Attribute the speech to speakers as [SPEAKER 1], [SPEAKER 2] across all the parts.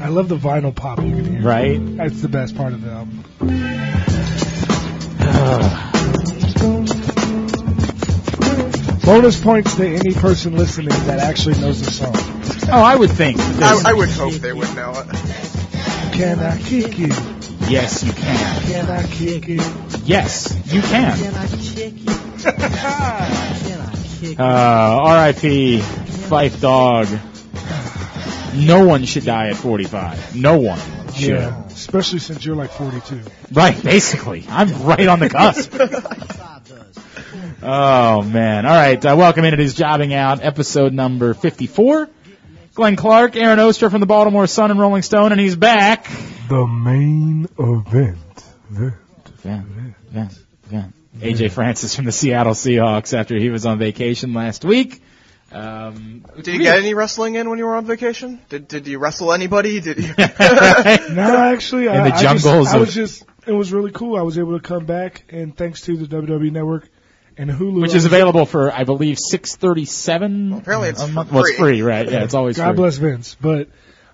[SPEAKER 1] I love the vinyl pop you can hear.
[SPEAKER 2] Right?
[SPEAKER 1] That's the best part of the album. Bonus points to any person listening that actually knows the song.
[SPEAKER 2] Oh, I would think. that
[SPEAKER 3] I, I would hope they would know it.
[SPEAKER 1] Can I kick you?
[SPEAKER 2] there's- yes, you can.
[SPEAKER 1] Can I kick you?
[SPEAKER 2] Yes, you can.
[SPEAKER 4] Can I kick you? Can I kick you?
[SPEAKER 2] Uh, R.I.P. Fife Dog. No one should die at 45. No one should.
[SPEAKER 1] Yeah. Especially since you're like 42.
[SPEAKER 2] Right, basically. I'm right on the cusp. oh, man. All right. Uh, welcome into this Jobbing Out, episode number 54. Glenn Clark, Aaron Oster from the Baltimore Sun and Rolling Stone, and he's back.
[SPEAKER 1] The main event. The
[SPEAKER 2] Yeah, yeah, yeah. AJ Francis from the Seattle Seahawks after he was on vacation last week. Um,
[SPEAKER 3] Did you get any wrestling in when you were on vacation? Did Did you wrestle anybody? Did you?
[SPEAKER 1] No, actually, I,
[SPEAKER 2] In the
[SPEAKER 1] I just-
[SPEAKER 2] jungles
[SPEAKER 1] I,
[SPEAKER 2] of-
[SPEAKER 1] was just. It was really cool. I was able to come back, and thanks to the WWE Network and Hulu,
[SPEAKER 2] which is available for, I believe, six thirty-seven.
[SPEAKER 3] apparently it's
[SPEAKER 2] a
[SPEAKER 3] for
[SPEAKER 2] month. Well, it's
[SPEAKER 3] free.
[SPEAKER 2] free, right? Yeah, it's always
[SPEAKER 1] God
[SPEAKER 2] free.
[SPEAKER 1] bless Vince. But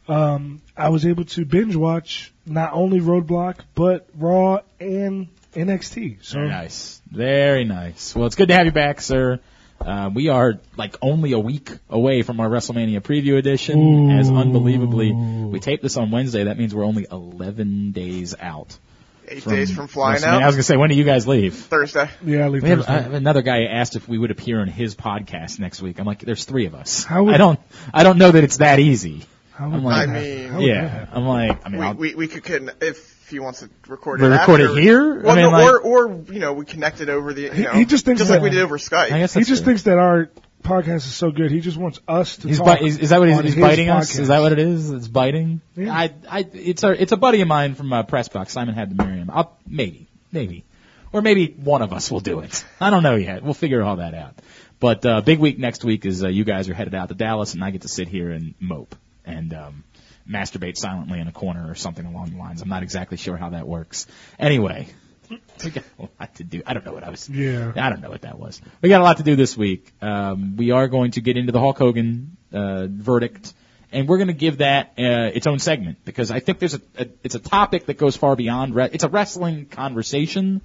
[SPEAKER 1] um, I was able to binge watch not only Roadblock but Raw and NXT. So
[SPEAKER 2] Very nice, very nice. Well, it's good to have you back, sir. Uh, we are like only a week away from our WrestleMania preview edition. As unbelievably, we taped this on Wednesday. That means we're only eleven days out.
[SPEAKER 3] Eight days from flying
[SPEAKER 2] WrestleMania. I
[SPEAKER 3] out.
[SPEAKER 2] was gonna say, when do you guys leave?
[SPEAKER 3] Thursday.
[SPEAKER 1] yeah, I leave
[SPEAKER 2] We have,
[SPEAKER 1] Thursday.
[SPEAKER 2] I have another guy asked if we would appear on his podcast next week. I'm like, there's three of us.
[SPEAKER 1] How would-
[SPEAKER 2] I don't, I don't know that it's that easy.
[SPEAKER 1] How would
[SPEAKER 2] I'm like-
[SPEAKER 1] that
[SPEAKER 3] I
[SPEAKER 1] happen?
[SPEAKER 3] mean-
[SPEAKER 1] How would that
[SPEAKER 2] Yeah,
[SPEAKER 1] happen?
[SPEAKER 2] I'm like, I mean,
[SPEAKER 3] We,
[SPEAKER 2] I'll-
[SPEAKER 3] we we could, could if he wants to record
[SPEAKER 2] We
[SPEAKER 3] it.
[SPEAKER 2] record
[SPEAKER 3] after.
[SPEAKER 2] it here? I
[SPEAKER 3] Well,
[SPEAKER 2] mean,
[SPEAKER 3] no,
[SPEAKER 2] like-
[SPEAKER 3] or or you know we connect it over the. You
[SPEAKER 1] He-
[SPEAKER 3] know,
[SPEAKER 1] he just thinks
[SPEAKER 3] just like
[SPEAKER 1] that-
[SPEAKER 3] we did over Skype.
[SPEAKER 2] I guess
[SPEAKER 1] he
[SPEAKER 2] that's
[SPEAKER 1] just
[SPEAKER 2] fair.
[SPEAKER 1] thinks that our podcast is so good. He just wants us to
[SPEAKER 2] He's
[SPEAKER 1] talk.
[SPEAKER 2] bi- is, is that what he's,
[SPEAKER 1] on
[SPEAKER 2] he's
[SPEAKER 1] his
[SPEAKER 2] biting us? Is
[SPEAKER 1] podcast.
[SPEAKER 2] that what it is? It's biting.
[SPEAKER 1] Yeah.
[SPEAKER 2] I, I, it's a, it's a buddy of mine from uh, press box. Simon had to marry him. I'll, maybe, maybe, or maybe one of us will do it. I don't know yet. We'll figure all that out. But uh, big week next week is uh, you guys are headed out to Dallas, and I get to sit here and mope and um, masturbate silently in a corner or something along the lines. I'm not exactly sure how that works. Anyway, we got a lot to do. I don't know what I was.
[SPEAKER 1] Yeah.
[SPEAKER 2] I don't know what that was. We got a lot to do this week. Um, we are going to get into the Hulk Hogan uh, verdict, and we're going to give that uh, its own segment because I think there's a, a it's a topic that goes far beyond. Re- it's a wrestling conversation,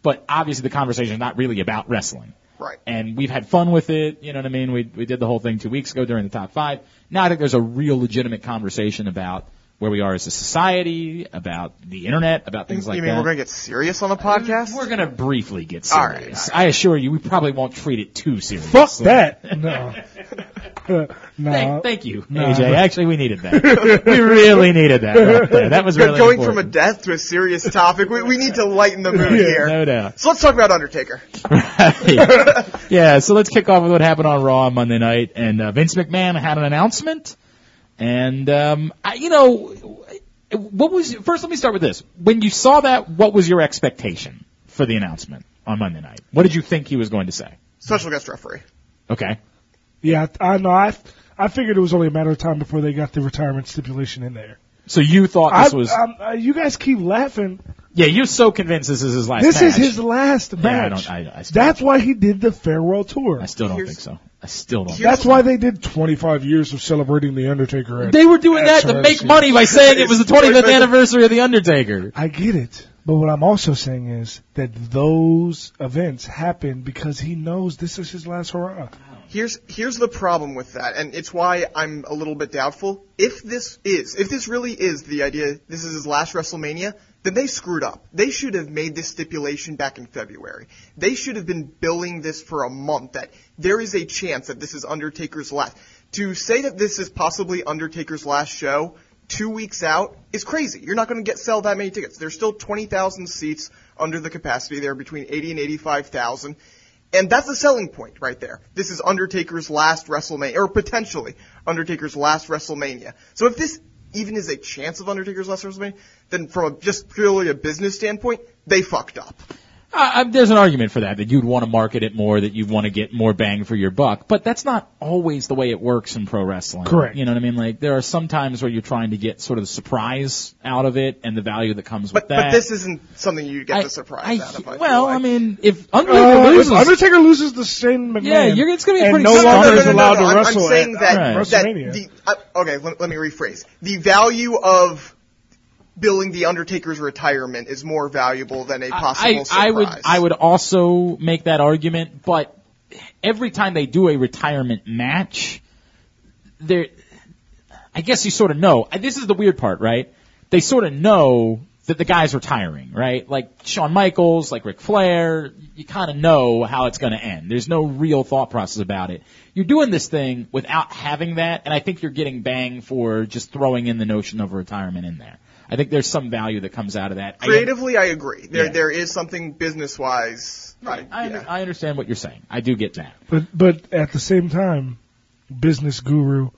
[SPEAKER 2] but obviously the conversation is not really about wrestling.
[SPEAKER 3] Right.
[SPEAKER 2] And we've had fun with it. You know what I mean? We we did the whole thing two weeks ago during the top five. Now I think there's a real legitimate conversation about. Where we are as a society, about the internet, about things
[SPEAKER 3] you
[SPEAKER 2] like
[SPEAKER 3] mean
[SPEAKER 2] that.
[SPEAKER 3] we're gonna get serious on the podcast?
[SPEAKER 2] We're gonna briefly get serious.
[SPEAKER 3] All right,
[SPEAKER 2] I assure you, we probably won't treat it too seriously.
[SPEAKER 1] Fuck that. No. no.
[SPEAKER 2] Thank, thank you,
[SPEAKER 1] Nah.
[SPEAKER 2] AJ. Actually, we needed that. we really needed that. Right there. That was
[SPEAKER 3] Go-
[SPEAKER 2] really
[SPEAKER 3] going from a
[SPEAKER 2] important.
[SPEAKER 3] death to a serious topic. We, we need to lighten the mood here.
[SPEAKER 2] no doubt.
[SPEAKER 3] So let's talk about Undertaker.
[SPEAKER 2] Right. yeah. So let's kick off with what happened on Raw on Monday night, and uh, Vince McMahon had an announcement, and um, I, you know, what was first? Let me start with this. When you saw that, what was your expectation for the announcement on Monday night? What did you think he was going to say?
[SPEAKER 3] Special guest referee.
[SPEAKER 2] Okay.
[SPEAKER 1] Yeah, I I know. I I figured it was only a matter of time before they got the retirement stipulation in there.
[SPEAKER 2] So you thought
[SPEAKER 1] I,
[SPEAKER 2] this was
[SPEAKER 1] um, uh, you guys keep laughing.
[SPEAKER 2] Yeah, you're so convinced this is his last.
[SPEAKER 1] This is
[SPEAKER 2] match.
[SPEAKER 1] his last
[SPEAKER 2] I
[SPEAKER 1] match.
[SPEAKER 2] don't- I- I still-
[SPEAKER 1] That's why he did the farewell tour.
[SPEAKER 2] I still don't
[SPEAKER 3] Here's-
[SPEAKER 2] think so. I still don't.
[SPEAKER 3] Here's-
[SPEAKER 1] That's why they did 25 years of celebrating the Undertaker. at-
[SPEAKER 2] They were doing
[SPEAKER 1] at
[SPEAKER 2] that to
[SPEAKER 1] Survivor
[SPEAKER 2] make
[SPEAKER 1] Series.
[SPEAKER 2] money by saying it was the 25th
[SPEAKER 3] It's-
[SPEAKER 2] anniversary of the Undertaker.
[SPEAKER 1] I get it, but what I'm also saying is that those events happen because he knows this is his last hurrah.
[SPEAKER 3] Here's here's the problem with that, and it's why I'm a little bit doubtful. If this is, if this really is the idea, this is his last WrestleMania, then they screwed up. They should have made this stipulation back in February. They should have been billing this for a month. That there is a chance that this is Undertaker's last. To say that this is possibly Undertaker's last show two weeks out is crazy. You're not going to get sell that many tickets. There's still 20,000 seats under the capacity. They're between 80 and 85,000. And that's the selling point right there. This is Undertaker's last WrestleMania, or potentially Undertaker's last WrestleMania. So if this even is a chance of Undertaker's last WrestleMania, then from a, just purely a business standpoint, they fucked up.
[SPEAKER 2] I, I, there's an argument for that that you'd want to market it more, that you'd want to get more bang for your buck, but that's not always the way it works in pro wrestling.
[SPEAKER 1] Correct.
[SPEAKER 2] You know what I mean? Like there are some times where you're trying to get sort of the surprise out of it and the value that comes
[SPEAKER 3] But
[SPEAKER 2] with that.
[SPEAKER 3] but this isn't something you get
[SPEAKER 2] I-
[SPEAKER 3] the surprise
[SPEAKER 2] I-
[SPEAKER 3] out of. I feel
[SPEAKER 2] well,
[SPEAKER 3] like.
[SPEAKER 2] I mean, if Undertaker
[SPEAKER 1] Uh, if
[SPEAKER 2] loses,
[SPEAKER 1] Undertaker loses the Shane McMahon.
[SPEAKER 2] Yeah, you're- it's gonna be
[SPEAKER 1] and
[SPEAKER 2] pretty
[SPEAKER 1] no
[SPEAKER 2] tough.
[SPEAKER 1] longer
[SPEAKER 2] No, no,
[SPEAKER 1] is
[SPEAKER 2] no, no,
[SPEAKER 1] allowed to
[SPEAKER 3] I'm- I'm,
[SPEAKER 1] wrestle.
[SPEAKER 3] saying
[SPEAKER 1] at
[SPEAKER 3] that,
[SPEAKER 2] Right.
[SPEAKER 3] that
[SPEAKER 1] WrestleMania.
[SPEAKER 3] the, uh, okay, let, let me rephrase. The value of billing the Undertaker's retirement is more valuable than a possible
[SPEAKER 2] I,
[SPEAKER 3] surprise.
[SPEAKER 2] I would I would also make that argument, but every time they do a retirement match, there, I guess you sort of know. and This is the weird part, right? They sort of know that the guy's retiring, right? Like Shawn Michaels, like Ric Flair, you kind of know how it's going to end. There's no real thought process about it. You're doing this thing without having that, and I think you're getting bang for just throwing in the notion of retirement in there. I think there's some value that comes out of that. I-
[SPEAKER 3] Creatively, I agree. There
[SPEAKER 2] Yeah.
[SPEAKER 3] there is something business wise.
[SPEAKER 2] I, under- I understand what you're saying. I do get that.
[SPEAKER 1] But but at the same time, business guru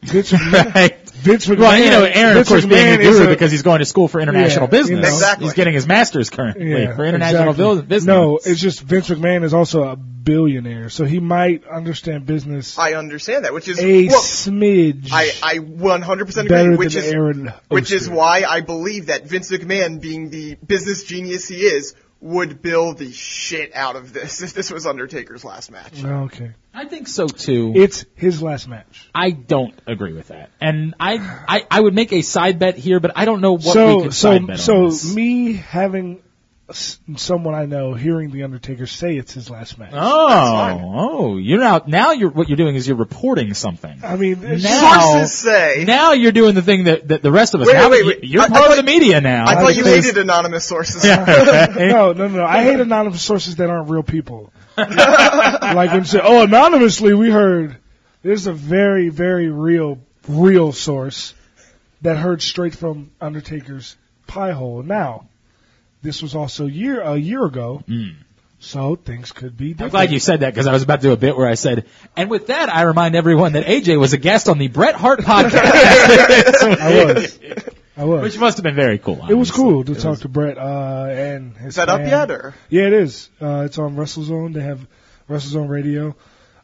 [SPEAKER 1] Vince McMahon.
[SPEAKER 2] Right.
[SPEAKER 1] Vince McMahon.
[SPEAKER 2] Well, you know, Aaron,
[SPEAKER 1] Vince
[SPEAKER 2] of course, being a
[SPEAKER 1] McMahon
[SPEAKER 2] guru
[SPEAKER 1] is
[SPEAKER 2] because he's going to school for international
[SPEAKER 1] Yeah, you
[SPEAKER 2] business.
[SPEAKER 1] know.
[SPEAKER 3] Exactly.
[SPEAKER 2] He's getting his master's currently
[SPEAKER 1] yeah,
[SPEAKER 2] for international
[SPEAKER 1] exactly.
[SPEAKER 2] bu- business.
[SPEAKER 1] No, it's just Vince McMahon is also a billionaire, so he might understand business
[SPEAKER 3] I understand that, which is
[SPEAKER 1] a
[SPEAKER 3] well,
[SPEAKER 1] smidge
[SPEAKER 3] I, I 100%
[SPEAKER 1] better
[SPEAKER 3] agree, which
[SPEAKER 1] than
[SPEAKER 3] is
[SPEAKER 1] Aaron.
[SPEAKER 3] which is
[SPEAKER 1] Oster.
[SPEAKER 3] why I believe that Vince McMahon, being the business genius he is, would bill the shit out of this if this was Undertaker's last match.
[SPEAKER 1] Okay,
[SPEAKER 2] I think so too.
[SPEAKER 1] it's his last match.
[SPEAKER 2] I don't agree with that, and I, I I would make a side bet here, but I don't know what we
[SPEAKER 1] so
[SPEAKER 2] could
[SPEAKER 1] so
[SPEAKER 2] side bet
[SPEAKER 1] so
[SPEAKER 2] on this.
[SPEAKER 1] me having s- someone I know hearing the Undertaker say it's his last match.
[SPEAKER 3] fine.
[SPEAKER 2] Oh, oh, you're now now you're what you're doing is you're reporting something.
[SPEAKER 1] I mean, it's
[SPEAKER 2] Now-
[SPEAKER 1] just-
[SPEAKER 3] Sources say.
[SPEAKER 2] Now you're doing the thing that, that the rest of us.
[SPEAKER 3] Wait,
[SPEAKER 2] now
[SPEAKER 3] wait,
[SPEAKER 2] you-
[SPEAKER 3] wait.
[SPEAKER 2] You're
[SPEAKER 3] I- I
[SPEAKER 2] part of
[SPEAKER 3] thought-
[SPEAKER 2] the media now.
[SPEAKER 3] I thought you
[SPEAKER 1] because-
[SPEAKER 3] hated anonymous sources.
[SPEAKER 2] Right?
[SPEAKER 1] no, no, no, no. I hate anonymous sources that aren't real people. like when you say, "Oh, anonymously, we heard." There's a very, very real, real source that heard straight from Undertaker's pie hole. Now, this was also year a year ago,
[SPEAKER 2] Mm.
[SPEAKER 1] so things could be
[SPEAKER 2] I'm
[SPEAKER 1] different.
[SPEAKER 2] glad you said that because I was about to do a bit where I said, and with that, I remind everyone that AJ was a guest on the Bret Hart podcast,
[SPEAKER 1] I was. I was.
[SPEAKER 2] which must have been very cool.
[SPEAKER 1] it was
[SPEAKER 2] obviously.
[SPEAKER 1] cool to
[SPEAKER 2] It
[SPEAKER 1] talk
[SPEAKER 2] was-
[SPEAKER 1] to Brett uh, and his
[SPEAKER 3] Is that up
[SPEAKER 1] fam.
[SPEAKER 3] yet, or
[SPEAKER 1] Yeah, it is. Uh, it's on WrestleZone. They have WrestleZone Radio.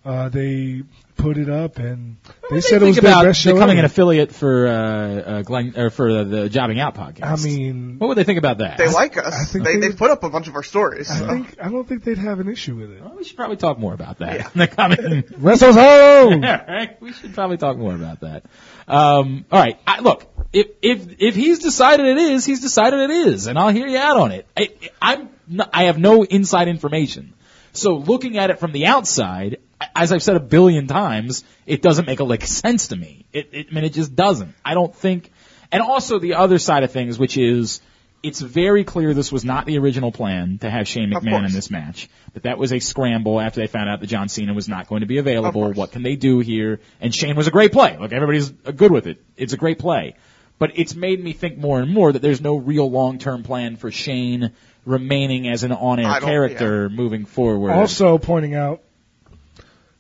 [SPEAKER 1] Uh, they put it up, and they
[SPEAKER 2] What do
[SPEAKER 1] said it
[SPEAKER 2] think
[SPEAKER 1] was their
[SPEAKER 2] about
[SPEAKER 1] best show.
[SPEAKER 2] becoming an
[SPEAKER 1] ever.
[SPEAKER 2] affiliate for uh, uh, Glenn or for the, the Jobbing Out podcast.
[SPEAKER 1] I mean,
[SPEAKER 2] what would they think about that?
[SPEAKER 3] they like us?
[SPEAKER 1] I think
[SPEAKER 3] they
[SPEAKER 1] they-
[SPEAKER 3] they put up a bunch of our stories.
[SPEAKER 1] I
[SPEAKER 3] so.
[SPEAKER 1] think I don't think they'd have an issue with it.
[SPEAKER 2] Well, we should probably talk more about that. Like, I mean,
[SPEAKER 1] WrestleZone.
[SPEAKER 2] yeah, right? We should probably talk more about that. Um, all right, I, look, if if if he's decided it is, he's decided it is, and I'll hear you out on it. I, I'm n- I have no inside information, so looking at it from the outside, a- as I've said a billion times, it doesn't make a lick of sense to me. It, it I mean, it just doesn't. I don't think. And also the other side of things, which is. It's very clear this was not the original plan to have Shane
[SPEAKER 3] Of
[SPEAKER 2] McMahon in
[SPEAKER 3] course.
[SPEAKER 2] this match. That that was a scramble after they found out that John Cena was not going to be available.
[SPEAKER 3] course.
[SPEAKER 2] What can they do here? And Shane was a great play. Look, everybody's uh, good with it. It's a great play. But it's made me think more and more that there's no real long-term plan for Shane remaining as an
[SPEAKER 3] I
[SPEAKER 2] on-air
[SPEAKER 3] don't-
[SPEAKER 2] character moving forward.
[SPEAKER 1] Also pointing out.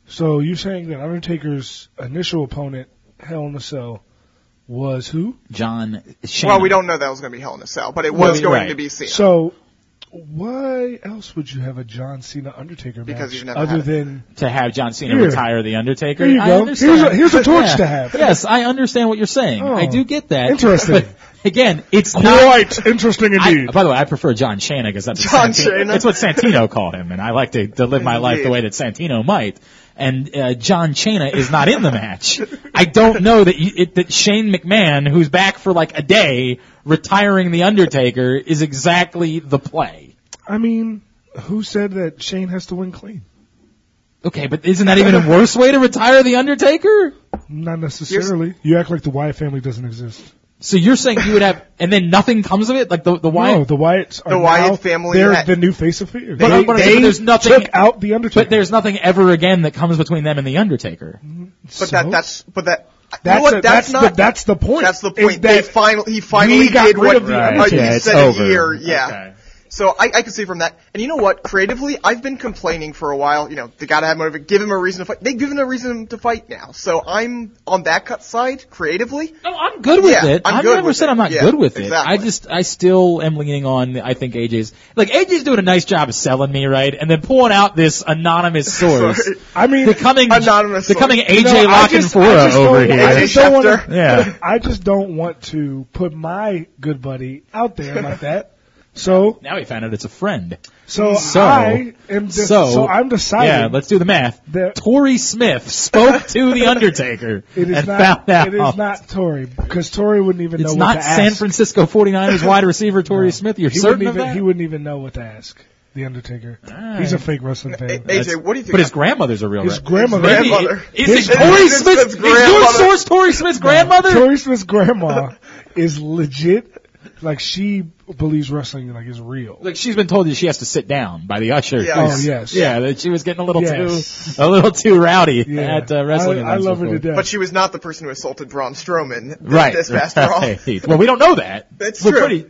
[SPEAKER 1] So you're saying that Undertaker's initial opponent, Hell in a Cell, was who?
[SPEAKER 2] John Shane.
[SPEAKER 3] well, we don't know that was going to be Hell in a Cell, but it
[SPEAKER 2] Well,
[SPEAKER 3] was
[SPEAKER 2] you're
[SPEAKER 3] going
[SPEAKER 2] right.
[SPEAKER 3] to be Cena.
[SPEAKER 1] So. Why else would you have a John Cena Undertaker match
[SPEAKER 3] Because you've never
[SPEAKER 1] other
[SPEAKER 3] had it.
[SPEAKER 1] than
[SPEAKER 2] to have John Cena
[SPEAKER 1] Here.
[SPEAKER 2] retire the Undertaker.
[SPEAKER 1] Here you
[SPEAKER 2] I
[SPEAKER 1] go.
[SPEAKER 2] understand.
[SPEAKER 1] Here's a- here's a torch
[SPEAKER 2] Yeah.
[SPEAKER 1] to have.
[SPEAKER 2] Yes, I understand what you're saying.
[SPEAKER 1] Oh.
[SPEAKER 2] I do get that.
[SPEAKER 1] Interesting.
[SPEAKER 2] But again, it's not.
[SPEAKER 1] quite interesting
[SPEAKER 2] I,
[SPEAKER 1] indeed?
[SPEAKER 2] by the way, I prefer John Shana because that's
[SPEAKER 3] John
[SPEAKER 2] what Santino,
[SPEAKER 3] Shana.
[SPEAKER 2] that's what Santino called him, and I like to, to live my life the
[SPEAKER 3] Indeed.
[SPEAKER 2] way that Santino might. And uh, John Shana is not in the match. I don't know that you, it, that Shane McMahon, who's back for like a day, retiring the Undertaker, is exactly the play.
[SPEAKER 1] I mean, who said that Shane has to win clean?
[SPEAKER 2] Okay, but isn't that even a worse way to retire the Undertaker?
[SPEAKER 1] Not necessarily. You act like the Wyatt family doesn't exist.
[SPEAKER 2] So you're saying you would have, and then nothing comes of it? Like the the Wyatt?
[SPEAKER 1] no, the Wyatts are
[SPEAKER 3] The Wyatt
[SPEAKER 1] now-
[SPEAKER 3] family
[SPEAKER 1] They're
[SPEAKER 3] had-
[SPEAKER 1] the new face of fear.
[SPEAKER 2] But- but- but there's nothing-
[SPEAKER 1] took out the Undertaker.
[SPEAKER 2] but there's nothing ever again that comes between them and the Undertaker.
[SPEAKER 3] but that that's but that. you
[SPEAKER 1] that's
[SPEAKER 3] know what?
[SPEAKER 1] a-
[SPEAKER 3] that's,
[SPEAKER 1] that's
[SPEAKER 3] not
[SPEAKER 1] the- that's the point,
[SPEAKER 3] That's the
[SPEAKER 1] is that
[SPEAKER 3] point. they finally he finally
[SPEAKER 1] we got
[SPEAKER 3] did
[SPEAKER 1] rid
[SPEAKER 3] what
[SPEAKER 1] of the Right,
[SPEAKER 3] uh,
[SPEAKER 1] Undertaker.
[SPEAKER 3] you
[SPEAKER 1] yeah,
[SPEAKER 3] said a year. Yeah. So I, I can see from that. And you know what? Creatively, I've been complaining for a while. You know, they gotta have motive. Give him a reason to fight. They've given a reason to fight now. So I'm on that cut side creatively.
[SPEAKER 2] No, I'm good with
[SPEAKER 3] Yeah,
[SPEAKER 2] it.
[SPEAKER 3] I'm
[SPEAKER 2] I've
[SPEAKER 3] good
[SPEAKER 2] never
[SPEAKER 3] with
[SPEAKER 2] said
[SPEAKER 3] it.
[SPEAKER 2] I'm not
[SPEAKER 3] Yeah,
[SPEAKER 2] good with it. I
[SPEAKER 3] exactly.
[SPEAKER 2] just, I still am leaning on, I think AJ's, like AJ's doing a nice job of selling me, right? And then pulling out this anonymous source.
[SPEAKER 3] Sorry.
[SPEAKER 1] I mean,
[SPEAKER 2] Becoming,
[SPEAKER 3] Anonymous
[SPEAKER 2] becoming
[SPEAKER 3] source.
[SPEAKER 2] AJ
[SPEAKER 1] No, I just- I
[SPEAKER 2] Lockenfora
[SPEAKER 1] just
[SPEAKER 2] over
[SPEAKER 1] don't-
[SPEAKER 2] here.
[SPEAKER 1] I just don't wanna-
[SPEAKER 3] Schefter.
[SPEAKER 2] yeah.
[SPEAKER 1] I just don't want to put my good buddy out there like that. So,
[SPEAKER 2] Now we found out it's a friend.
[SPEAKER 1] so,
[SPEAKER 2] So-
[SPEAKER 1] I am. De- so, I'm deciding.
[SPEAKER 2] Yeah, let's do the math.
[SPEAKER 1] that-
[SPEAKER 2] Tory Smith spoke to the Undertaker
[SPEAKER 1] It is
[SPEAKER 2] and
[SPEAKER 1] not.
[SPEAKER 2] found out
[SPEAKER 1] It is not Tory because Tory wouldn't even
[SPEAKER 2] It's
[SPEAKER 1] know
[SPEAKER 2] not
[SPEAKER 1] what to
[SPEAKER 2] San
[SPEAKER 1] ask.
[SPEAKER 2] Francisco 49ers wide receiver Tory
[SPEAKER 1] No.
[SPEAKER 2] Smith. You're
[SPEAKER 1] he
[SPEAKER 2] certain
[SPEAKER 1] wouldn't
[SPEAKER 2] of
[SPEAKER 1] even,
[SPEAKER 2] that?
[SPEAKER 1] He wouldn't even know what to ask. The Undertaker. He's a fake wrestling fan.
[SPEAKER 3] A- AJ,
[SPEAKER 2] That's-
[SPEAKER 3] what do you think?
[SPEAKER 2] But his grandmother's a real
[SPEAKER 1] His
[SPEAKER 2] wrestler.
[SPEAKER 1] grandmother.
[SPEAKER 3] His grandmother.
[SPEAKER 2] Is it
[SPEAKER 1] His
[SPEAKER 2] Tory
[SPEAKER 3] grandmother.
[SPEAKER 2] Smith's
[SPEAKER 3] His
[SPEAKER 2] Is your
[SPEAKER 3] grandmother.
[SPEAKER 2] source Tory Smith's grandmother?
[SPEAKER 1] Tori Smith's grandma is legit. Like she believes wrestling like is real.
[SPEAKER 2] Like she's been told that she has to sit down by the usher.
[SPEAKER 3] Yeah.
[SPEAKER 1] Oh yes.
[SPEAKER 2] Yeah, that she was getting a little
[SPEAKER 1] Yes.
[SPEAKER 2] too a little too rowdy
[SPEAKER 1] Yeah.
[SPEAKER 2] at uh, wrestling.
[SPEAKER 1] I, I
[SPEAKER 2] events
[SPEAKER 1] love her
[SPEAKER 2] before.
[SPEAKER 1] to death.
[SPEAKER 3] But she was not the person who assaulted Braun Strowman th-
[SPEAKER 2] Right.
[SPEAKER 3] this past Raw.
[SPEAKER 2] right. Well, we don't know that.
[SPEAKER 3] That's
[SPEAKER 2] we're
[SPEAKER 3] true.
[SPEAKER 2] Pretty,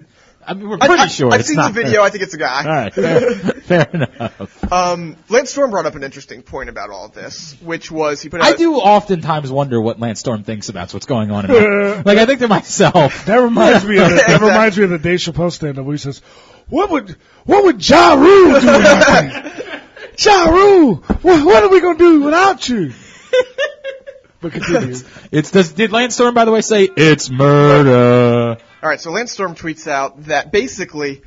[SPEAKER 2] I mean, we're
[SPEAKER 3] I-
[SPEAKER 2] pretty
[SPEAKER 3] I-
[SPEAKER 2] sure.
[SPEAKER 3] I've
[SPEAKER 2] it's
[SPEAKER 3] seen
[SPEAKER 2] not
[SPEAKER 3] the video. I think it's a guy.
[SPEAKER 2] All right. Fair, fair enough.
[SPEAKER 3] Um, Lance Storm brought up an interesting point about all of this, which was he put out.
[SPEAKER 2] I do oftentimes wonder what Lance Storm thinks about what's going on. In my, like I think to myself,
[SPEAKER 1] That reminds me of the, that
[SPEAKER 3] Exactly.
[SPEAKER 1] reminds me of the Dave Chappelle stand up where he says, What would what would Ja Rule do without you? Ja Rule, what, what are we gonna do without you? But continue.
[SPEAKER 2] it's does did Lance Storm by the way say it's murder?
[SPEAKER 3] All right, so Lance Storm tweets out that basically,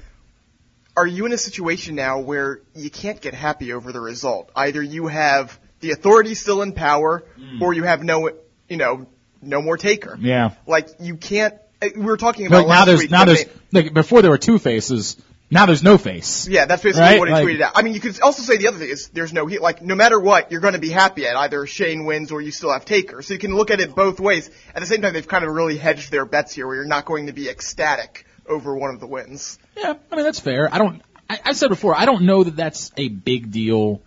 [SPEAKER 3] are you in a situation now where you can't get happy over the result? Either you have the authority still in power, or you have no, you know, no more taker.
[SPEAKER 2] Yeah.
[SPEAKER 3] Like you can't. uh, We were talking about
[SPEAKER 2] Like now
[SPEAKER 3] last
[SPEAKER 2] there's
[SPEAKER 3] week,
[SPEAKER 2] now
[SPEAKER 3] the
[SPEAKER 2] there's
[SPEAKER 3] main-
[SPEAKER 2] like before there were two faces. Now there's no face.
[SPEAKER 3] Yeah, that's basically
[SPEAKER 2] Right?
[SPEAKER 3] what he
[SPEAKER 2] Like-
[SPEAKER 3] tweeted out. I mean, you could also say the other thing is there's no heat. Like, no matter what, you're going to be happy at either Shane wins or you still have Taker. So you can look at it both ways. At the same time, they've kind of really hedged their bets here, where you're not going to be ecstatic over one of the wins.
[SPEAKER 2] Yeah, I mean that's fair. I don't. I, I said before, I don't know that that's a big deal.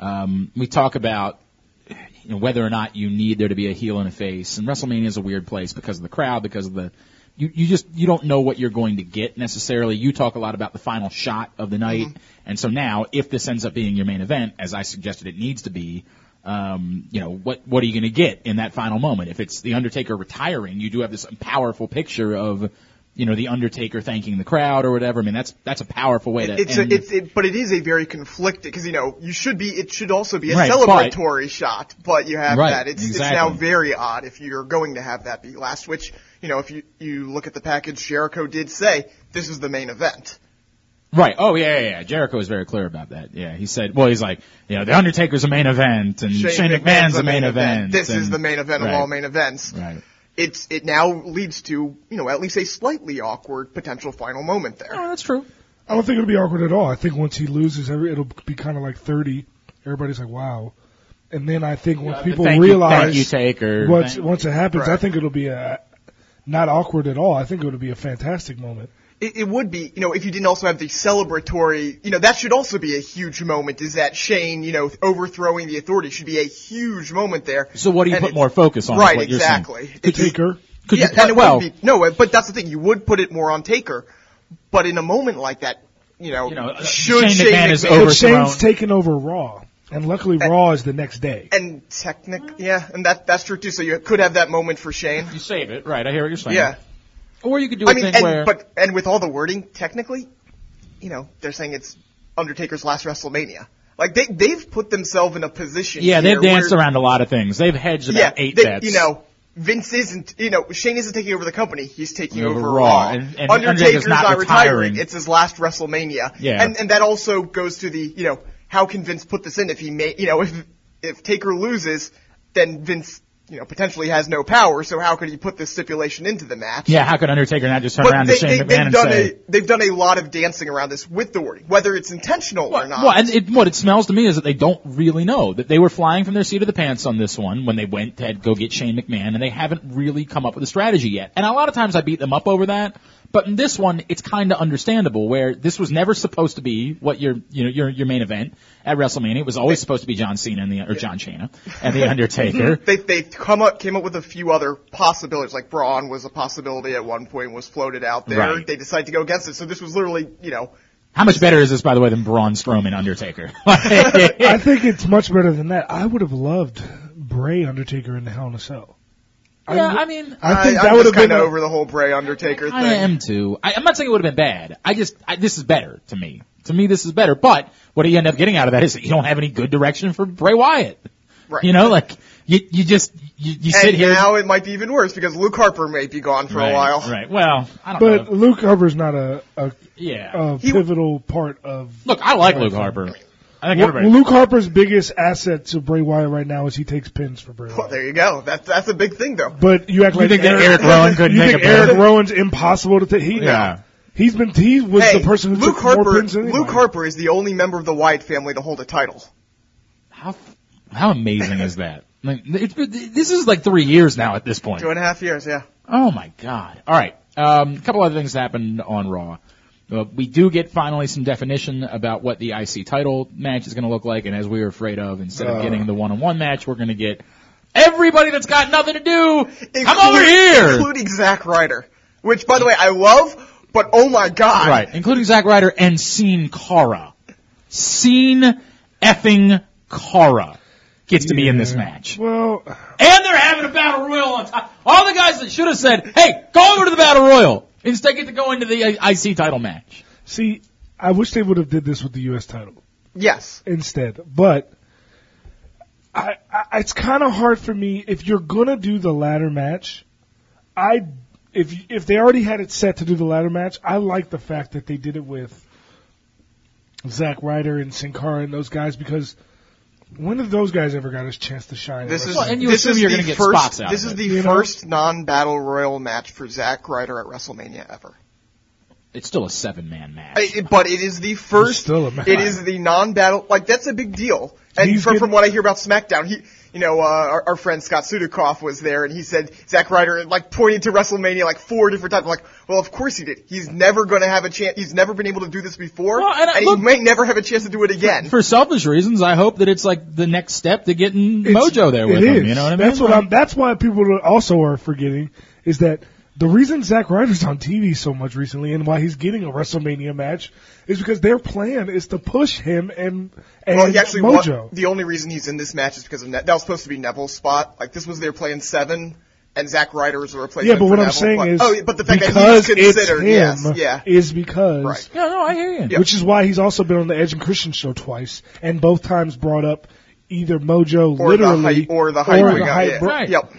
[SPEAKER 2] Um, we talk about you know, whether or not you need there to be a heel and a face, and WrestleMania is a weird place because of the crowd, because of the you you just you don't know what you're going to get necessarily. You talk a lot about the final shot of the night,
[SPEAKER 3] Mm-hmm.
[SPEAKER 2] and so now if this ends up being your main event, as I suggested it needs to be. Um, you know what? What are you going to get in that final moment? If it's the Undertaker retiring, you do have this powerful picture of, you know, the Undertaker thanking the crowd or whatever. I mean, that's that's a powerful way to.
[SPEAKER 3] It's
[SPEAKER 2] end-
[SPEAKER 3] a, it's it, but it is a very conflicted because you know you should be it should also be a
[SPEAKER 2] Right,
[SPEAKER 3] celebratory shot, but you have
[SPEAKER 2] Right,
[SPEAKER 3] that. It's
[SPEAKER 2] exactly.
[SPEAKER 3] it's now very odd if you're going to have that be last. Which you know if you you look at the package, Jericho did say this is the main event.
[SPEAKER 2] Right. Oh yeah, yeah, yeah. Jericho was very clear about that. Yeah, he said, well, he's like, you know, the Undertaker's a main event, and Shane, McMahon's a main event.
[SPEAKER 3] This is
[SPEAKER 2] and-
[SPEAKER 3] the main event
[SPEAKER 2] right,
[SPEAKER 3] of all main events.
[SPEAKER 2] Right.
[SPEAKER 3] It's it now leads to you know at least a slightly awkward potential final moment there.
[SPEAKER 2] Oh, that's true.
[SPEAKER 1] I don't think it'll be awkward at all. I think once he loses every it'll be kinda like thirty. Everybody's like, Wow. And then I think once people
[SPEAKER 2] thank you,
[SPEAKER 1] realize
[SPEAKER 2] thank you, Taker.
[SPEAKER 1] once
[SPEAKER 2] Thank-
[SPEAKER 1] once it happens, I
[SPEAKER 3] Right.
[SPEAKER 1] think it'll be a not awkward at all. I think it'll be a fantastic moment.
[SPEAKER 3] It, it would be you know if you didn't also have the celebratory you know that should also be a huge moment. Is that Shane you know overthrowing the authority should be a huge moment there.
[SPEAKER 2] so what do you
[SPEAKER 3] And
[SPEAKER 2] put
[SPEAKER 3] it-
[SPEAKER 2] more focus on? is
[SPEAKER 3] Right,
[SPEAKER 2] what you're saying.
[SPEAKER 3] exactly.
[SPEAKER 1] The
[SPEAKER 3] It's-
[SPEAKER 1] Taker.
[SPEAKER 2] Could
[SPEAKER 3] yeah,
[SPEAKER 2] you
[SPEAKER 3] and
[SPEAKER 2] put,
[SPEAKER 3] it
[SPEAKER 2] well,
[SPEAKER 3] would be no, but that's the thing. You would put it more on Taker, but in a moment like that, you know,
[SPEAKER 2] You know, uh,
[SPEAKER 3] should
[SPEAKER 2] Shane
[SPEAKER 3] Shane
[SPEAKER 2] McMahon is
[SPEAKER 1] But
[SPEAKER 2] overthrown.
[SPEAKER 1] Shane's taken over Raw. And luckily Raw is the next day.
[SPEAKER 3] and technic, yeah, and that that's true too. So you could have that moment for Shane.
[SPEAKER 2] you save it. Right. I hear what you're saying.
[SPEAKER 3] Yeah,
[SPEAKER 2] Or you could do a
[SPEAKER 3] I mean,
[SPEAKER 2] thing
[SPEAKER 3] and,
[SPEAKER 2] where.
[SPEAKER 3] but and with all the wording, technically, you know, they're saying it's Undertaker's last WrestleMania. Like they they've put themselves in a position.
[SPEAKER 2] yeah,
[SPEAKER 3] here
[SPEAKER 2] they've danced
[SPEAKER 3] where,
[SPEAKER 2] around a lot of things. They've hedged about
[SPEAKER 3] Yeah,
[SPEAKER 2] eight
[SPEAKER 3] they-
[SPEAKER 2] bets.
[SPEAKER 3] you know. Vince isn't, you know, Shane isn't taking over the company. He's taking
[SPEAKER 2] Over
[SPEAKER 3] over,
[SPEAKER 2] Raw, and- and Undertaker's not retiring.
[SPEAKER 3] It's his last WrestleMania.
[SPEAKER 2] Yeah.
[SPEAKER 3] And and that also goes to the, you know, how can Vince put this in if he may, you know, if if Taker loses, then Vince, you know, potentially has no power. So how could he put this stipulation into the match?
[SPEAKER 2] Yeah, how could Undertaker not just turn
[SPEAKER 3] But
[SPEAKER 2] around
[SPEAKER 3] they,
[SPEAKER 2] to Shane
[SPEAKER 3] they,
[SPEAKER 2] McMahon
[SPEAKER 3] they've
[SPEAKER 2] and
[SPEAKER 3] done
[SPEAKER 2] say,
[SPEAKER 3] a they've done a lot of dancing around this with the wording, whether it's intentional or not.
[SPEAKER 2] Well, and it, what it smells to me is that they don't really know that they were flying from their seat of the pants on this one when they went to go get Shane McMahon, and they haven't really come up with a strategy yet. And a lot of times I beat them up over that, but in this one, it's kind of understandable where this was never supposed to be what your you know your your main event at WrestleMania. It was always supposed to be John Cena and the or John Cena and the Undertaker.
[SPEAKER 3] Mm-hmm. they they come up came up with a few other possibilities. Like Braun was a possibility at one point was floated out there.
[SPEAKER 2] Right.
[SPEAKER 3] They decided to go against it. So this was literally you know
[SPEAKER 2] How much better is this, by the way, than Braun Strowman Undertaker?
[SPEAKER 1] I think it's much better than that. I would have loved Bray Undertaker in the Hell in a Cell.
[SPEAKER 2] Yeah,
[SPEAKER 1] would-
[SPEAKER 2] I mean-
[SPEAKER 1] I think
[SPEAKER 3] I,
[SPEAKER 1] that
[SPEAKER 3] am
[SPEAKER 1] would
[SPEAKER 3] just
[SPEAKER 1] have been
[SPEAKER 3] kind of
[SPEAKER 1] a-
[SPEAKER 3] over the whole Bray Undertaker thing.
[SPEAKER 2] I am too. I, I'm not saying it would have been bad. I just I, this is better to me. To me, this is better. But what you end up getting out of that is that you don't have any good direction for Bray Wyatt.
[SPEAKER 3] Right.
[SPEAKER 2] You know, like you you just you, you sit
[SPEAKER 3] and
[SPEAKER 2] here
[SPEAKER 3] now it might be even worse because Luke Harper may be gone for
[SPEAKER 2] right,
[SPEAKER 3] a while.
[SPEAKER 2] Right. Well, I don't
[SPEAKER 1] But
[SPEAKER 2] know.
[SPEAKER 1] Luke Harper's not a, a,
[SPEAKER 2] Yeah.
[SPEAKER 1] a
[SPEAKER 3] He-
[SPEAKER 1] pivotal part of.
[SPEAKER 2] Look, I like Luke Harper. I think
[SPEAKER 1] Well,
[SPEAKER 2] everybody.
[SPEAKER 1] Luke Harper's biggest asset to Bray Wyatt right now is he takes pins for Bray
[SPEAKER 3] Well,
[SPEAKER 1] Wyatt.
[SPEAKER 3] there you go. That's that's a big thing though.
[SPEAKER 1] But you act
[SPEAKER 2] you
[SPEAKER 1] like
[SPEAKER 2] think that Eric Rowan couldn't
[SPEAKER 1] you
[SPEAKER 2] take
[SPEAKER 1] think
[SPEAKER 2] a pin?
[SPEAKER 1] Eric Rowan's impossible to take? He,
[SPEAKER 2] Yeah.
[SPEAKER 1] He's been he was
[SPEAKER 3] hey,
[SPEAKER 1] the person who
[SPEAKER 3] Luke
[SPEAKER 1] took
[SPEAKER 3] Harper.
[SPEAKER 1] more pins than
[SPEAKER 3] Luke
[SPEAKER 1] anybody.
[SPEAKER 3] Harper is the only member of the Wyatt family to hold a title.
[SPEAKER 2] How how amazing is that? Like, it's been- this is like three years now at this point.
[SPEAKER 3] Two and a half years, yeah.
[SPEAKER 2] Oh my God! All right, um, a couple other things happened on Raw. Uh, we do get finally some definition about what the IC title match is going to look like, and as we were afraid of, instead
[SPEAKER 3] Uh.
[SPEAKER 2] of getting the one-on-one match, we're going to get everybody that's got nothing to do. Come
[SPEAKER 3] Including-
[SPEAKER 2] over here,
[SPEAKER 3] including Zack Ryder, which by the way I love, but oh my god,
[SPEAKER 2] right? Including Zack Ryder and Scene Cara. Scene effing Cara gets to be in this match.
[SPEAKER 1] Well,
[SPEAKER 2] And they're having a battle royal on top. All the guys that should have said, "Hey, go over to the battle royal," instead get to go into the I- IC title match.
[SPEAKER 1] see, I wish they would have did this with the U.S. title
[SPEAKER 3] Yes,
[SPEAKER 1] instead, but I, I it's kind of hard for me if you're gonna do the ladder match. I if if they already had it set to do the ladder match, I like the fact that they did it with Zack Ryder and Sin Cara and those guys because when have those guys ever got a chance to shine? in
[SPEAKER 3] this is
[SPEAKER 1] wrestling?
[SPEAKER 2] and you
[SPEAKER 3] this
[SPEAKER 2] assume
[SPEAKER 3] is
[SPEAKER 2] you're
[SPEAKER 3] the
[SPEAKER 2] gonna get
[SPEAKER 3] first
[SPEAKER 2] spots out
[SPEAKER 3] this
[SPEAKER 2] of
[SPEAKER 3] is
[SPEAKER 2] it,
[SPEAKER 3] the
[SPEAKER 1] you know?
[SPEAKER 3] first non-battle royal match for Zack Ryder at WrestleMania ever.
[SPEAKER 2] It's still a seven-man match.
[SPEAKER 3] I- it- but it is the first.
[SPEAKER 1] still a man.
[SPEAKER 3] It is the non-battle. Like that's a big deal. And
[SPEAKER 1] He's
[SPEAKER 3] from,
[SPEAKER 1] getting-
[SPEAKER 3] from what I hear about SmackDown, he, you know, uh, our, our friend Scott Sudikoff was there, and he said Zack Ryder like pointed to WrestleMania like four different times. I'm like, well, of course he did. He's never going to have a chance. He's never been able to do this before,
[SPEAKER 2] Well, and I-
[SPEAKER 3] he
[SPEAKER 2] look-
[SPEAKER 3] may never have a chance to do it again.
[SPEAKER 2] For selfish reasons, I hope that it's like the next step to getting
[SPEAKER 1] It's-
[SPEAKER 2] Mojo there with
[SPEAKER 1] it
[SPEAKER 2] him.
[SPEAKER 1] is.
[SPEAKER 2] You know what I mean?
[SPEAKER 1] That's what I'm. That's why people also are forgetting is that the reason Zack Ryder's on TV so much recently and why he's getting a WrestleMania match is because their plan is to push him and and
[SPEAKER 3] well, he actually
[SPEAKER 1] Mojo.
[SPEAKER 3] won. The only reason he's in this match is because of ne- that was supposed to be Neville's spot. Like this was their plan seven, and Zack Ryder was a replacement.
[SPEAKER 1] yeah, but
[SPEAKER 3] for
[SPEAKER 1] what I'm
[SPEAKER 3] Neville,
[SPEAKER 1] saying
[SPEAKER 3] but-
[SPEAKER 1] is
[SPEAKER 3] oh, but the fact that
[SPEAKER 1] because
[SPEAKER 3] he's considered,
[SPEAKER 1] it's
[SPEAKER 3] yes,
[SPEAKER 1] him
[SPEAKER 3] yeah,
[SPEAKER 1] is because
[SPEAKER 3] Right.
[SPEAKER 2] No, no, I hear you.
[SPEAKER 3] Yeah.
[SPEAKER 1] which is why he's also been on the Edge and Christian show twice and both times brought up either Mojo
[SPEAKER 3] Or the
[SPEAKER 1] literally
[SPEAKER 3] hype, or the hype, we
[SPEAKER 1] the
[SPEAKER 3] got,
[SPEAKER 1] hype
[SPEAKER 3] yeah.
[SPEAKER 1] bro-
[SPEAKER 2] Right.
[SPEAKER 3] Yep.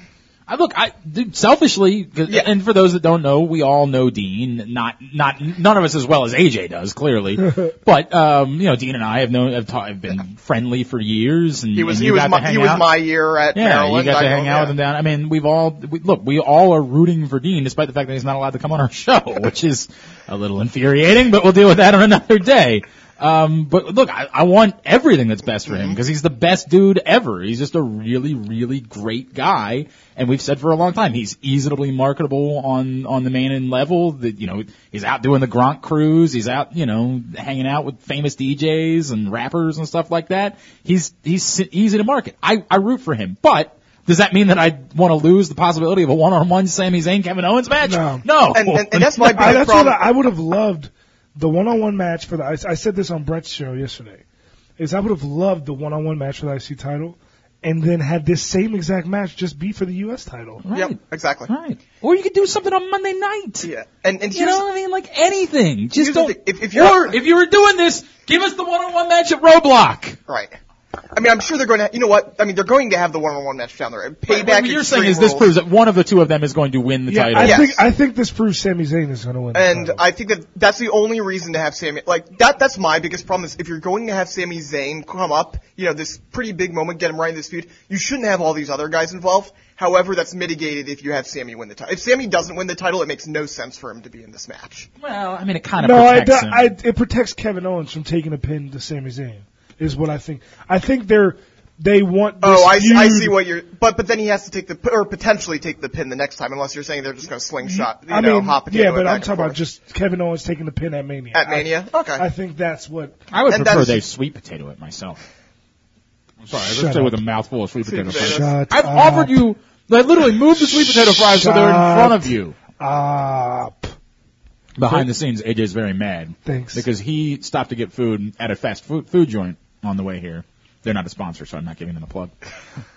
[SPEAKER 2] I, look, I dude, selfishly, 'cause-
[SPEAKER 3] Yeah.
[SPEAKER 2] and for those that don't know, we all know Dean. Not, not, none of us as well as AJ does, clearly. but um, you know, Dean and I have known, have, ta- have been friendly for years. And
[SPEAKER 3] He was
[SPEAKER 2] and
[SPEAKER 3] he
[SPEAKER 2] you
[SPEAKER 3] was
[SPEAKER 2] got to
[SPEAKER 3] my,
[SPEAKER 2] hang
[SPEAKER 3] he was
[SPEAKER 2] out.
[SPEAKER 3] my year at
[SPEAKER 2] Yeah,
[SPEAKER 3] Maryland.
[SPEAKER 2] you got to
[SPEAKER 3] I
[SPEAKER 2] hang
[SPEAKER 3] know,
[SPEAKER 2] out
[SPEAKER 3] yeah.
[SPEAKER 2] with him down. I mean, we've all we, look. We all are rooting for Dean, despite the fact that he's not allowed to come on our show, which is a little infuriating. But we'll deal with that on another day. Um, but look, I, I want everything that's best for him because he's the best dude ever. He's just a really, really great guy, and we've said for a long time he's easily marketable on on the main and level. That you know he's out doing the Gronk cruise. He's out you know hanging out with famous DJs and rappers and stuff like that. He's he's easy to market. I I root for him, but. Does that mean that I want to lose the possibility of a one-on-one Sami Zayn Kevin Owens match?
[SPEAKER 1] No.
[SPEAKER 3] And, and, and that's my
[SPEAKER 1] I,
[SPEAKER 3] biggest
[SPEAKER 1] that's what
[SPEAKER 3] problem.
[SPEAKER 1] I, I would have loved the one-on-one match for the. I, I said this on Brett's show yesterday. Is I would have loved the one-on-one match for the IC title, and then had this same exact match just be for the U.S. title.
[SPEAKER 2] right,
[SPEAKER 3] Yep, exactly.
[SPEAKER 2] right. Or you could do something on Monday night.
[SPEAKER 3] Yeah, and and
[SPEAKER 2] You
[SPEAKER 3] here's
[SPEAKER 2] know what I mean? Like anything. Just
[SPEAKER 3] Here's the
[SPEAKER 2] don't.
[SPEAKER 3] thing. If- if you're-
[SPEAKER 2] or if you were doing this, give us the one-on-one match at Roblox.
[SPEAKER 3] right. I mean, I'm sure they're going to. You know what? I mean, they're going to have the one-on-one match down the road. Payback.
[SPEAKER 2] what you're saying is this
[SPEAKER 3] Extreme
[SPEAKER 2] proves that one of the two of them is going to win the
[SPEAKER 1] Yeah,
[SPEAKER 2] title.
[SPEAKER 1] I
[SPEAKER 3] Yes.
[SPEAKER 1] think I think this proves Sami Zayn is going to win. the
[SPEAKER 3] And
[SPEAKER 1] title.
[SPEAKER 3] I think that that's the only reason to have Sammy, like, that, that's my biggest problem is if you're going to have Sami Zayn come up, you know, this pretty big moment, get him right in this feud, you shouldn't have all these other guys involved. However, that's mitigated if you have Sammy win the title. If Sammy doesn't win the title, it makes no sense for him to be in this match.
[SPEAKER 2] Well, I mean, it kind of
[SPEAKER 1] no, I,
[SPEAKER 2] protects him.
[SPEAKER 1] I, it protects Kevin Owens from taking a pin to Sami Zayn. Is what I think. I think they're they want. This
[SPEAKER 3] Oh, I,
[SPEAKER 1] feud,
[SPEAKER 3] I see what you're, but, but then he has to take the, p- or potentially take the pin the next time, unless you're saying they're just gonna slingshot, you
[SPEAKER 1] I
[SPEAKER 3] know,
[SPEAKER 1] mean,
[SPEAKER 3] hot potato.
[SPEAKER 1] yeah,
[SPEAKER 3] it
[SPEAKER 1] but
[SPEAKER 3] back
[SPEAKER 1] I'm
[SPEAKER 3] and
[SPEAKER 1] talking about
[SPEAKER 3] forth.
[SPEAKER 1] just Kevin Owens taking the pin at Mania.
[SPEAKER 3] At
[SPEAKER 1] I-
[SPEAKER 3] Mania? Okay.
[SPEAKER 1] I think that's what
[SPEAKER 2] I would
[SPEAKER 3] and
[SPEAKER 2] prefer
[SPEAKER 3] that's-
[SPEAKER 2] they sweet potato it myself. I'm sorry,
[SPEAKER 1] Shut
[SPEAKER 2] I said
[SPEAKER 1] up.
[SPEAKER 2] with a mouthful of sweet potato fries.
[SPEAKER 1] Shut
[SPEAKER 2] I've
[SPEAKER 1] up.
[SPEAKER 2] offered you. I literally moved the sweet potato fries so they're in front of you.
[SPEAKER 1] up.
[SPEAKER 2] Behind the scenes, AJ's very mad.
[SPEAKER 1] Thanks.
[SPEAKER 2] Because he stopped to get food at a fast food, food joint on the way here. They're not a sponsor, so I'm not giving them a plug.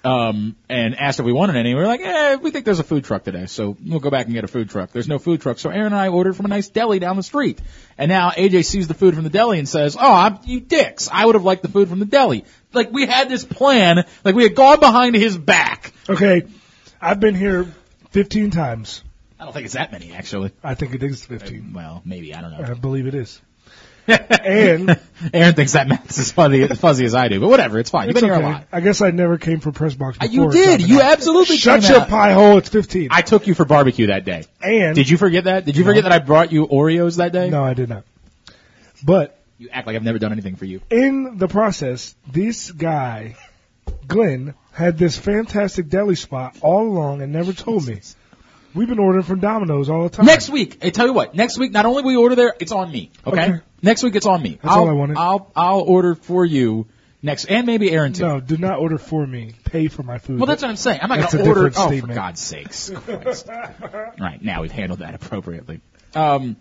[SPEAKER 2] Um, and asked if we wanted any. We were like, eh, we think there's a food truck today, so we'll go back and get a food truck. There's no food truck, so Aaron and I ordered from a nice deli down the street. And now AJ sees the food from the deli and says, oh, I'm, you dicks, I would have liked the food from the deli. Like, we had this plan, like we had gone behind his back.
[SPEAKER 1] Okay, I've been here 15 times.
[SPEAKER 2] I don't think it's that many, actually. Uh,
[SPEAKER 1] I think it is 15.
[SPEAKER 2] Well, maybe, I don't know.
[SPEAKER 1] I believe it is. and
[SPEAKER 2] Aaron thinks that math's as fuzzy, as fuzzy as I do, but whatever, it's fine. You've
[SPEAKER 1] it's
[SPEAKER 2] been
[SPEAKER 1] okay.
[SPEAKER 2] here a lot.
[SPEAKER 1] I guess I never came for press box
[SPEAKER 2] Uh,
[SPEAKER 1] before.
[SPEAKER 2] You
[SPEAKER 1] or
[SPEAKER 2] did.
[SPEAKER 1] something.
[SPEAKER 2] You absolutely
[SPEAKER 1] Shut
[SPEAKER 2] came
[SPEAKER 1] your
[SPEAKER 2] out.
[SPEAKER 1] pie hole. It's 15.
[SPEAKER 2] I took you for barbecue that day.
[SPEAKER 1] and
[SPEAKER 2] Did you forget that? Did you forget that I brought you Oreos that day?
[SPEAKER 1] No, I did not. But
[SPEAKER 2] You act like I've never done anything for you.
[SPEAKER 1] in the process, this guy, Glenn, had this fantastic deli spot all along and never told me. We've been ordering from Domino's all the time.
[SPEAKER 2] Next week, I tell you what. Next week, not only will you order there, it's on me. Okay.
[SPEAKER 1] Okay.
[SPEAKER 2] Next week, it's on me.
[SPEAKER 1] That's
[SPEAKER 2] I'll,
[SPEAKER 1] all I wanted.
[SPEAKER 2] I'll I'll order for you next, and maybe Aaron too.
[SPEAKER 1] No, do not order for me. Pay for my food.
[SPEAKER 2] Well, that's what I'm saying. I'm not
[SPEAKER 1] That's
[SPEAKER 2] going
[SPEAKER 1] a
[SPEAKER 2] to order.
[SPEAKER 1] different
[SPEAKER 2] Oh, for
[SPEAKER 1] statement.
[SPEAKER 2] God's sakes! Christ. right now, we've handled that appropriately. Um,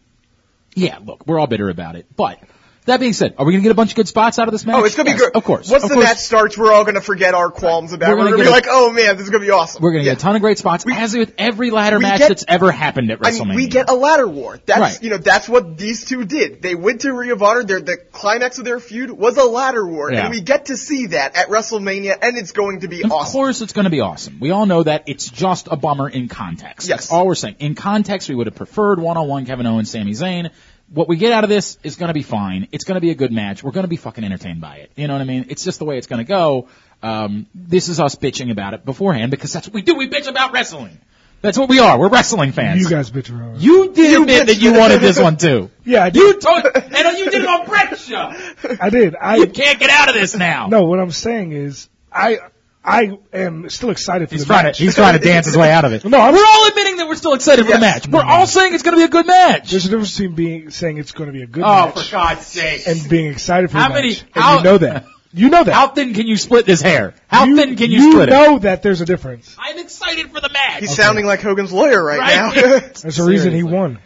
[SPEAKER 2] yeah. Look, we're all bitter about it, but. That being said, are we going to get a bunch of good spots out of this match?
[SPEAKER 3] Oh, it's gonna
[SPEAKER 2] Yes,
[SPEAKER 3] be good.
[SPEAKER 2] Of course.
[SPEAKER 3] Once
[SPEAKER 2] of
[SPEAKER 3] the
[SPEAKER 2] course,
[SPEAKER 3] match starts, we're all gonna forget our qualms about.
[SPEAKER 2] We're
[SPEAKER 3] it. We're
[SPEAKER 2] gonna
[SPEAKER 3] gonna,
[SPEAKER 2] get
[SPEAKER 3] be
[SPEAKER 2] a-
[SPEAKER 3] like, oh man, this is gonna be awesome.
[SPEAKER 2] We're going to
[SPEAKER 3] Yeah.
[SPEAKER 2] get a ton of great spots, as with every ladder
[SPEAKER 3] we
[SPEAKER 2] match
[SPEAKER 3] get-
[SPEAKER 2] that's ever happened at
[SPEAKER 3] I
[SPEAKER 2] WrestleMania.
[SPEAKER 3] mean, we get a ladder war. That's
[SPEAKER 2] Right.
[SPEAKER 3] you know that's what these two did. They went to Ring of Honor. Their the climax of their feud was a ladder war,
[SPEAKER 2] Yeah.
[SPEAKER 3] and we get to see that at WrestleMania, and it's going to be
[SPEAKER 2] Of
[SPEAKER 3] awesome.
[SPEAKER 2] course, it's going to be awesome. We all know that. It's just a bummer in context.
[SPEAKER 3] Yes.
[SPEAKER 2] That's all we're saying. In context, we would have preferred one-on-one Kevin Owens, Sami Zayn. What we get out of this is going to be fine. It's going to be a good match. We're going to be fucking entertained by it. You know what I mean? It's just the way it's going to go. Um, this is us bitching about it beforehand because that's what we do. We bitch about wrestling. That's what we are. We're wrestling fans.
[SPEAKER 1] you guys bitch around.
[SPEAKER 2] You did admit that you wanted this one too.
[SPEAKER 1] yeah, I
[SPEAKER 2] You
[SPEAKER 1] did.
[SPEAKER 2] told, and you did it on Brett's show.
[SPEAKER 1] I did.
[SPEAKER 2] You
[SPEAKER 1] I
[SPEAKER 2] can't get out of this now.
[SPEAKER 1] no. What I'm saying is, I I am still excited for
[SPEAKER 2] He's
[SPEAKER 1] the
[SPEAKER 2] trying
[SPEAKER 1] match.
[SPEAKER 2] to he's trying to dance his way out of it.
[SPEAKER 1] No, I'm-
[SPEAKER 2] we're all admitting that we're still excited for the match. We're all saying it's going to be a good match.
[SPEAKER 1] There's a difference between being saying it's going to be a good
[SPEAKER 2] oh,
[SPEAKER 1] match
[SPEAKER 2] for God's sake!
[SPEAKER 1] and being excited for
[SPEAKER 2] How
[SPEAKER 1] the
[SPEAKER 2] many-
[SPEAKER 1] match.
[SPEAKER 2] how-
[SPEAKER 1] and you know that. You know that.
[SPEAKER 2] How thin can you split this hair? How thin can you, split it?
[SPEAKER 1] know that there's a difference.
[SPEAKER 2] I'm excited for the match.
[SPEAKER 3] He's sounding like Hogan's lawyer right,
[SPEAKER 2] Right?
[SPEAKER 1] There's a reason he
[SPEAKER 2] Seriously.
[SPEAKER 1] won.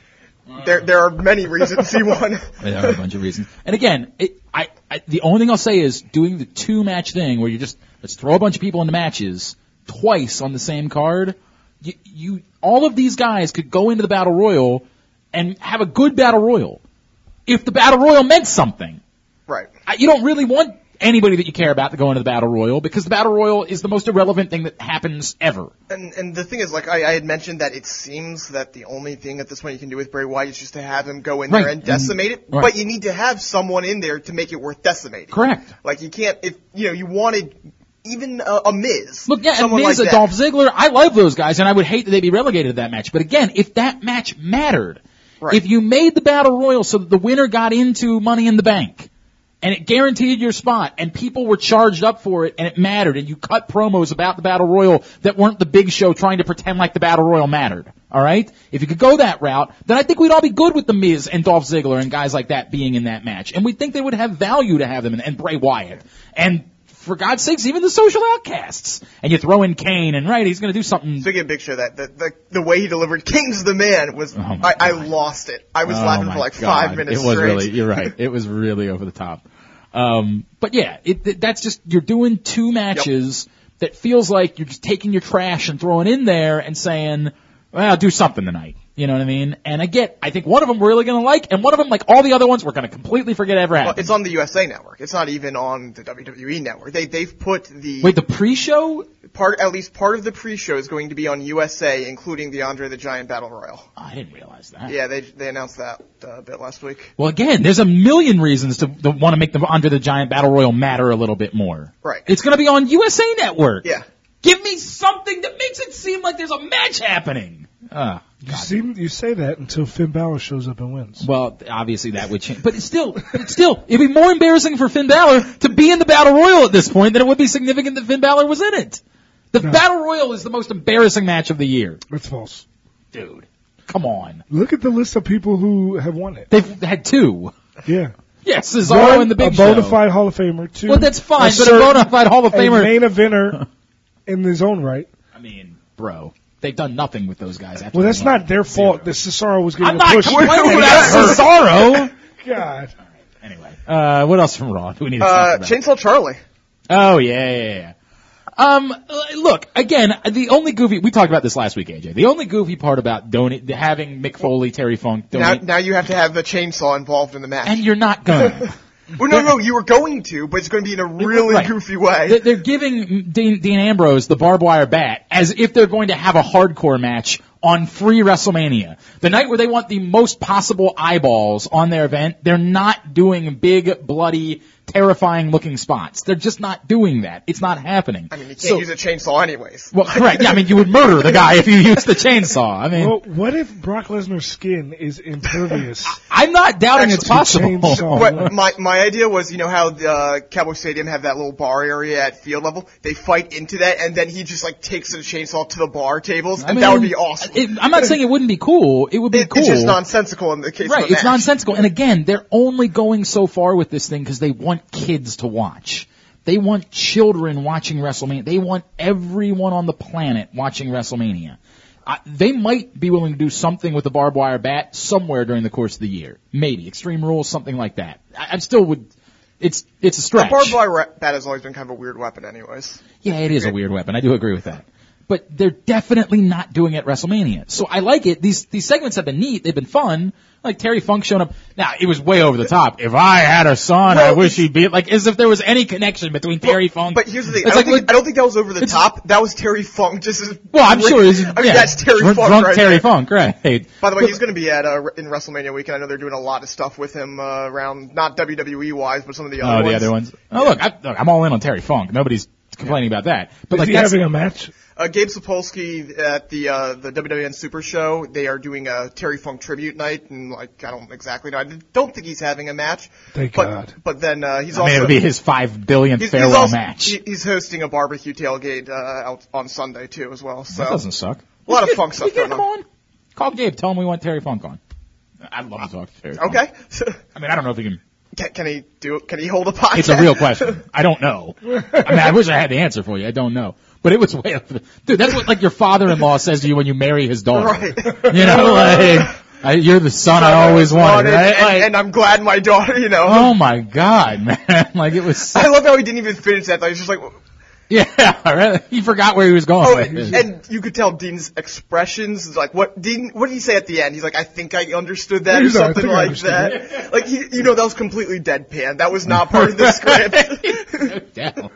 [SPEAKER 3] now. there there are many reasons he won.
[SPEAKER 2] There are a bunch of reasons. And again, it, I, I the only thing I'll say is doing the two match thing where you just let's throw a bunch of people into matches twice on the same card. You, you all of these guys could go into the battle royal and have a good battle royal if the battle royal meant something.
[SPEAKER 3] right.
[SPEAKER 2] I- you don't really want anybody that you care about to go into the battle royal because the battle royal is the most irrelevant thing that happens ever.
[SPEAKER 3] And and the thing is, like I, I had mentioned that it seems that the only thing at this point you can do with Bray Wyatt is just to have him go in there
[SPEAKER 2] Right.
[SPEAKER 3] and decimate it.
[SPEAKER 2] Right.
[SPEAKER 3] But you need to have someone in there to make it worth decimating.
[SPEAKER 2] Correct.
[SPEAKER 3] Like you can't if you know you wanted even a, a Miz.
[SPEAKER 2] Look, yeah, and
[SPEAKER 3] someone
[SPEAKER 2] Miz,
[SPEAKER 3] like that.
[SPEAKER 2] Dolph Ziggler, I love those guys, and I would hate that they be relegated to that match. But again, if that match mattered,
[SPEAKER 3] Right.
[SPEAKER 2] if you made the battle royal so that the winner got into Money in the Bank, and it guaranteed your spot, and people were charged up for it, and it mattered, and you cut promos about the battle royal that weren't the big show trying to pretend like the battle royal mattered. All right, if you could go that route, then I think we'd all be good with the Miz and Dolph Ziggler and guys like that being in that match, and we think they would have value to have them, and, and Bray Wyatt, and for God's sakes, even the social outcasts. And you throw in Kane, and right, he's going to do something.
[SPEAKER 3] Speaking of Big Show, that the, the the way he delivered "King's the Man" was
[SPEAKER 2] Oh my
[SPEAKER 3] I, I
[SPEAKER 2] God.
[SPEAKER 3] lost it. I was
[SPEAKER 2] Oh
[SPEAKER 3] laughing
[SPEAKER 2] my
[SPEAKER 3] for like
[SPEAKER 2] God.
[SPEAKER 3] five minutes
[SPEAKER 2] It was
[SPEAKER 3] straight.
[SPEAKER 2] really. You're right. It was really over the top. Um, but yeah, it, th- that's just you're doing two matches that feels like you're just taking your trash and throwing in there and saying, "Well, do something tonight." You know what I mean? And I get. I think one of them we're really going to like, and one of them, like all the other ones, we're going to completely forget ever
[SPEAKER 3] Well,
[SPEAKER 2] happened.
[SPEAKER 3] it's on the USA Network. It's not even on the WWE Network. They they've put the
[SPEAKER 2] Wait, the pre-show?
[SPEAKER 3] part at least part of the pre-show is going to be on USA, including the Andre the Giant Battle Royal.
[SPEAKER 2] Oh, I didn't realize that.
[SPEAKER 3] Yeah, they they announced that uh, a bit last week.
[SPEAKER 2] Well, again, there's a million reasons to, to want to make the Under the Giant Battle Royal matter a little bit more.
[SPEAKER 3] Right.
[SPEAKER 2] It's going to be on USA Network.
[SPEAKER 3] Yeah.
[SPEAKER 2] Give me something that makes it seem like there's a match happening. Uh,
[SPEAKER 1] You seem you say that until Finn Balor shows up and wins.
[SPEAKER 2] well, uh, obviously that would change, but it's still, it's still, it'd be more embarrassing for Finn Balor to be in the Battle Royal at this point than it would be significant that Finn Balor was in it. The Battle Royal is the most embarrassing match of the year.
[SPEAKER 1] That's false.
[SPEAKER 2] Dude. Come on.
[SPEAKER 1] Look at the list of people who have won it.
[SPEAKER 2] They've had two.
[SPEAKER 1] Yeah.
[SPEAKER 2] Yes, Cesaro
[SPEAKER 1] One,
[SPEAKER 2] and the Big
[SPEAKER 1] a bona
[SPEAKER 2] Show.
[SPEAKER 1] fide Hall of Famer. Two,
[SPEAKER 2] Well, that's fine, but a
[SPEAKER 1] certain-
[SPEAKER 2] bona fide Hall of
[SPEAKER 1] a
[SPEAKER 2] Famer.
[SPEAKER 1] main eventer in his own right.
[SPEAKER 2] I mean, bro. They've done nothing with those guys. After
[SPEAKER 1] Well, that's
[SPEAKER 2] they left.
[SPEAKER 1] not their fault that Cesaro was getting
[SPEAKER 2] I'm not
[SPEAKER 1] a push.
[SPEAKER 2] complaining about Cesaro.
[SPEAKER 1] God.
[SPEAKER 2] Anyway, uh, what else from Raw do we need to
[SPEAKER 3] Uh,
[SPEAKER 2] talk about?
[SPEAKER 3] Chainsaw Charlie.
[SPEAKER 2] Oh yeah, yeah, yeah. Um, l- look again. The only goofy we talked about this last week, AJ. The only goofy part about donate having Mick Foley, Terry Funk,
[SPEAKER 3] Now,
[SPEAKER 2] donate,
[SPEAKER 3] now you have to have the chainsaw involved in the match.
[SPEAKER 2] and you're not gonna.
[SPEAKER 3] well, no, no, you were going to, but it's going to be in a really
[SPEAKER 2] Right.
[SPEAKER 3] goofy way.
[SPEAKER 2] They- They're giving Dean, Dean Ambrose the barbed wire bat as if they're going to have a hardcore match on free WrestleMania. The night where they want the most possible eyeballs on their event, they're not doing big, bloody, terrifying looking spots. They're just not doing that. It's not happening.
[SPEAKER 3] I mean, you can't
[SPEAKER 2] So-
[SPEAKER 3] use a chainsaw anyways.
[SPEAKER 2] well, correct. Yeah, I mean, you would murder the guy if you used the chainsaw. I mean,
[SPEAKER 1] Well, what if Brock Lesnar's skin is impervious?
[SPEAKER 2] I'm not doubting it's
[SPEAKER 1] Actually,
[SPEAKER 2] possible.
[SPEAKER 1] chainsaw.
[SPEAKER 3] But my, my idea was, you know how the uh, Cowboy Stadium have that little bar area at field level? They fight into that, and then he just, like, takes the chainsaw to the bar tables, and
[SPEAKER 2] I
[SPEAKER 3] that would
[SPEAKER 2] mean,
[SPEAKER 3] be awesome.
[SPEAKER 2] it- I'm not saying it wouldn't be cool. It would be
[SPEAKER 3] It-
[SPEAKER 2] cool.
[SPEAKER 3] It's just nonsensical in the case
[SPEAKER 2] Right,
[SPEAKER 3] of a
[SPEAKER 2] it's
[SPEAKER 3] match.
[SPEAKER 2] nonsensical. And again, they're only going so far with this thing because they want kids to watch. They want children watching WrestleMania. They want everyone on the planet watching WrestleMania. I, they might be willing to do something with the barbed wire bat somewhere during the course of the year. Maybe Extreme Rules, something like that. I, I still would. It's it's a
[SPEAKER 3] The
[SPEAKER 2] stretch.
[SPEAKER 3] barbed wire ra- bat has always been kind of a weird weapon anyways.
[SPEAKER 2] Yeah, it is a weird weapon. I do agree with that. But they're definitely not doing it at WrestleMania. So I like it. These these segments have been neat. They've been fun. Like Terry Funk showing up. Now it was way over the top. If I had a son, I
[SPEAKER 3] Well,
[SPEAKER 2] wish he'd be like as if there was any connection between Terry Funk.
[SPEAKER 3] But here's the thing. I
[SPEAKER 2] It's
[SPEAKER 3] don't,
[SPEAKER 2] like,
[SPEAKER 3] think,
[SPEAKER 2] look-
[SPEAKER 3] I don't think that was over the top. That was Terry Funk just as...
[SPEAKER 2] well, I'm sure. It's,
[SPEAKER 3] I mean,
[SPEAKER 2] yeah,
[SPEAKER 3] that's Terry
[SPEAKER 2] drunk,
[SPEAKER 3] Funk
[SPEAKER 2] drunk
[SPEAKER 3] right
[SPEAKER 2] Terry
[SPEAKER 3] there.
[SPEAKER 2] Funk, right?
[SPEAKER 3] By the way, he's going to be at uh, in WrestleMania weekend. I know they're doing a lot of stuff with him uh, around not WWE wise, but some of the
[SPEAKER 2] Oh,
[SPEAKER 3] other ones.
[SPEAKER 2] the other ones. Oh, look, I, look, I'm all in on Terry Funk. Nobody's complaining about that. But
[SPEAKER 1] is
[SPEAKER 2] like
[SPEAKER 1] he
[SPEAKER 2] that's,
[SPEAKER 1] having a match?
[SPEAKER 3] Uh, Gabe Sapolsky at the uh, the WWN Super Show. They are doing a Terry Funk tribute night, and like I don't exactly know. I don't think he's having a match.
[SPEAKER 1] Thank
[SPEAKER 3] but,
[SPEAKER 1] God.
[SPEAKER 3] But then uh, he's
[SPEAKER 2] I mean,
[SPEAKER 3] also
[SPEAKER 2] it would be his five billionth
[SPEAKER 3] he's, he's
[SPEAKER 2] farewell
[SPEAKER 3] also-
[SPEAKER 2] match.
[SPEAKER 3] he- he's hosting a barbecue tailgate uh, out on Sunday too, as well. So
[SPEAKER 2] That doesn't suck.
[SPEAKER 3] A lot of
[SPEAKER 2] We
[SPEAKER 3] funk
[SPEAKER 2] get-
[SPEAKER 3] stuff
[SPEAKER 2] we get
[SPEAKER 3] going
[SPEAKER 2] him
[SPEAKER 3] on.
[SPEAKER 2] Call Gabe. Tell him we want Terry Funk on. I'd love to talk to Terry. Funk.
[SPEAKER 3] okay.
[SPEAKER 2] I mean, I don't know if he can.
[SPEAKER 3] can, can he do? Can he hold a podcast?
[SPEAKER 2] It's a real question. I don't know. I mean, I wish I had the answer for you. I don't know. But it was way up. the- Dude, that's what like your father-in-law says to you when you marry his daughter.
[SPEAKER 3] Right.
[SPEAKER 2] You know, like I, you're the son I always wanted.
[SPEAKER 3] Wanted,
[SPEAKER 2] right?
[SPEAKER 3] and,
[SPEAKER 2] Like,
[SPEAKER 3] and I'm glad my daughter. You know.
[SPEAKER 2] oh my god, man! Like it was. So,
[SPEAKER 3] I love how he didn't even finish that. Like, he's just like,
[SPEAKER 2] yeah, right? he forgot where he was going.
[SPEAKER 3] Oh,
[SPEAKER 2] with this.
[SPEAKER 3] and, and you could tell Dean's expressions, it's like what Dean, what did he say at the end? He's like, I think I understood that, or
[SPEAKER 1] He's like, "I
[SPEAKER 3] something
[SPEAKER 1] think I
[SPEAKER 3] like that. Like, he, you know, that was completely deadpan. That was not part of the script.
[SPEAKER 2] No doubt.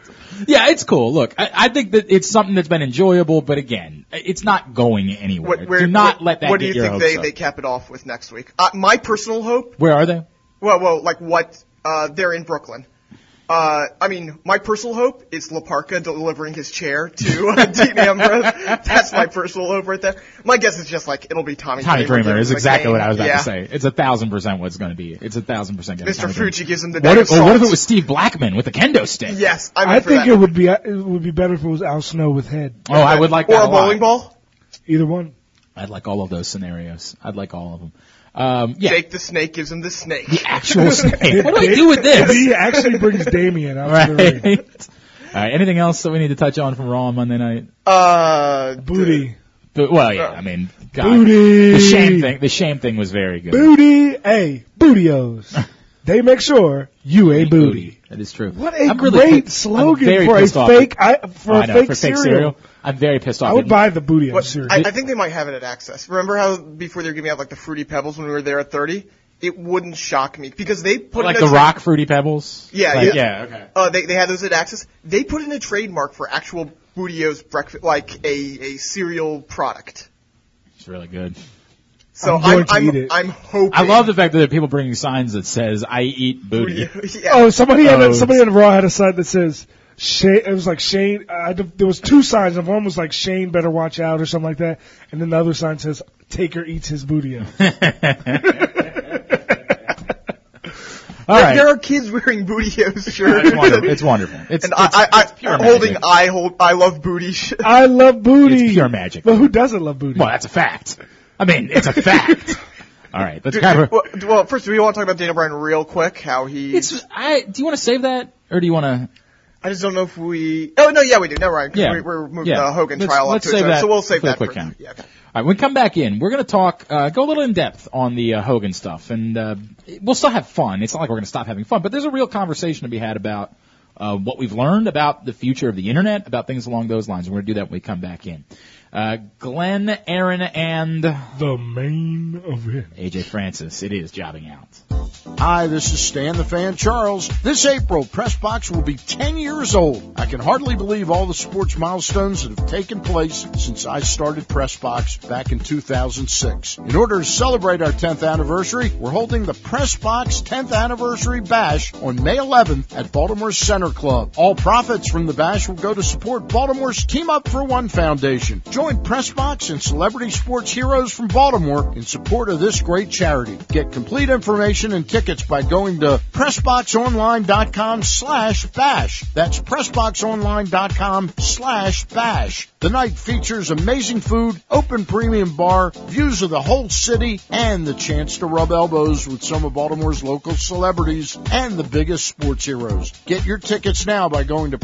[SPEAKER 2] Yeah, it's cool. Look, I, I think that it's something that's been enjoyable, but again, it's not going anywhere.
[SPEAKER 3] what, where,
[SPEAKER 2] do not
[SPEAKER 3] what,
[SPEAKER 2] let that
[SPEAKER 3] What do you
[SPEAKER 2] get your
[SPEAKER 3] think
[SPEAKER 2] hopes
[SPEAKER 3] they
[SPEAKER 2] up.
[SPEAKER 3] they cap it off with next week? Uh, my personal hope,
[SPEAKER 2] Where are they?
[SPEAKER 3] well, well, like what? Uh, they're in Brooklyn. Uh, I mean, my personal hope is Laparca delivering his chair to uh, Dean Ambrose. That's my personal hope right there. My guess is just like it'll be Tommy.
[SPEAKER 2] Tommy Dreamer
[SPEAKER 3] giving
[SPEAKER 2] is
[SPEAKER 3] him the
[SPEAKER 2] exactly
[SPEAKER 3] cane.
[SPEAKER 2] what I was about
[SPEAKER 3] Yeah.
[SPEAKER 2] to say. It's a thousand percent what it's going to be. It's a thousand percent going to be.
[SPEAKER 3] Mr.
[SPEAKER 2] Tommy Dreamer.
[SPEAKER 3] Fuji gives him the
[SPEAKER 2] What
[SPEAKER 3] bag
[SPEAKER 2] if,
[SPEAKER 3] of
[SPEAKER 2] or what if it
[SPEAKER 3] salt.
[SPEAKER 2] was Steve Blackman with the kendo stick?
[SPEAKER 3] Yes, I'm
[SPEAKER 1] I
[SPEAKER 3] in for
[SPEAKER 1] think
[SPEAKER 3] that.
[SPEAKER 1] it would be it would be better if it was Al Snow with head.
[SPEAKER 2] Oh, I would like
[SPEAKER 3] or
[SPEAKER 2] that
[SPEAKER 3] a bowling
[SPEAKER 2] lot.
[SPEAKER 3] ball.
[SPEAKER 1] Either one.
[SPEAKER 2] I'd like all of those scenarios. I'd like all of them. Um, yeah,
[SPEAKER 3] Jake the Snake gives him the snake.
[SPEAKER 2] the actual snake. What do I do with this?
[SPEAKER 1] He actually brings Damien out to the ring.
[SPEAKER 2] right. All right. Anything else that we need to touch on from Raw on Monday night?
[SPEAKER 3] Uh,
[SPEAKER 1] Booty.
[SPEAKER 2] But, well, yeah. I mean, God,
[SPEAKER 1] Booty.
[SPEAKER 2] The shame thing. The shame thing was very good.
[SPEAKER 1] Booty. Hey, bootios. they make sure you ain't booty.
[SPEAKER 2] That is true.
[SPEAKER 1] What a
[SPEAKER 2] I'm
[SPEAKER 1] great
[SPEAKER 2] really pi- I'm
[SPEAKER 1] slogan
[SPEAKER 2] very
[SPEAKER 1] for a
[SPEAKER 2] pissed off.
[SPEAKER 1] fake I, for
[SPEAKER 2] Oh,
[SPEAKER 1] a
[SPEAKER 2] I know,
[SPEAKER 1] fake,
[SPEAKER 2] for
[SPEAKER 1] cereal.
[SPEAKER 2] I'm very pissed off.
[SPEAKER 1] I would
[SPEAKER 2] It-
[SPEAKER 1] buy the booty
[SPEAKER 3] what-
[SPEAKER 1] cereal.
[SPEAKER 3] I, I think they might have it at Access. Remember how before they were giving out like the fruity pebbles when we were there at 30? It wouldn't shock me because they put
[SPEAKER 2] like
[SPEAKER 3] in a
[SPEAKER 2] the
[SPEAKER 3] tra-
[SPEAKER 2] Rock Fruity Pebbles.
[SPEAKER 3] Yeah,
[SPEAKER 2] Like,
[SPEAKER 3] yeah.
[SPEAKER 2] okay.
[SPEAKER 3] Uh, they they had those at Access. They put in a trademark for actual Bootio's breakfast, like a a cereal product.
[SPEAKER 2] It's really good.
[SPEAKER 3] So
[SPEAKER 1] I'm going
[SPEAKER 3] I'm
[SPEAKER 1] to
[SPEAKER 3] I'm,
[SPEAKER 1] eat it.
[SPEAKER 3] I'm hoping.
[SPEAKER 2] I love the fact that there are people bringing signs that says "I eat booty."
[SPEAKER 3] yeah.
[SPEAKER 1] Oh, somebody had
[SPEAKER 2] Oh,
[SPEAKER 1] a, somebody on Raw had a sign that says Shane. It was like Shane. Uh, there was two signs. and One was like Shane better watch out or something like that, and then the other sign says Taker eats his booty. up."
[SPEAKER 2] All right.
[SPEAKER 3] There are kids wearing Bootio's shirts.
[SPEAKER 2] It's wonderful. It's wonderful. It's,
[SPEAKER 3] and
[SPEAKER 2] it's,
[SPEAKER 3] I, I,
[SPEAKER 2] it's
[SPEAKER 3] I,
[SPEAKER 2] pure
[SPEAKER 3] am holding
[SPEAKER 2] magic.
[SPEAKER 3] I hold I love booty. sh-
[SPEAKER 1] I love booty.
[SPEAKER 2] It's pure magic.
[SPEAKER 1] But who doesn't love booty?
[SPEAKER 2] Well, that's a fact. I mean, it's a fact. All right, let's cover.
[SPEAKER 3] Well, d- well, first, do we want to talk about Daniel Bryan real quick? How he?
[SPEAKER 2] It's. I. Do you want to save that, or do you want to?
[SPEAKER 3] I just don't know if we. Oh no, yeah, we do. Never mind. 'cause
[SPEAKER 2] Yeah.
[SPEAKER 3] we, we're moving
[SPEAKER 2] Yeah.
[SPEAKER 3] the Hogan
[SPEAKER 2] Let's-
[SPEAKER 3] trial up
[SPEAKER 2] let's
[SPEAKER 3] to it,
[SPEAKER 2] save
[SPEAKER 3] so,
[SPEAKER 2] that
[SPEAKER 3] so we'll save
[SPEAKER 2] for the
[SPEAKER 3] that
[SPEAKER 2] quick
[SPEAKER 3] for
[SPEAKER 2] count.
[SPEAKER 3] Yeah. okay.
[SPEAKER 2] All right, when we come back in, we're going to talk, uh, go a little in depth on the uh, Hogan stuff, and uh, we'll still have fun. It's not like we're going to stop having fun, but there's a real conversation to be had about uh, what we've learned about the future of the internet, about things along those lines. And we're going to do that when we come back in. Uh, Glenn, Aaron, and
[SPEAKER 1] The main event.
[SPEAKER 2] AJ Francis. It is jobbing out.
[SPEAKER 5] Hi, this is Stan the Fan Charles. This April, Pressbox will be 10 years old. I can hardly believe all the sports milestones that have taken place since I started Pressbox back in 2006. In order to celebrate our 10th anniversary, we're holding the Pressbox 10th Anniversary Bash on May 11th at Baltimore Center Club. All profits from the bash will go to support Baltimore's Team Up for One Foundation. Join Pressbox and celebrity sports heroes from Baltimore in support of this great charity. Get complete information and tickets by going to PressboxOnline.com slash bash. That's PressboxOnline.com slash bash. The night features amazing food, open premium bar, views of the whole city, and the chance to rub elbows with some of Baltimore's local celebrities and the biggest sports heroes. Get your tickets now by going to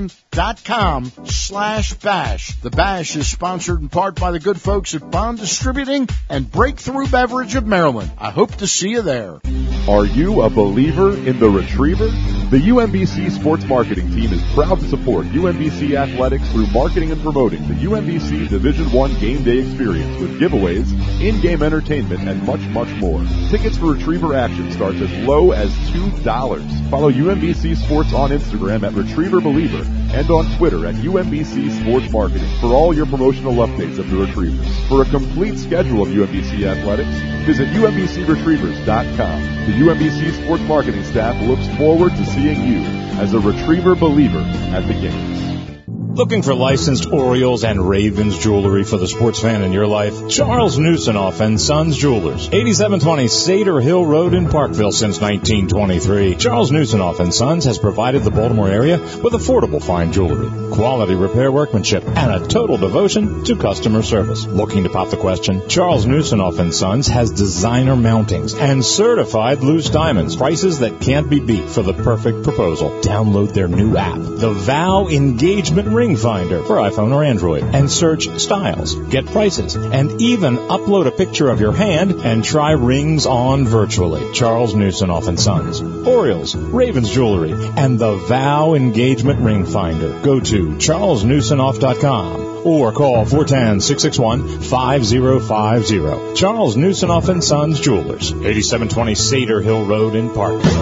[SPEAKER 5] PressboxOnline.com slash bash. The bash is sponsored in part by the good folks at Bond Distributing and Breakthrough Beverage of Maryland. I hope to see you there.
[SPEAKER 6] Are you a believer in the retriever? The UMBC sports marketing team is proud to support UMBC athletics through marketing and promoting the UMBC Division One game day experience with giveaways, in-game entertainment, and much, much more. Tickets for retriever action starts as low as $2. Follow UMBC Sports on Instagram at Retriever Believer and on Twitter at UMBC Sports Marketing for all your promotional updates of the Retrievers. For a complete schedule of UMBC athletics, Visit UMBCRetrievers.com. The UMBC sports marketing staff looks forward to seeing you as a retriever believer at the games.
[SPEAKER 7] Looking for licensed Orioles and Ravens jewelry for the sports fan in your life? Charles Newsonoff and Sons Jewelers, 8720 Seder Hill Road in Parkville since 1923. Charles Newsonoff and Sons has provided the Baltimore area with affordable fine jewelry, quality repair workmanship, and a total devotion to customer service. Looking to pop the question? Charles Newsonoff and Sons has designer mountings and certified loose diamonds, prices that can't be beat for the perfect proposal. Download their new app, the Vow Engagement Ring Finder for iPhone or Android, and search styles, get prices, and even upload a picture of your hand and try rings on virtually. Charles Newsonoff and Sons, Orioles, Ravens Jewelry, and the Vow Engagement Ring Finder. Go to charlesnewsonoff.com or call 410-661-5050. Charles Newsonoff and Sons Jewelers, 8720 Seder Hill Road in Parkville.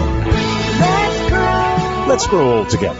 [SPEAKER 7] Let's grow old together.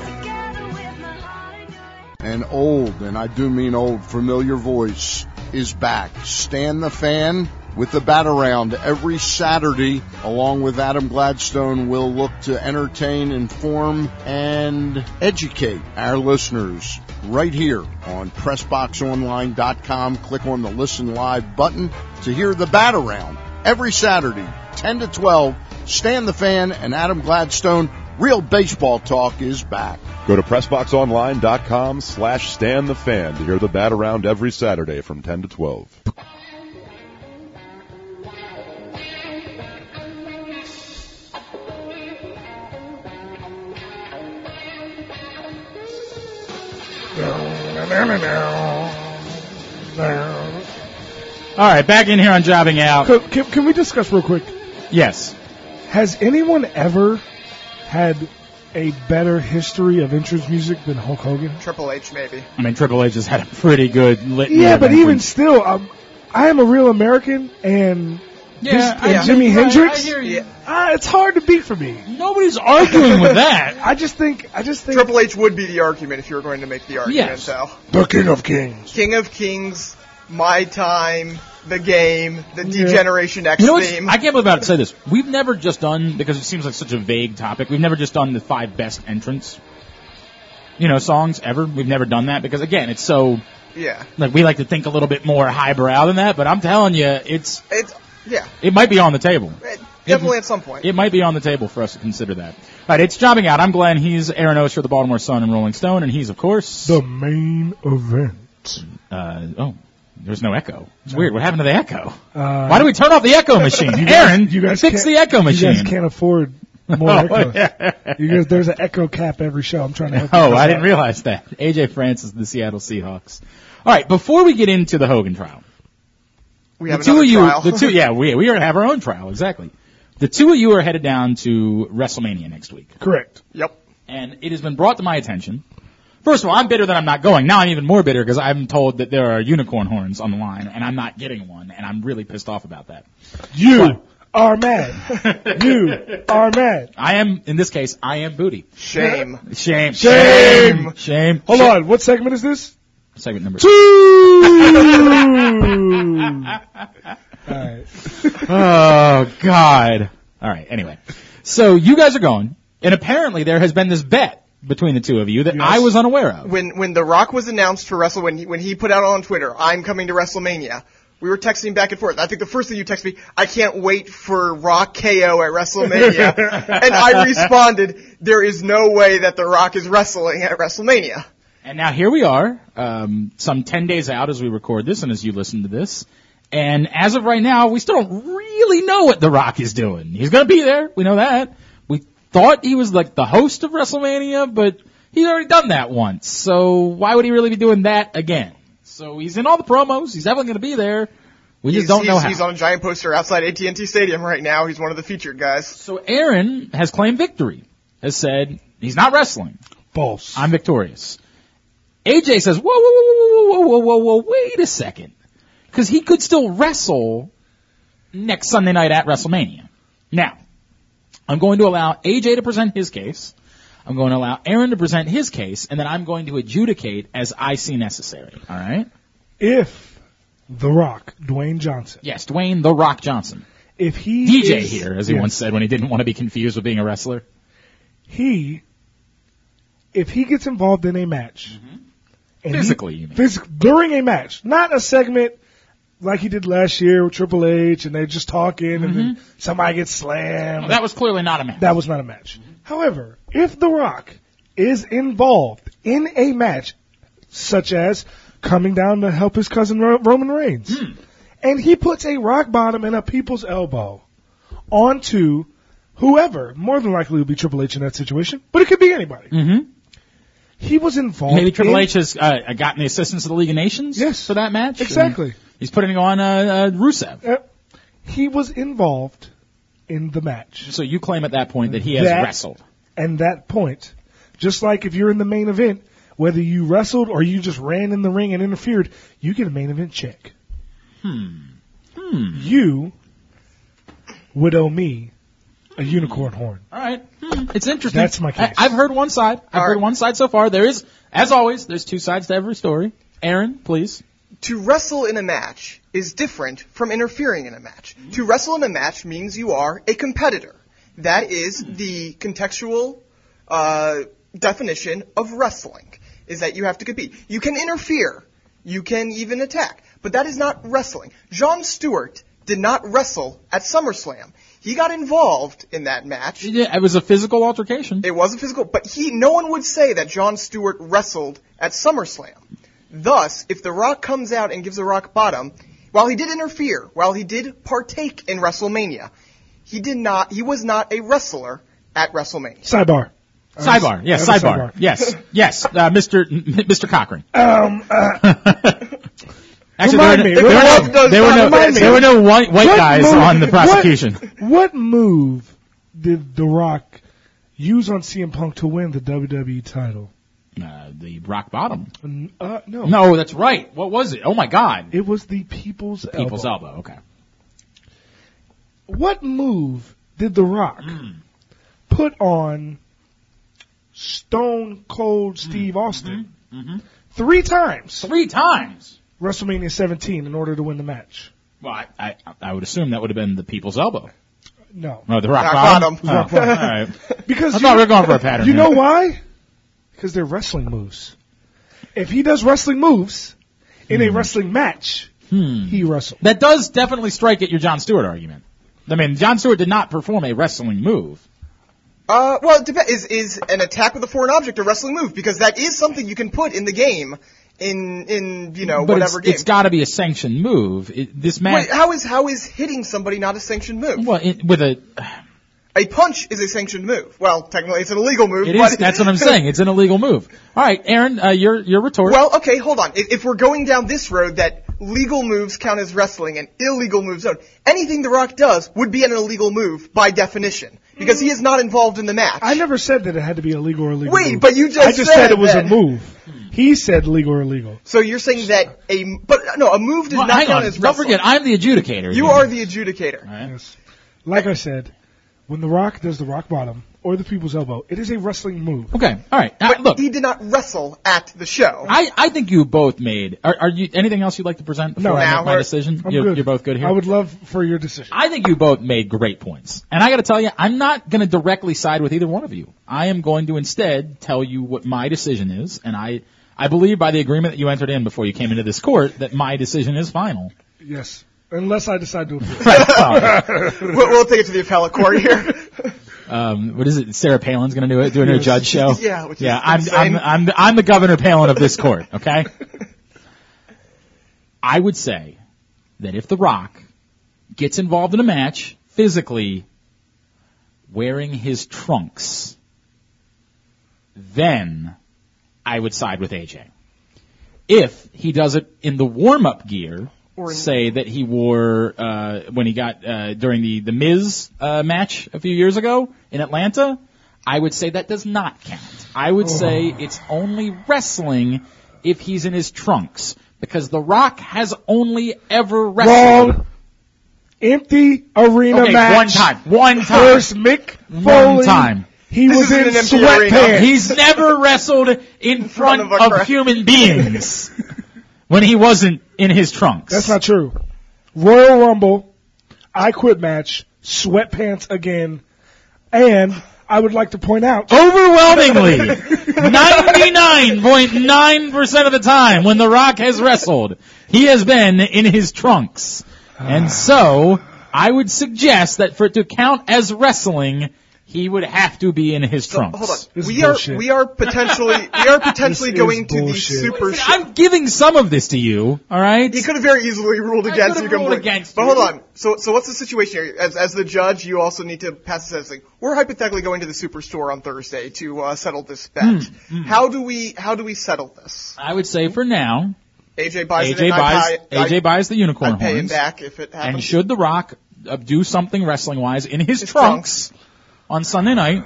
[SPEAKER 5] An old, and I do mean old, familiar voice is back. Stan the Fan with the Bat Around every Saturday, along with Adam Gladstone, will look to entertain, inform, and educate our listeners right here on PressBoxOnline.com. Click on the Listen Live button to hear the Bat Around every Saturday, 10 to 12. Stan the Fan and Adam Gladstone, real baseball talk is back.
[SPEAKER 6] Go to PressBoxOnline.com slash Stan the Fan to hear the bat around every Saturday from 10 to 12.
[SPEAKER 2] All right, back in here on jobbing out.
[SPEAKER 1] Co- Can, can we discuss real quick?
[SPEAKER 2] Yes.
[SPEAKER 1] Has anyone ever had a better history of entrance music than Hulk Hogan?
[SPEAKER 3] Triple H maybe.
[SPEAKER 2] I mean, Triple H has had a pretty good litany.
[SPEAKER 1] Yeah,
[SPEAKER 2] of
[SPEAKER 1] but even
[SPEAKER 2] entrants.
[SPEAKER 1] still, um, I am a real American, and
[SPEAKER 2] yeah,
[SPEAKER 1] and
[SPEAKER 2] I-
[SPEAKER 1] Jimi
[SPEAKER 2] I-
[SPEAKER 1] Hendrix?
[SPEAKER 2] I hear you.
[SPEAKER 1] uh, it's hard to beat for me.
[SPEAKER 2] Nobody's arguing with that.
[SPEAKER 1] I just think, I just think
[SPEAKER 3] Triple H would be the argument if you were going to make the argument,
[SPEAKER 2] Yes.
[SPEAKER 3] though.
[SPEAKER 1] the King of Kings.
[SPEAKER 3] King of Kings, My Time, The Game, the
[SPEAKER 1] Yeah.
[SPEAKER 3] Degeneration X
[SPEAKER 2] You know what?
[SPEAKER 3] theme.
[SPEAKER 2] I can't believe I have to say this. We've never just done because it seems like such a vague topic. We've never just done the five best entrants, you know, songs ever. We've never done that because again, it's so
[SPEAKER 3] yeah.
[SPEAKER 2] like we like to think a little bit more highbrow than that. But I'm telling you, it's
[SPEAKER 3] It's yeah.
[SPEAKER 2] it might be on the table.
[SPEAKER 3] It- definitely at some point.
[SPEAKER 2] It might be on the table for us to consider that. All right, it's jobbing out. I'm Glenn. He's Aaron Osher, the Baltimore Sun and Rolling Stone, and he's of course
[SPEAKER 1] The main event.
[SPEAKER 2] Uh, oh, there's no echo. It's weird. What happened to the echo?
[SPEAKER 1] Uh,
[SPEAKER 2] Why do we turn off the echo machine? Aaron,
[SPEAKER 1] you guys
[SPEAKER 2] fix
[SPEAKER 1] can't-
[SPEAKER 2] the echo
[SPEAKER 1] You guys
[SPEAKER 2] machine. Oh,
[SPEAKER 1] can't afford More echo. You guys- there's an echo cap every show. I'm trying to help. you
[SPEAKER 2] Oh,
[SPEAKER 1] guys
[SPEAKER 2] I
[SPEAKER 1] out.
[SPEAKER 2] didn't realize that. AJ Francis, the Seattle Seahawks. All right, before we get into the Hogan trial,
[SPEAKER 3] We
[SPEAKER 2] the
[SPEAKER 3] have
[SPEAKER 2] two
[SPEAKER 3] another
[SPEAKER 2] of you,
[SPEAKER 3] trial.
[SPEAKER 2] the two, yeah, we we are gonna have our own trial exactly. The two of you are headed down to WrestleMania next week,
[SPEAKER 1] Correct.
[SPEAKER 3] yep.
[SPEAKER 2] and it has been brought to my attention. First of all, I'm bitter that I'm not going. Now I'm even more bitter because I'm told that there are unicorn horns on the line, and I'm not getting one, and I'm really pissed off about that.
[SPEAKER 1] You are mad. you are mad.
[SPEAKER 2] I am, in this case, I am booty.
[SPEAKER 3] Shame.
[SPEAKER 2] Shame.
[SPEAKER 1] Shame.
[SPEAKER 2] Shame.
[SPEAKER 1] Hold on. What segment is this?
[SPEAKER 2] Segment number
[SPEAKER 1] Two. All right.
[SPEAKER 2] Oh God! All right. Anyway, so you guys are going, and apparently there has been this bet between the two of you that I was unaware of.
[SPEAKER 3] When when The Rock was announced for Wrestle, when he, when he put out on Twitter, I'm coming to WrestleMania. We were texting back and forth. I think the first thing you texted me, I can't wait for Rock KO at WrestleMania. and I responded, there is no way that The Rock is wrestling at WrestleMania.
[SPEAKER 2] And now here we are, um, some ten days out as we record this, and as you listen to this. And as of right now, we still don't really know what The Rock is doing. He's gonna be there. We know that. We thought he was like the host of WrestleMania, but he's already done that once. So why would he really be doing that again? So he's in all the promos. He's definitely gonna be there. We just
[SPEAKER 3] he's,
[SPEAKER 2] don't know
[SPEAKER 3] he's-
[SPEAKER 2] how.
[SPEAKER 3] He's on a giant poster outside AT&T Stadium right now. He's one of the featured guys.
[SPEAKER 2] So Aaron has claimed victory, has said he's not wrestling.
[SPEAKER 1] False.
[SPEAKER 2] I'm victorious. AJ says, whoa, whoa, whoa, whoa, whoa, whoa, whoa, whoa, whoa, wait a second. Because he could still wrestle next Sunday night at WrestleMania. Now, I'm going to allow AJ to present his case. I'm going to allow Aaron to present his case, and then I'm going to adjudicate as I see necessary. All right?
[SPEAKER 1] if The Rock, Dwayne Johnson,
[SPEAKER 2] Yes, Dwayne The Rock Johnson.
[SPEAKER 1] if he
[SPEAKER 2] DJ
[SPEAKER 1] is-
[SPEAKER 2] here, as he
[SPEAKER 1] Yes.
[SPEAKER 2] once said when he didn't want to be confused with being a wrestler.
[SPEAKER 1] he, if he gets involved in a match, and he-
[SPEAKER 2] Physically, you mean.
[SPEAKER 1] physic- during a match, not a segment like he did last year with Triple H, and they're just talking, and then somebody gets slammed.
[SPEAKER 2] Mm-hmm. That was clearly not a match.
[SPEAKER 1] That was not a match. However, if The Rock is involved in a match, such as coming down to help his cousin Ro- Roman Reigns,
[SPEAKER 2] Hmm.
[SPEAKER 1] and he puts a rock bottom and a people's elbow onto whoever, more than likely would be Triple H in that situation, but it could be anybody.
[SPEAKER 2] Mhm.
[SPEAKER 1] He was involved.
[SPEAKER 2] Maybe Triple
[SPEAKER 1] in-
[SPEAKER 2] H has uh, gotten the assistance of the League of Nations
[SPEAKER 1] Yes.
[SPEAKER 2] for that match.
[SPEAKER 1] Exactly.
[SPEAKER 2] And he's putting on uh, uh, Rusev.
[SPEAKER 1] Uh, he was involved in the match.
[SPEAKER 2] So you claim at that point that he has
[SPEAKER 1] That-
[SPEAKER 2] wrestled.
[SPEAKER 1] and that point. Just like if you're in the main event, whether you wrestled or you just ran in the ring and interfered, you get a main event check. Hmm. Hmm. You would owe me a unicorn horn.
[SPEAKER 2] All right. Hmm. It's interesting.
[SPEAKER 1] That's my case.
[SPEAKER 2] I, have heard one side. I've
[SPEAKER 3] All
[SPEAKER 2] heard
[SPEAKER 3] right.
[SPEAKER 2] one side so far. There is, as always, there's two sides to every story. Aaron, please.
[SPEAKER 3] To wrestle in a match is different from interfering in a match. To wrestle in a match means you are a competitor. That is the contextual uh, definition of wrestling, is that you have to compete. You can interfere. You can even attack. But that is not wrestling. John Stewart did not wrestle at SummerSlam. He got involved in that match.
[SPEAKER 2] Yeah, It was a physical altercation.
[SPEAKER 3] It wasn't physical, but he no one would say that John Stewart wrestled at SummerSlam. Thus, if The Rock comes out and gives The Rock bottom, while he did interfere, while he did partake in WrestleMania, he did not he was not a wrestler at WrestleMania.
[SPEAKER 1] Sidebar.
[SPEAKER 2] sidebar. Yes,
[SPEAKER 1] that was
[SPEAKER 2] sidebar.
[SPEAKER 1] sidebar.
[SPEAKER 2] Yes. Yes. Uh, Mr. N- Mr. Cochran.
[SPEAKER 1] Um, uh,
[SPEAKER 2] Actually,
[SPEAKER 1] Remind me.
[SPEAKER 2] there were no,
[SPEAKER 1] Remind-
[SPEAKER 2] there were no, there were no,
[SPEAKER 1] remind me.
[SPEAKER 2] there were no white, white
[SPEAKER 1] what
[SPEAKER 2] guys
[SPEAKER 1] move-
[SPEAKER 2] on the
[SPEAKER 1] what-
[SPEAKER 2] prosecution.
[SPEAKER 1] What, move did The Rock use on CM Punk to win the WWE title?
[SPEAKER 2] Uh, the rock bottom.
[SPEAKER 1] N- Uh, no.
[SPEAKER 2] No, that's right. What was it? Oh my God.
[SPEAKER 1] It was the people's
[SPEAKER 2] People's elbow. Okay.
[SPEAKER 1] what move did The Rock
[SPEAKER 2] Hmm.
[SPEAKER 1] put on Stone Cold Steve Austin
[SPEAKER 3] mm-hmm.
[SPEAKER 1] three times
[SPEAKER 2] Hmm. Three times.
[SPEAKER 1] WrestleMania 17 in order to win the match?
[SPEAKER 2] Well, I, I, I would assume that would have been the people's elbow.
[SPEAKER 1] No,
[SPEAKER 2] No, the rock,
[SPEAKER 3] Rock
[SPEAKER 2] bottom.
[SPEAKER 3] bottom.
[SPEAKER 2] Oh, all right.
[SPEAKER 1] because
[SPEAKER 2] I
[SPEAKER 1] you,
[SPEAKER 2] thought we were going for a pattern.
[SPEAKER 1] you
[SPEAKER 2] here.
[SPEAKER 1] know why? Because they're wrestling moves. If he does wrestling moves in
[SPEAKER 2] Hmm.
[SPEAKER 1] a wrestling match, he wrestled.
[SPEAKER 2] that does definitely strike at your John Stewart argument. I mean, John Stewart did not perform a wrestling move.
[SPEAKER 3] Uh, well, it depends. Is is an attack with a foreign object a wrestling move? Because that is something you can put in the game, in in you know
[SPEAKER 2] but
[SPEAKER 3] whatever
[SPEAKER 2] it's,
[SPEAKER 3] game.
[SPEAKER 2] it's got to be a sanctioned move. It, this man,
[SPEAKER 3] Wait, how is how is hitting somebody not a sanctioned move?
[SPEAKER 2] well, it, with a
[SPEAKER 3] A punch is a sanctioned move. Well, technically, it's an illegal move.
[SPEAKER 2] It
[SPEAKER 3] but
[SPEAKER 2] is. That's what I'm saying. It's an illegal move. All right, Aaron, uh, your your retort.
[SPEAKER 3] Well, okay, hold on. If, if we're going down this road that legal moves count as wrestling and illegal moves don't, anything The Rock does would be an illegal move by definition because he is not involved in the match.
[SPEAKER 1] I never said that it had to be illegal or illegal.
[SPEAKER 3] Wait,
[SPEAKER 1] move.
[SPEAKER 3] but you just
[SPEAKER 1] I just said,
[SPEAKER 3] said
[SPEAKER 1] it was
[SPEAKER 3] that.
[SPEAKER 1] a move.
[SPEAKER 2] Hmm.
[SPEAKER 1] He said legal or illegal.
[SPEAKER 3] so you're saying that a but no, a move does
[SPEAKER 2] Well,
[SPEAKER 3] not
[SPEAKER 2] hang
[SPEAKER 3] count
[SPEAKER 2] on.
[SPEAKER 3] as
[SPEAKER 2] Don't
[SPEAKER 3] wrestling.
[SPEAKER 2] forget, I'm the adjudicator.
[SPEAKER 3] you
[SPEAKER 2] here.
[SPEAKER 3] are the adjudicator.
[SPEAKER 2] All right.
[SPEAKER 1] Yes. Like I said, when The Rock does the rock bottom or the people's elbow, it is a wrestling move.
[SPEAKER 2] Okay. All right. Now,
[SPEAKER 3] But
[SPEAKER 2] look,
[SPEAKER 3] he did not wrestle at the show.
[SPEAKER 2] I, I think you both made. Are, are you anything else you'd like to present before
[SPEAKER 1] No.
[SPEAKER 2] I
[SPEAKER 3] Nah,
[SPEAKER 2] make my
[SPEAKER 3] we're-
[SPEAKER 2] decision?
[SPEAKER 1] I'm
[SPEAKER 2] You're,
[SPEAKER 1] good.
[SPEAKER 2] you're both good here.
[SPEAKER 1] I would love for your decision.
[SPEAKER 2] I think you both made great points. And I gotta tell you, I'm not gonna directly side with either one of you. I am going to instead tell you what my decision is, and I, I believe by the agreement that you entered in before you came into this court that my decision is final.
[SPEAKER 1] Yes. Unless I decide to appeal.
[SPEAKER 2] Right, sorry.
[SPEAKER 3] we'll, we'll take it to the appellate court here.
[SPEAKER 2] Um, what is it? Sarah Palin's gonna do it, doing her
[SPEAKER 1] Yes.
[SPEAKER 2] judge show?
[SPEAKER 3] Yeah, which is
[SPEAKER 2] Yeah, I'm, I'm,
[SPEAKER 3] insane.
[SPEAKER 2] I'm, the, I'm the Governor Palin of this court, okay? I would say that if The Rock gets involved in a match, physically, wearing his trunks, then I would side with AJ. If he does it in the warm-up gear,
[SPEAKER 3] Or in-
[SPEAKER 2] say that he wore uh, when he got uh, during the the Miz uh, match a few years ago in Atlanta, I would say that does not count. I
[SPEAKER 3] Oh.
[SPEAKER 2] would say it's only wrestling if he's in his trunks because The Rock has only ever wrestled.
[SPEAKER 1] Wrong. Empty arena
[SPEAKER 2] Okay,
[SPEAKER 1] match.
[SPEAKER 2] one time, one time.
[SPEAKER 1] First Mick Foley.
[SPEAKER 2] One time.
[SPEAKER 1] He
[SPEAKER 3] This
[SPEAKER 1] was
[SPEAKER 3] isn't
[SPEAKER 1] in
[SPEAKER 3] an empty arena.
[SPEAKER 1] sweatpants.
[SPEAKER 2] He's never wrestled in
[SPEAKER 3] front
[SPEAKER 2] front,
[SPEAKER 3] of a
[SPEAKER 2] of,
[SPEAKER 3] crowd.
[SPEAKER 2] human beings when he wasn't in his trunks.
[SPEAKER 1] That's not true. Royal Rumble, I quit match, sweatpants again, and I would like to point out
[SPEAKER 2] Overwhelmingly, 99.9% of the time when The Rock has wrestled, he has been in his trunks.
[SPEAKER 1] Ah.
[SPEAKER 2] And so, I would suggest that for it to count as wrestling, he would have to be in his trunks.
[SPEAKER 3] Hold on.
[SPEAKER 1] This is
[SPEAKER 3] we are
[SPEAKER 1] bullshit.
[SPEAKER 3] we are potentially we are potentially
[SPEAKER 1] This is
[SPEAKER 3] going to the
[SPEAKER 1] bullshit.
[SPEAKER 3] super show.
[SPEAKER 2] I'm giving some of this to you, alright?
[SPEAKER 3] He could have very easily ruled
[SPEAKER 2] I
[SPEAKER 3] against
[SPEAKER 2] could
[SPEAKER 3] you.
[SPEAKER 2] have ruled
[SPEAKER 3] completely.
[SPEAKER 2] against
[SPEAKER 3] but
[SPEAKER 2] you.
[SPEAKER 3] hold on. So, so what's the situation here? As, as the judge, you also need to pass this as like we're hypothetically going to the superstore on Thursday to uh, settle this bet.
[SPEAKER 2] Hmm.
[SPEAKER 3] How do we how do we settle this?
[SPEAKER 2] I would say for now,
[SPEAKER 3] AJ buys it.
[SPEAKER 2] AJ
[SPEAKER 3] and
[SPEAKER 2] buys,
[SPEAKER 3] I, buy- I,
[SPEAKER 2] AJ buys the
[SPEAKER 3] I
[SPEAKER 2] unicorn
[SPEAKER 3] pay him
[SPEAKER 2] horns.
[SPEAKER 3] back if it happens.
[SPEAKER 2] And should The Rock uh, do something wrestling wise in his,
[SPEAKER 3] trunks.
[SPEAKER 2] trunks, on Sunday night,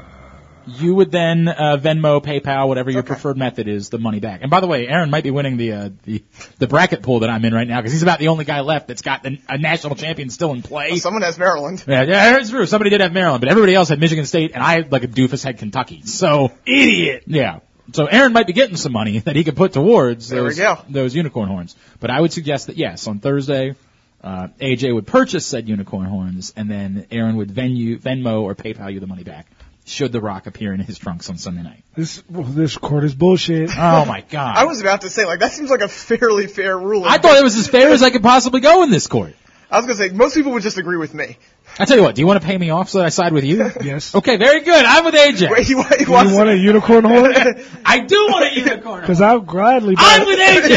[SPEAKER 2] you would then uh, Venmo, PayPal, whatever your preferred method is, the money back. And by the way, Aaron might be winning the uh, the, the bracket pool that I'm in right now because he's about the only guy left that's got the, a national champion still in play.
[SPEAKER 3] Someone has Maryland.
[SPEAKER 2] Yeah, yeah, it's true. Somebody did have Maryland, but everybody else had Michigan State, and I, like a doofus, had Kentucky. So idiot. Yeah. So Aaron might be getting some money that he could put towards
[SPEAKER 3] There we
[SPEAKER 2] those,
[SPEAKER 3] go.
[SPEAKER 2] those unicorn horns. But I would suggest that yes, on Thursday, uh, AJ would purchase said unicorn horns, and then Aaron would Venmo, Venmo or PayPal you the money back. Should The Rock appear in his trunks on Sunday night?
[SPEAKER 1] this this court is bullshit.
[SPEAKER 2] Oh my God!
[SPEAKER 3] I was about to say like that seems like a fairly fair ruling.
[SPEAKER 2] I thought it was as fair as I could possibly go in this court.
[SPEAKER 3] I was gonna say most people would just agree with me.
[SPEAKER 2] I tell you what. Do you want to pay me off so that I side with you?
[SPEAKER 1] Yes.
[SPEAKER 2] Okay, very good. I'm with AJ.
[SPEAKER 3] Wait, he, wa- he
[SPEAKER 1] You
[SPEAKER 3] wants
[SPEAKER 1] want a unicorn horn?
[SPEAKER 2] I do want a unicorn.
[SPEAKER 1] Because I'll gladly
[SPEAKER 2] I'm
[SPEAKER 1] buy.
[SPEAKER 2] with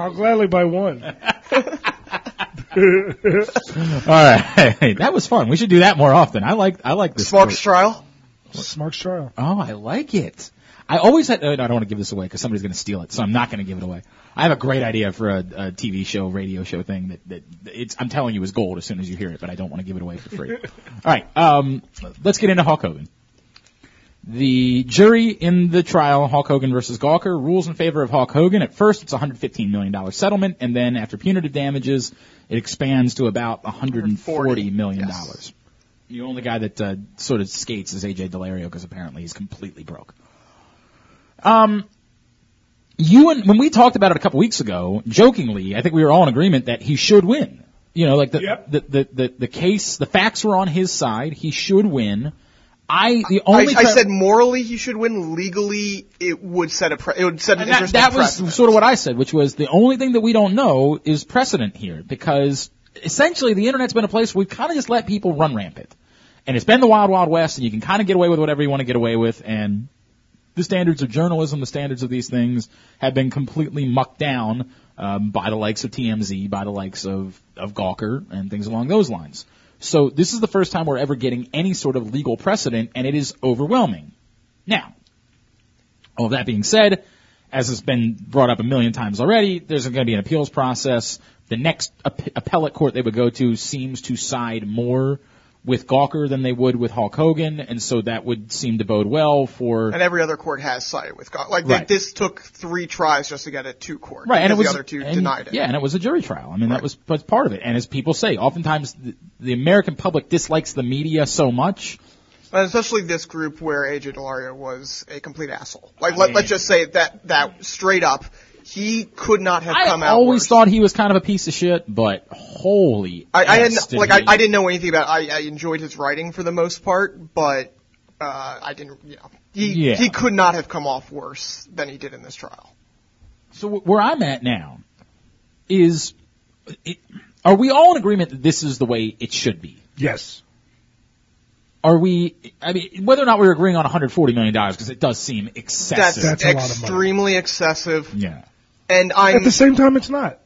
[SPEAKER 1] I'll gladly buy one.
[SPEAKER 2] All right, that was fun. We should do that more often. I like I like this.
[SPEAKER 3] Sparks
[SPEAKER 2] story.
[SPEAKER 3] trial.
[SPEAKER 1] Smart trial.
[SPEAKER 2] Oh, I like it. I always had. oh, no, I don't want to give this away because somebody's going to steal it, so I'm not going to give it away. I have a great idea for a, a TV show, radio show thing that, that it's. I'm telling you, is gold as soon as you hear it, but I don't want to give it away for free. All right, um, let's get into Hulk Hogan. The jury in the trial, Hulk Hogan versus Gawker, rules in favor of Hulk Hogan. At first, it's a $115 million settlement, and then after punitive damages, it expands to about $140 million. The only guy that uh, sort of skates is AJ Delario because apparently he's completely broke. Um, you and when we talked about it a couple weeks ago, jokingly, I think we were all in agreement that he should win. You know, like the
[SPEAKER 1] Yep.
[SPEAKER 2] the, the, the the case, the facts were on his side. He should win. I the
[SPEAKER 3] I,
[SPEAKER 2] only
[SPEAKER 3] I
[SPEAKER 2] time-
[SPEAKER 3] said morally he should win. Legally, it would set a pre- it would set an
[SPEAKER 2] And that,
[SPEAKER 3] interesting
[SPEAKER 2] that was
[SPEAKER 3] precedent.
[SPEAKER 2] sort of what I said, which was the only thing that we don't know is precedent here because essentially the internet's been a place where we've kind of just let people run rampant. And it's been the wild, wild west and you can kind of get away with whatever you want to get away with and the standards of journalism, the standards of these things have been completely mucked down um, by the likes of TMZ, by the likes of, of Gawker and things along those lines. So this is the first time we're ever getting any sort of legal precedent, and it is overwhelming. Now, all that being said, as has been brought up a million times already, there's going to be an appeals process. The next app- appellate court they would go to seems to side more with Gawker than they would with Hulk Hogan, and so that would seem to bode well for
[SPEAKER 3] And every other court has sided with God. Like they-
[SPEAKER 2] Right.
[SPEAKER 3] this took three tries just to get it to court.
[SPEAKER 2] right, and it
[SPEAKER 3] because
[SPEAKER 2] was
[SPEAKER 3] the other two
[SPEAKER 2] and-
[SPEAKER 3] denied it.
[SPEAKER 2] Yeah, and it was a jury trial. I mean, that was that's part of it. And as people say, oftentimes the, the American public dislikes the media so much
[SPEAKER 3] And especially this group where AJ Delario was a complete asshole. Like let, let's just say that that straight up, he could not have come
[SPEAKER 2] I
[SPEAKER 3] out.
[SPEAKER 2] always
[SPEAKER 3] worse.
[SPEAKER 2] thought he was kind of a piece of shit, but holy.
[SPEAKER 3] I, I had
[SPEAKER 2] S did
[SPEAKER 3] like I,
[SPEAKER 2] he-
[SPEAKER 3] I didn't know anything about. I, I enjoyed his writing for the most part, but uh, I didn't. You know, he
[SPEAKER 2] Yeah.
[SPEAKER 3] he could not have come off worse than he did in this trial.
[SPEAKER 2] So wh- where I'm at now is, it, are we all in agreement that this is the way it should be?
[SPEAKER 1] Yes.
[SPEAKER 2] Are we? I mean, whether or not we're agreeing on 140 million dollars because it does seem excessive.
[SPEAKER 1] That's
[SPEAKER 3] That's,
[SPEAKER 1] a lot of money.
[SPEAKER 3] extremely excessive,
[SPEAKER 2] yeah.
[SPEAKER 3] and
[SPEAKER 1] At
[SPEAKER 3] I'm
[SPEAKER 1] the same time, it's not.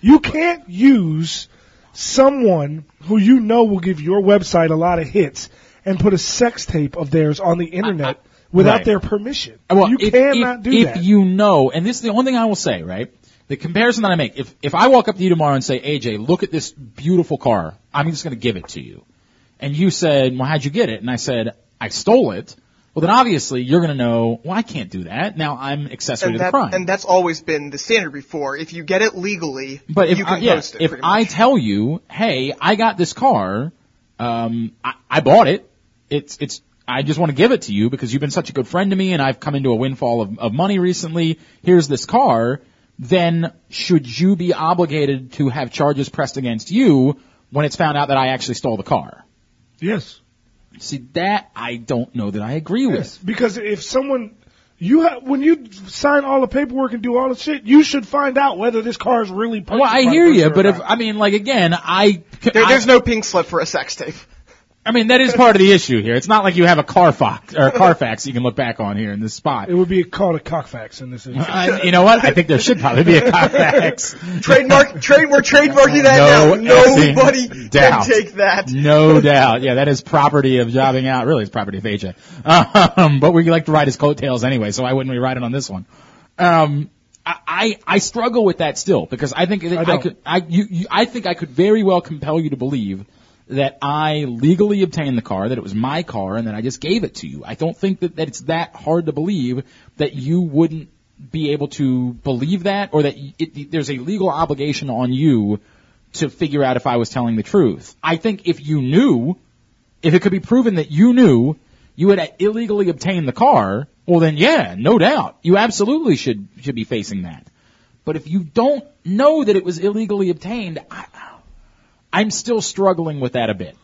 [SPEAKER 1] You can't use someone who you know will give your website a lot of hits and put a sex tape of theirs on the internet without
[SPEAKER 2] right.
[SPEAKER 1] their permission.
[SPEAKER 2] Well,
[SPEAKER 1] you
[SPEAKER 2] if,
[SPEAKER 1] cannot
[SPEAKER 2] if,
[SPEAKER 1] do
[SPEAKER 2] if
[SPEAKER 1] that.
[SPEAKER 2] you know, and this is the only thing I will say, right? The comparison that I make, if if I walk up to you tomorrow and say, AJ, look at this beautiful car, I'm just going to give it to you, and you said, well, how'd you get it? And I said, I stole it. Well, then obviously you're going to know, well, I can't do that. Now I'm accessory to
[SPEAKER 3] and,
[SPEAKER 2] the
[SPEAKER 3] that,
[SPEAKER 2] crime.
[SPEAKER 3] and that's always been the standard before. If you get it legally,
[SPEAKER 2] But if
[SPEAKER 3] you
[SPEAKER 2] I,
[SPEAKER 3] can
[SPEAKER 2] yeah,
[SPEAKER 3] post it.
[SPEAKER 2] if
[SPEAKER 3] pretty
[SPEAKER 2] I
[SPEAKER 3] much.
[SPEAKER 2] tell you, hey, I got this car, um, I, I bought it. It's it's. I just want to give it to you because you've been such a good friend to me, and I've come into a windfall of, of money recently. Here's this car. Then should you be obligated to have charges pressed against you when it's found out that I actually stole the car?
[SPEAKER 1] yes.
[SPEAKER 2] See that I don't know that I agree
[SPEAKER 1] Yes, because if someone you ha- when you sign all the paperwork and do all the shit, you should find out whether this car is really.
[SPEAKER 2] with.
[SPEAKER 1] purchased
[SPEAKER 2] Well, I
[SPEAKER 1] by the
[SPEAKER 2] hear
[SPEAKER 1] person
[SPEAKER 2] you,
[SPEAKER 1] or
[SPEAKER 2] but if
[SPEAKER 1] not.
[SPEAKER 2] I mean, like again, I,
[SPEAKER 3] there,
[SPEAKER 2] I
[SPEAKER 3] there's no pink slip for a sex tape.
[SPEAKER 2] I mean, that is part of the issue here. It's not like you have a Carfax or a Carfax you can look back on here in this spot.
[SPEAKER 1] it would be called a cockfax in this instance.
[SPEAKER 2] I, Uh, you know what? I think there should probably be a Carfax.
[SPEAKER 3] Trademark, trade, we're trademarking
[SPEAKER 2] No
[SPEAKER 3] that now.
[SPEAKER 2] effing
[SPEAKER 3] Nobody
[SPEAKER 2] doubt.
[SPEAKER 3] can take that.
[SPEAKER 2] No doubt. Yeah, that is property of jobbing out. Really, it's property of AJ. Um, but we like to ride his coattails anyway, so I wouldn't be riding on this one. Um, I, I, I struggle with that still because I think that I,
[SPEAKER 1] don't.
[SPEAKER 2] could, I, you, you, I think I could very well compel you to believe that I legally obtained the car, that it was my car, and that I just gave it to you. I don't think that, that it's that hard to believe that you wouldn't be able to believe that or that y- it, there's a legal obligation on you to figure out if I was telling the truth. I think if you knew, if it could be proven that you knew you had illegally obtained the car, well then yeah, no doubt. You absolutely should should be facing that. But if you don't know that it was illegally obtained, I, I'm still struggling with that a bit.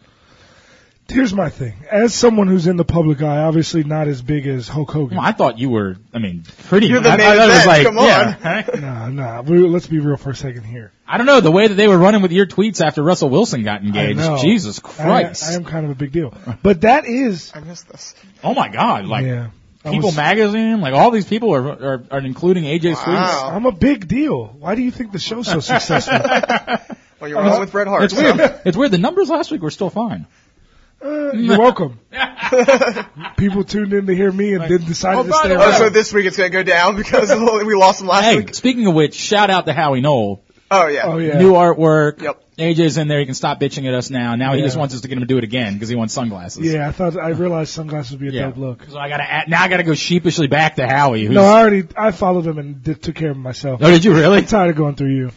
[SPEAKER 1] Here's my thing: as someone who's in the public eye, obviously not as big as Hulk Hogan.
[SPEAKER 2] Well, I thought you were, I mean, pretty.
[SPEAKER 3] You're the
[SPEAKER 2] I,
[SPEAKER 3] main
[SPEAKER 2] I thought it was
[SPEAKER 3] event,
[SPEAKER 2] like,
[SPEAKER 3] come
[SPEAKER 2] yeah.
[SPEAKER 1] Nah, nah. We, let's be real for a second here.
[SPEAKER 2] I don't know the way that they were running with your tweets after Russell Wilson got engaged.
[SPEAKER 1] I know.
[SPEAKER 2] Jesus
[SPEAKER 1] I-
[SPEAKER 2] Christ!
[SPEAKER 1] I, am kind of a big deal, but that is
[SPEAKER 3] I missed this.
[SPEAKER 2] oh my God! Like
[SPEAKER 1] yeah. I
[SPEAKER 2] People
[SPEAKER 1] was-
[SPEAKER 2] Magazine, like all these people are are, are including AJ's tweets.
[SPEAKER 3] Wow.
[SPEAKER 1] I'm a big deal. Why do you think the show's so successful?
[SPEAKER 3] Well, you're wrong with Bret Hart.
[SPEAKER 2] Uh, It's
[SPEAKER 3] so-
[SPEAKER 2] weird. It's weird. The numbers last week were still fine.
[SPEAKER 1] Uh, you're welcome. People tuned in to hear me and then decided
[SPEAKER 2] Oh,
[SPEAKER 1] to
[SPEAKER 2] by
[SPEAKER 1] stay
[SPEAKER 2] the
[SPEAKER 3] Oh,
[SPEAKER 1] around.
[SPEAKER 3] so this week it's gonna go down because of the- we lost him last
[SPEAKER 2] Hey,
[SPEAKER 3] week.
[SPEAKER 2] speaking of which, shout out to Howie Knoll.
[SPEAKER 3] Oh yeah.
[SPEAKER 1] oh yeah.
[SPEAKER 2] New artwork.
[SPEAKER 3] Yep.
[SPEAKER 2] AJ's in there. He can stop bitching at us now. Now he
[SPEAKER 1] Yeah.
[SPEAKER 2] just wants us to get him to do it again because he wants sunglasses.
[SPEAKER 1] Yeah, I thought I realized sunglasses would be a
[SPEAKER 2] Yeah.
[SPEAKER 1] dope look.
[SPEAKER 2] So I gotta add, now I gotta go sheepishly back to Howie. Who's,
[SPEAKER 1] No, I already I followed him and did, took care of him myself.
[SPEAKER 2] oh, did you really?
[SPEAKER 1] I'm tired of going through you.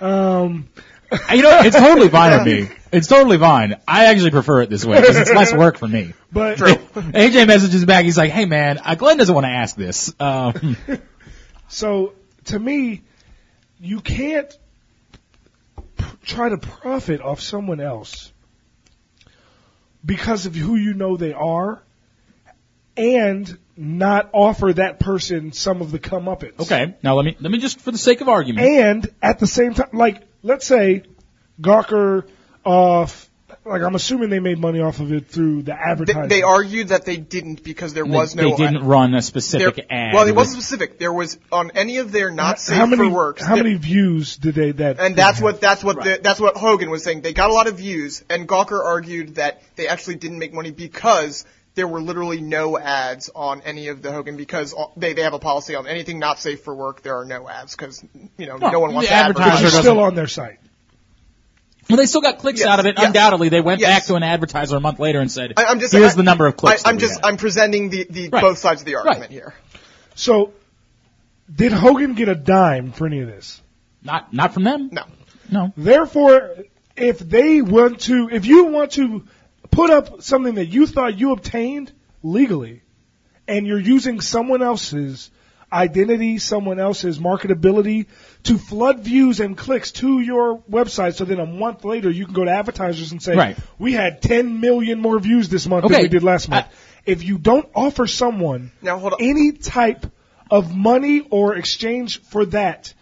[SPEAKER 1] Um,
[SPEAKER 2] you know, it's totally fine with me. It's totally fine. I actually prefer it this way because it's less work for me.
[SPEAKER 1] but
[SPEAKER 2] AJ messages back. He's like, "Hey man, uh, Glenn doesn't want to ask this." Um,
[SPEAKER 1] so to me, you can't p- try to profit off someone else because of who you know they are, and not offer that person some of the comeuppance.
[SPEAKER 2] okay, now let me let me just for the sake of argument.
[SPEAKER 1] And at the same time, like, let's say Gawker, uh, f- Like I'm assuming they made money off of it through the
[SPEAKER 3] They,
[SPEAKER 1] advertising.
[SPEAKER 3] they argued that they didn't because there
[SPEAKER 2] And they-
[SPEAKER 3] was
[SPEAKER 2] they,
[SPEAKER 3] no.
[SPEAKER 2] didn't run a
[SPEAKER 3] there-
[SPEAKER 2] specific ad.
[SPEAKER 3] well, it
[SPEAKER 2] There
[SPEAKER 3] wasn't specific. There was on any of their not safe
[SPEAKER 1] how many
[SPEAKER 3] for works.
[SPEAKER 1] how
[SPEAKER 3] there-
[SPEAKER 1] many views did they that?
[SPEAKER 3] And that's what that's what the, that's what Hogan was saying. They got a lot of views, and Gawker argued that they actually didn't make money because there were literally no ads on any of the Hogan because all- they they have a policy on anything not safe for work. There are no ads because you know no,
[SPEAKER 2] Well,
[SPEAKER 3] one wants
[SPEAKER 2] the
[SPEAKER 3] to advertise.
[SPEAKER 2] advertiser
[SPEAKER 1] It's
[SPEAKER 2] doesn't-
[SPEAKER 1] still on their site.
[SPEAKER 2] Well, they still got clicks
[SPEAKER 3] Yes,
[SPEAKER 2] out of it.
[SPEAKER 3] yes.
[SPEAKER 2] Undoubtedly, they went
[SPEAKER 3] Yes.
[SPEAKER 2] back to an advertiser a month later and said,
[SPEAKER 3] I, I'm just
[SPEAKER 2] "Here's
[SPEAKER 3] I-
[SPEAKER 2] the number of clicks."
[SPEAKER 3] I, I'm
[SPEAKER 2] that we
[SPEAKER 3] just
[SPEAKER 2] had.
[SPEAKER 3] I'm presenting the, the
[SPEAKER 2] Right.
[SPEAKER 3] both sides of the argument here.
[SPEAKER 1] So, did Hogan get a dime for any of this?
[SPEAKER 2] not not from them.
[SPEAKER 3] No.
[SPEAKER 2] no.
[SPEAKER 1] Therefore, if they want to, if you want to put up something that you thought you obtained legally, and you're using someone else's identity, someone else's marketability to flood views and clicks to your website, so then a month later you can go to advertisers and say,
[SPEAKER 2] Right.
[SPEAKER 1] "We had 10 million more views this month than
[SPEAKER 2] Okay.
[SPEAKER 1] we did last month."
[SPEAKER 2] I-
[SPEAKER 1] if you don't offer someone
[SPEAKER 3] Now, hold on.
[SPEAKER 1] any type of money or exchange for that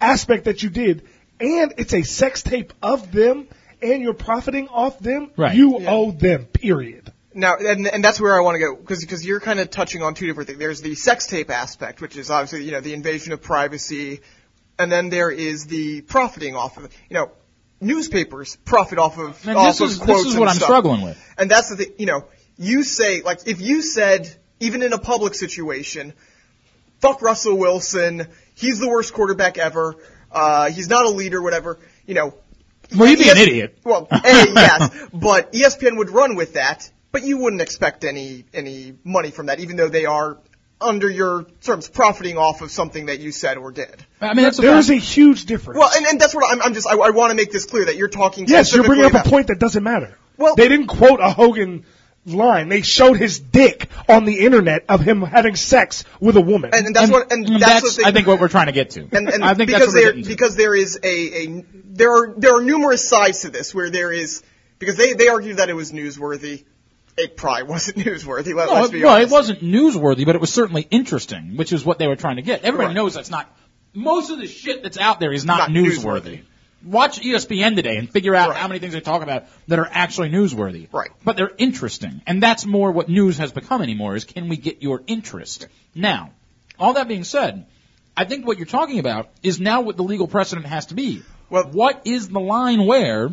[SPEAKER 1] aspect that you did, and it's a sex tape of them, and you're profiting off them,
[SPEAKER 2] Right.
[SPEAKER 1] you owe them. Period.
[SPEAKER 3] Now, and, and that's where I want to go, because you're kind of touching on two different things. There's the sex tape aspect, which is obviously, you know, the invasion of privacy, and then there is the profiting off of, you know, newspapers profit off of,
[SPEAKER 2] And
[SPEAKER 3] off
[SPEAKER 2] this
[SPEAKER 3] of
[SPEAKER 2] is
[SPEAKER 3] quotes
[SPEAKER 2] this is
[SPEAKER 3] and
[SPEAKER 2] what I'm
[SPEAKER 3] stuff.
[SPEAKER 2] struggling with.
[SPEAKER 3] And that's the thing, you know, you say, like, if you said, even in a public situation, fuck Russell Wilson, he's the worst quarterback ever, uh, he's not a leader, whatever, you know.
[SPEAKER 2] Well, you'd be an
[SPEAKER 3] ES
[SPEAKER 2] idiot.
[SPEAKER 3] Well, A, yes, but E ESPN would run with that, but you wouldn't expect any, any money from that, even though they are, under your terms, profiting off of something that you said or did.
[SPEAKER 2] I mean, that's the
[SPEAKER 1] There
[SPEAKER 2] problem.
[SPEAKER 1] is a huge difference.
[SPEAKER 3] Well, and, and that's what I'm, I'm just, I, I want to make this clear that you're talking
[SPEAKER 1] yes, you're bringing up
[SPEAKER 3] specifically
[SPEAKER 1] a point that doesn't matter.
[SPEAKER 3] Well-
[SPEAKER 1] they didn't quote a Hogan line. They showed his dick on the internet of him having sex with a woman.
[SPEAKER 3] about- And, and that's what, and
[SPEAKER 2] And
[SPEAKER 3] that's, the thing.
[SPEAKER 2] I think what we're trying to get to.
[SPEAKER 3] and, and
[SPEAKER 2] I think
[SPEAKER 3] because
[SPEAKER 2] that's what we're
[SPEAKER 3] there
[SPEAKER 2] getting to.
[SPEAKER 3] because there is a, a there are there are numerous sides to this where there is because they they argued that it was newsworthy. It probably wasn't newsworthy. Let,
[SPEAKER 2] No,
[SPEAKER 3] us
[SPEAKER 2] it-
[SPEAKER 3] be
[SPEAKER 2] well,
[SPEAKER 3] honest.
[SPEAKER 2] it wasn't newsworthy, but it was certainly interesting, which is what they were trying to get. Everybody
[SPEAKER 3] Right.
[SPEAKER 2] knows that's not. Most of the shit that's out there is
[SPEAKER 3] Not
[SPEAKER 2] not, newsworthy. Watch E ESPN today and figure out
[SPEAKER 3] Right.
[SPEAKER 2] how many things they talk about that are actually newsworthy.
[SPEAKER 3] Right.
[SPEAKER 2] But they're interesting, and that's more what news has become anymore. Is can we get your interest? Now, all that being said, I think what you're talking about is now what the legal precedent has to be.
[SPEAKER 3] Well-
[SPEAKER 2] what is the line where?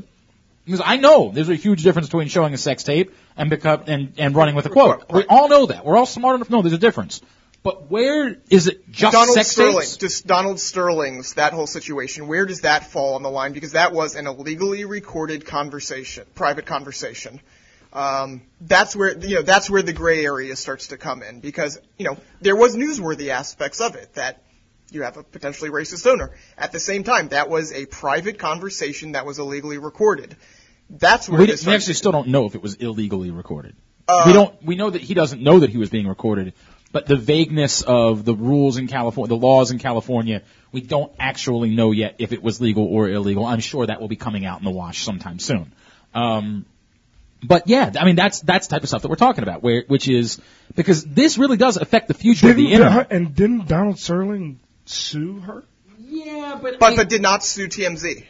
[SPEAKER 2] Because I know there's a huge difference between showing a sex tape and become, and, and running with a quote. We all know that. We're all smart enough to know there's a difference. But where is it just
[SPEAKER 3] Donald
[SPEAKER 2] sex
[SPEAKER 3] Sterling,
[SPEAKER 2] tapes?
[SPEAKER 3] just Donald Sterling's that whole situation. Where does that fall on the line? Because that was an illegally recorded conversation, private conversation. Um, that's where you know that's where the gray area starts to come in because you know there was newsworthy aspects of it that you have a potentially racist owner. At the same time, that was a private conversation that was illegally recorded. That's where
[SPEAKER 2] We,
[SPEAKER 3] this
[SPEAKER 2] we
[SPEAKER 3] starts-
[SPEAKER 2] actually still don't know if it was illegally recorded. we don't. We know that he doesn't know that he was being recorded, but the vagueness of the rules in California, the laws in California, we don't actually know yet if it was legal or illegal. I'm sure that will be coming out in the wash sometime soon. Um, but yeah, I mean that's that's the type of stuff that we're talking about, where which is because this really does affect the future of
[SPEAKER 1] didn't,
[SPEAKER 2] the internet.
[SPEAKER 1] and didn't Donald Sterling sue her?
[SPEAKER 2] Yeah, but
[SPEAKER 3] but but did not sue TMZ.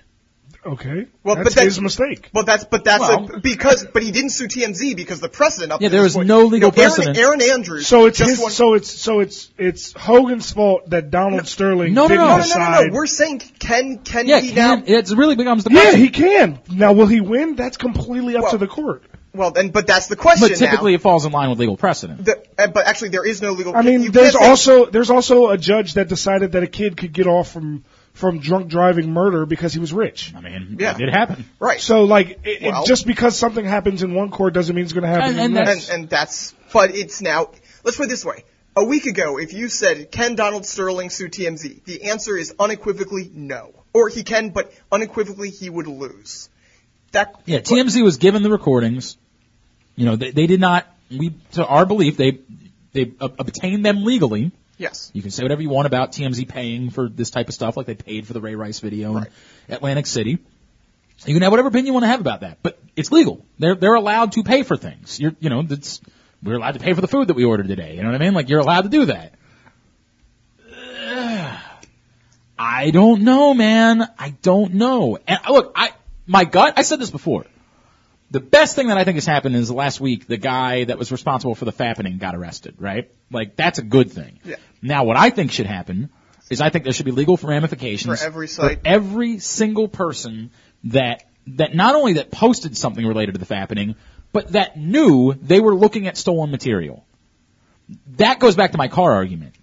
[SPEAKER 1] Okay,
[SPEAKER 3] Well,
[SPEAKER 1] that's
[SPEAKER 3] but that-
[SPEAKER 1] his mistake.
[SPEAKER 3] But that's but that's
[SPEAKER 2] Well-
[SPEAKER 3] a, because but he didn't sue TMZ because the precedent up
[SPEAKER 2] Yeah,
[SPEAKER 3] to
[SPEAKER 2] there
[SPEAKER 3] this
[SPEAKER 2] was
[SPEAKER 3] point-
[SPEAKER 2] no legal
[SPEAKER 3] Aaron-
[SPEAKER 2] precedent.
[SPEAKER 3] Aaron Andrews.
[SPEAKER 1] So it's
[SPEAKER 3] just
[SPEAKER 1] his,
[SPEAKER 3] won-
[SPEAKER 1] so it's so it's it's Hogan's fault that Donald Sterling
[SPEAKER 2] No, no,
[SPEAKER 1] didn't
[SPEAKER 2] no.
[SPEAKER 3] no, no, no, no,
[SPEAKER 1] decide.
[SPEAKER 3] no. We're saying can can
[SPEAKER 2] yeah,
[SPEAKER 3] he
[SPEAKER 2] can,
[SPEAKER 3] now?
[SPEAKER 2] it really becomes the
[SPEAKER 1] yeah,
[SPEAKER 2] question.
[SPEAKER 1] he can. Now, will he win? That's completely up
[SPEAKER 3] Well,
[SPEAKER 1] to the court.
[SPEAKER 3] Well, and but that's the question.
[SPEAKER 2] but typically it falls in line with legal precedent.
[SPEAKER 3] now. The- uh, but actually, there is no legal.
[SPEAKER 1] I mean,
[SPEAKER 3] you
[SPEAKER 1] there's
[SPEAKER 3] can't say-
[SPEAKER 1] also there's also a judge that decided that a kid could get off from from drunk driving murder because he was rich.
[SPEAKER 2] I mean,
[SPEAKER 3] Yeah.
[SPEAKER 2] it happened.
[SPEAKER 3] right,
[SPEAKER 1] So, like, it, it-
[SPEAKER 3] Well-
[SPEAKER 1] just because something happens in one court doesn't mean it's going to happen
[SPEAKER 2] And-
[SPEAKER 1] in
[SPEAKER 2] and
[SPEAKER 1] the next.
[SPEAKER 3] and and that's but it's now. Let's put it this way. A week ago, if you said can Donald Sterling sue TMZ, the answer is unequivocally no, or he can, but unequivocally he would lose. That
[SPEAKER 2] Yeah, TMZ was given the recordings. You know, they, they did not. We, to our belief, they they ob- obtained them legally.
[SPEAKER 3] yes.
[SPEAKER 2] You can say whatever you want about TMZ paying for this type of stuff, like they paid for the Ray Rice video
[SPEAKER 3] Right.
[SPEAKER 2] in Atlantic City. You can have whatever opinion you want to have about that, but it's legal. They're they're allowed to pay for things. You're you know that's we're allowed to pay for the food that we ordered today. You know what I mean? Like you're allowed to do that. Ugh. I don't know, man. I don't know. And uh, look, I my gut. I said this before. The best thing that I think has happened is last week the guy that was responsible for the fappening got arrested, right? Like that's a good thing.
[SPEAKER 3] Yeah.
[SPEAKER 2] Now what I think should happen is I think there should be legal ramifications
[SPEAKER 3] For every site.
[SPEAKER 2] for every single person that that not only that posted something related to the fappening, but that knew they were looking at stolen material. That goes back to my car argument.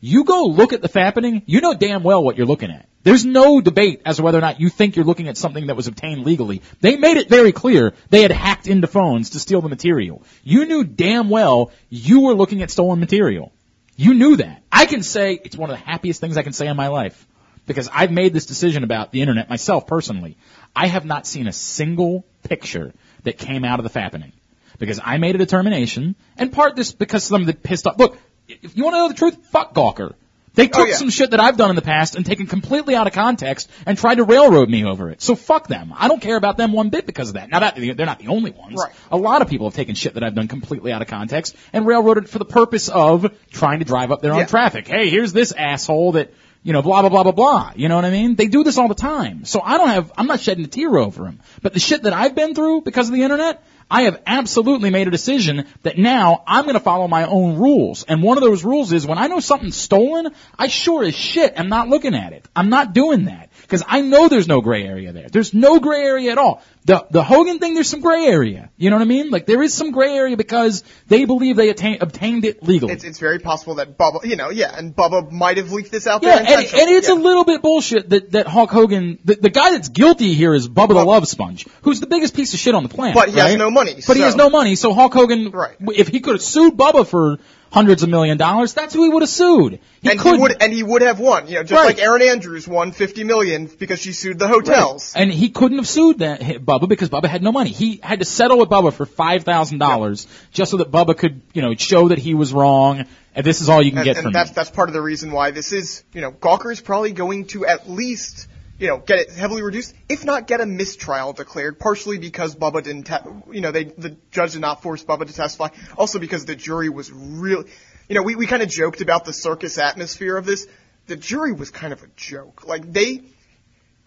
[SPEAKER 2] You go look at the fappening, you know damn well what you're looking at. There's no debate as to whether or not you think you're looking at something that was obtained legally. They made it very clear they had hacked into phones to steal the material. You knew damn well you were looking at stolen material. You knew that. I can say it's one of the happiest things I can say in my life because I've made this decision about the internet myself personally. I have not seen a single picture that came out of the fappening because I made a determination and part this because some of the pissed off. Look, if you want to know the truth, fuck Gawker. They took
[SPEAKER 3] Oh, yeah.
[SPEAKER 2] some shit that I've done in the past and taken completely out of context and tried to railroad me over it. So fuck them. I don't care about them one bit because of that. Now that they're not the only ones.
[SPEAKER 3] Right.
[SPEAKER 2] A lot of people have taken shit that I've done completely out of context and railroaded it for the purpose of trying to drive up their own
[SPEAKER 3] Yeah.
[SPEAKER 2] traffic. Hey, here's this asshole that, you know, blah, blah, blah, blah, blah. You know what I mean? They do this all the time. So I don't have, I'm not shedding a tear over him. But the shit that I've been through because of the internet, I have absolutely made a decision that now I'm gonna follow my own rules. And one of those rules is when I know something's stolen, I sure as shit am not looking at it. I'm not doing that. Because I know there's no gray area there. There's no gray area at all. The the Hogan thing, there's some gray area. You know what I mean? Like there is some gray area because they believe they attain, obtained it legally.
[SPEAKER 3] It's it's very possible that Bubba, you know, yeah, and Bubba might have leaked this out
[SPEAKER 2] yeah,
[SPEAKER 3] there.
[SPEAKER 2] and,
[SPEAKER 3] intentionally.
[SPEAKER 2] and it's
[SPEAKER 3] yeah.
[SPEAKER 2] a little bit bullshit that that Hulk Hogan, the, the guy that's guilty here is Bubba the Love Sponge, who's the biggest piece of shit on the planet.
[SPEAKER 3] But he has
[SPEAKER 2] right?
[SPEAKER 3] no money,
[SPEAKER 2] But he has
[SPEAKER 3] so-
[SPEAKER 2] no money, so Hulk Hogan,
[SPEAKER 3] Right.
[SPEAKER 2] if he could have sued Bubba for hundreds of million dollars, that's who he would have sued. He
[SPEAKER 3] and
[SPEAKER 2] could
[SPEAKER 3] he would and he would have won, you know, just
[SPEAKER 2] Right.
[SPEAKER 3] like Aaron Andrews won 50 million because she sued the hotels.
[SPEAKER 2] And he couldn't have sued that hit Bubba because Bubba had no money. He had to settle with Bubba for five thousand dollars just so that Bubba could, you know, show that he was wrong. And this is all you can
[SPEAKER 3] And,
[SPEAKER 2] get
[SPEAKER 3] and
[SPEAKER 2] from
[SPEAKER 3] that's
[SPEAKER 2] me.
[SPEAKER 3] that's part of the reason why this is, you know, Gawker is probably going to at least, you know, get it heavily reduced, if not get a mistrial declared, partially because Bubba didn't, te- you know, they the judge did not force Bubba to testify, also because the jury was really, you know, we we kind of joked about the circus atmosphere of this. The jury was kind of a joke. Like they,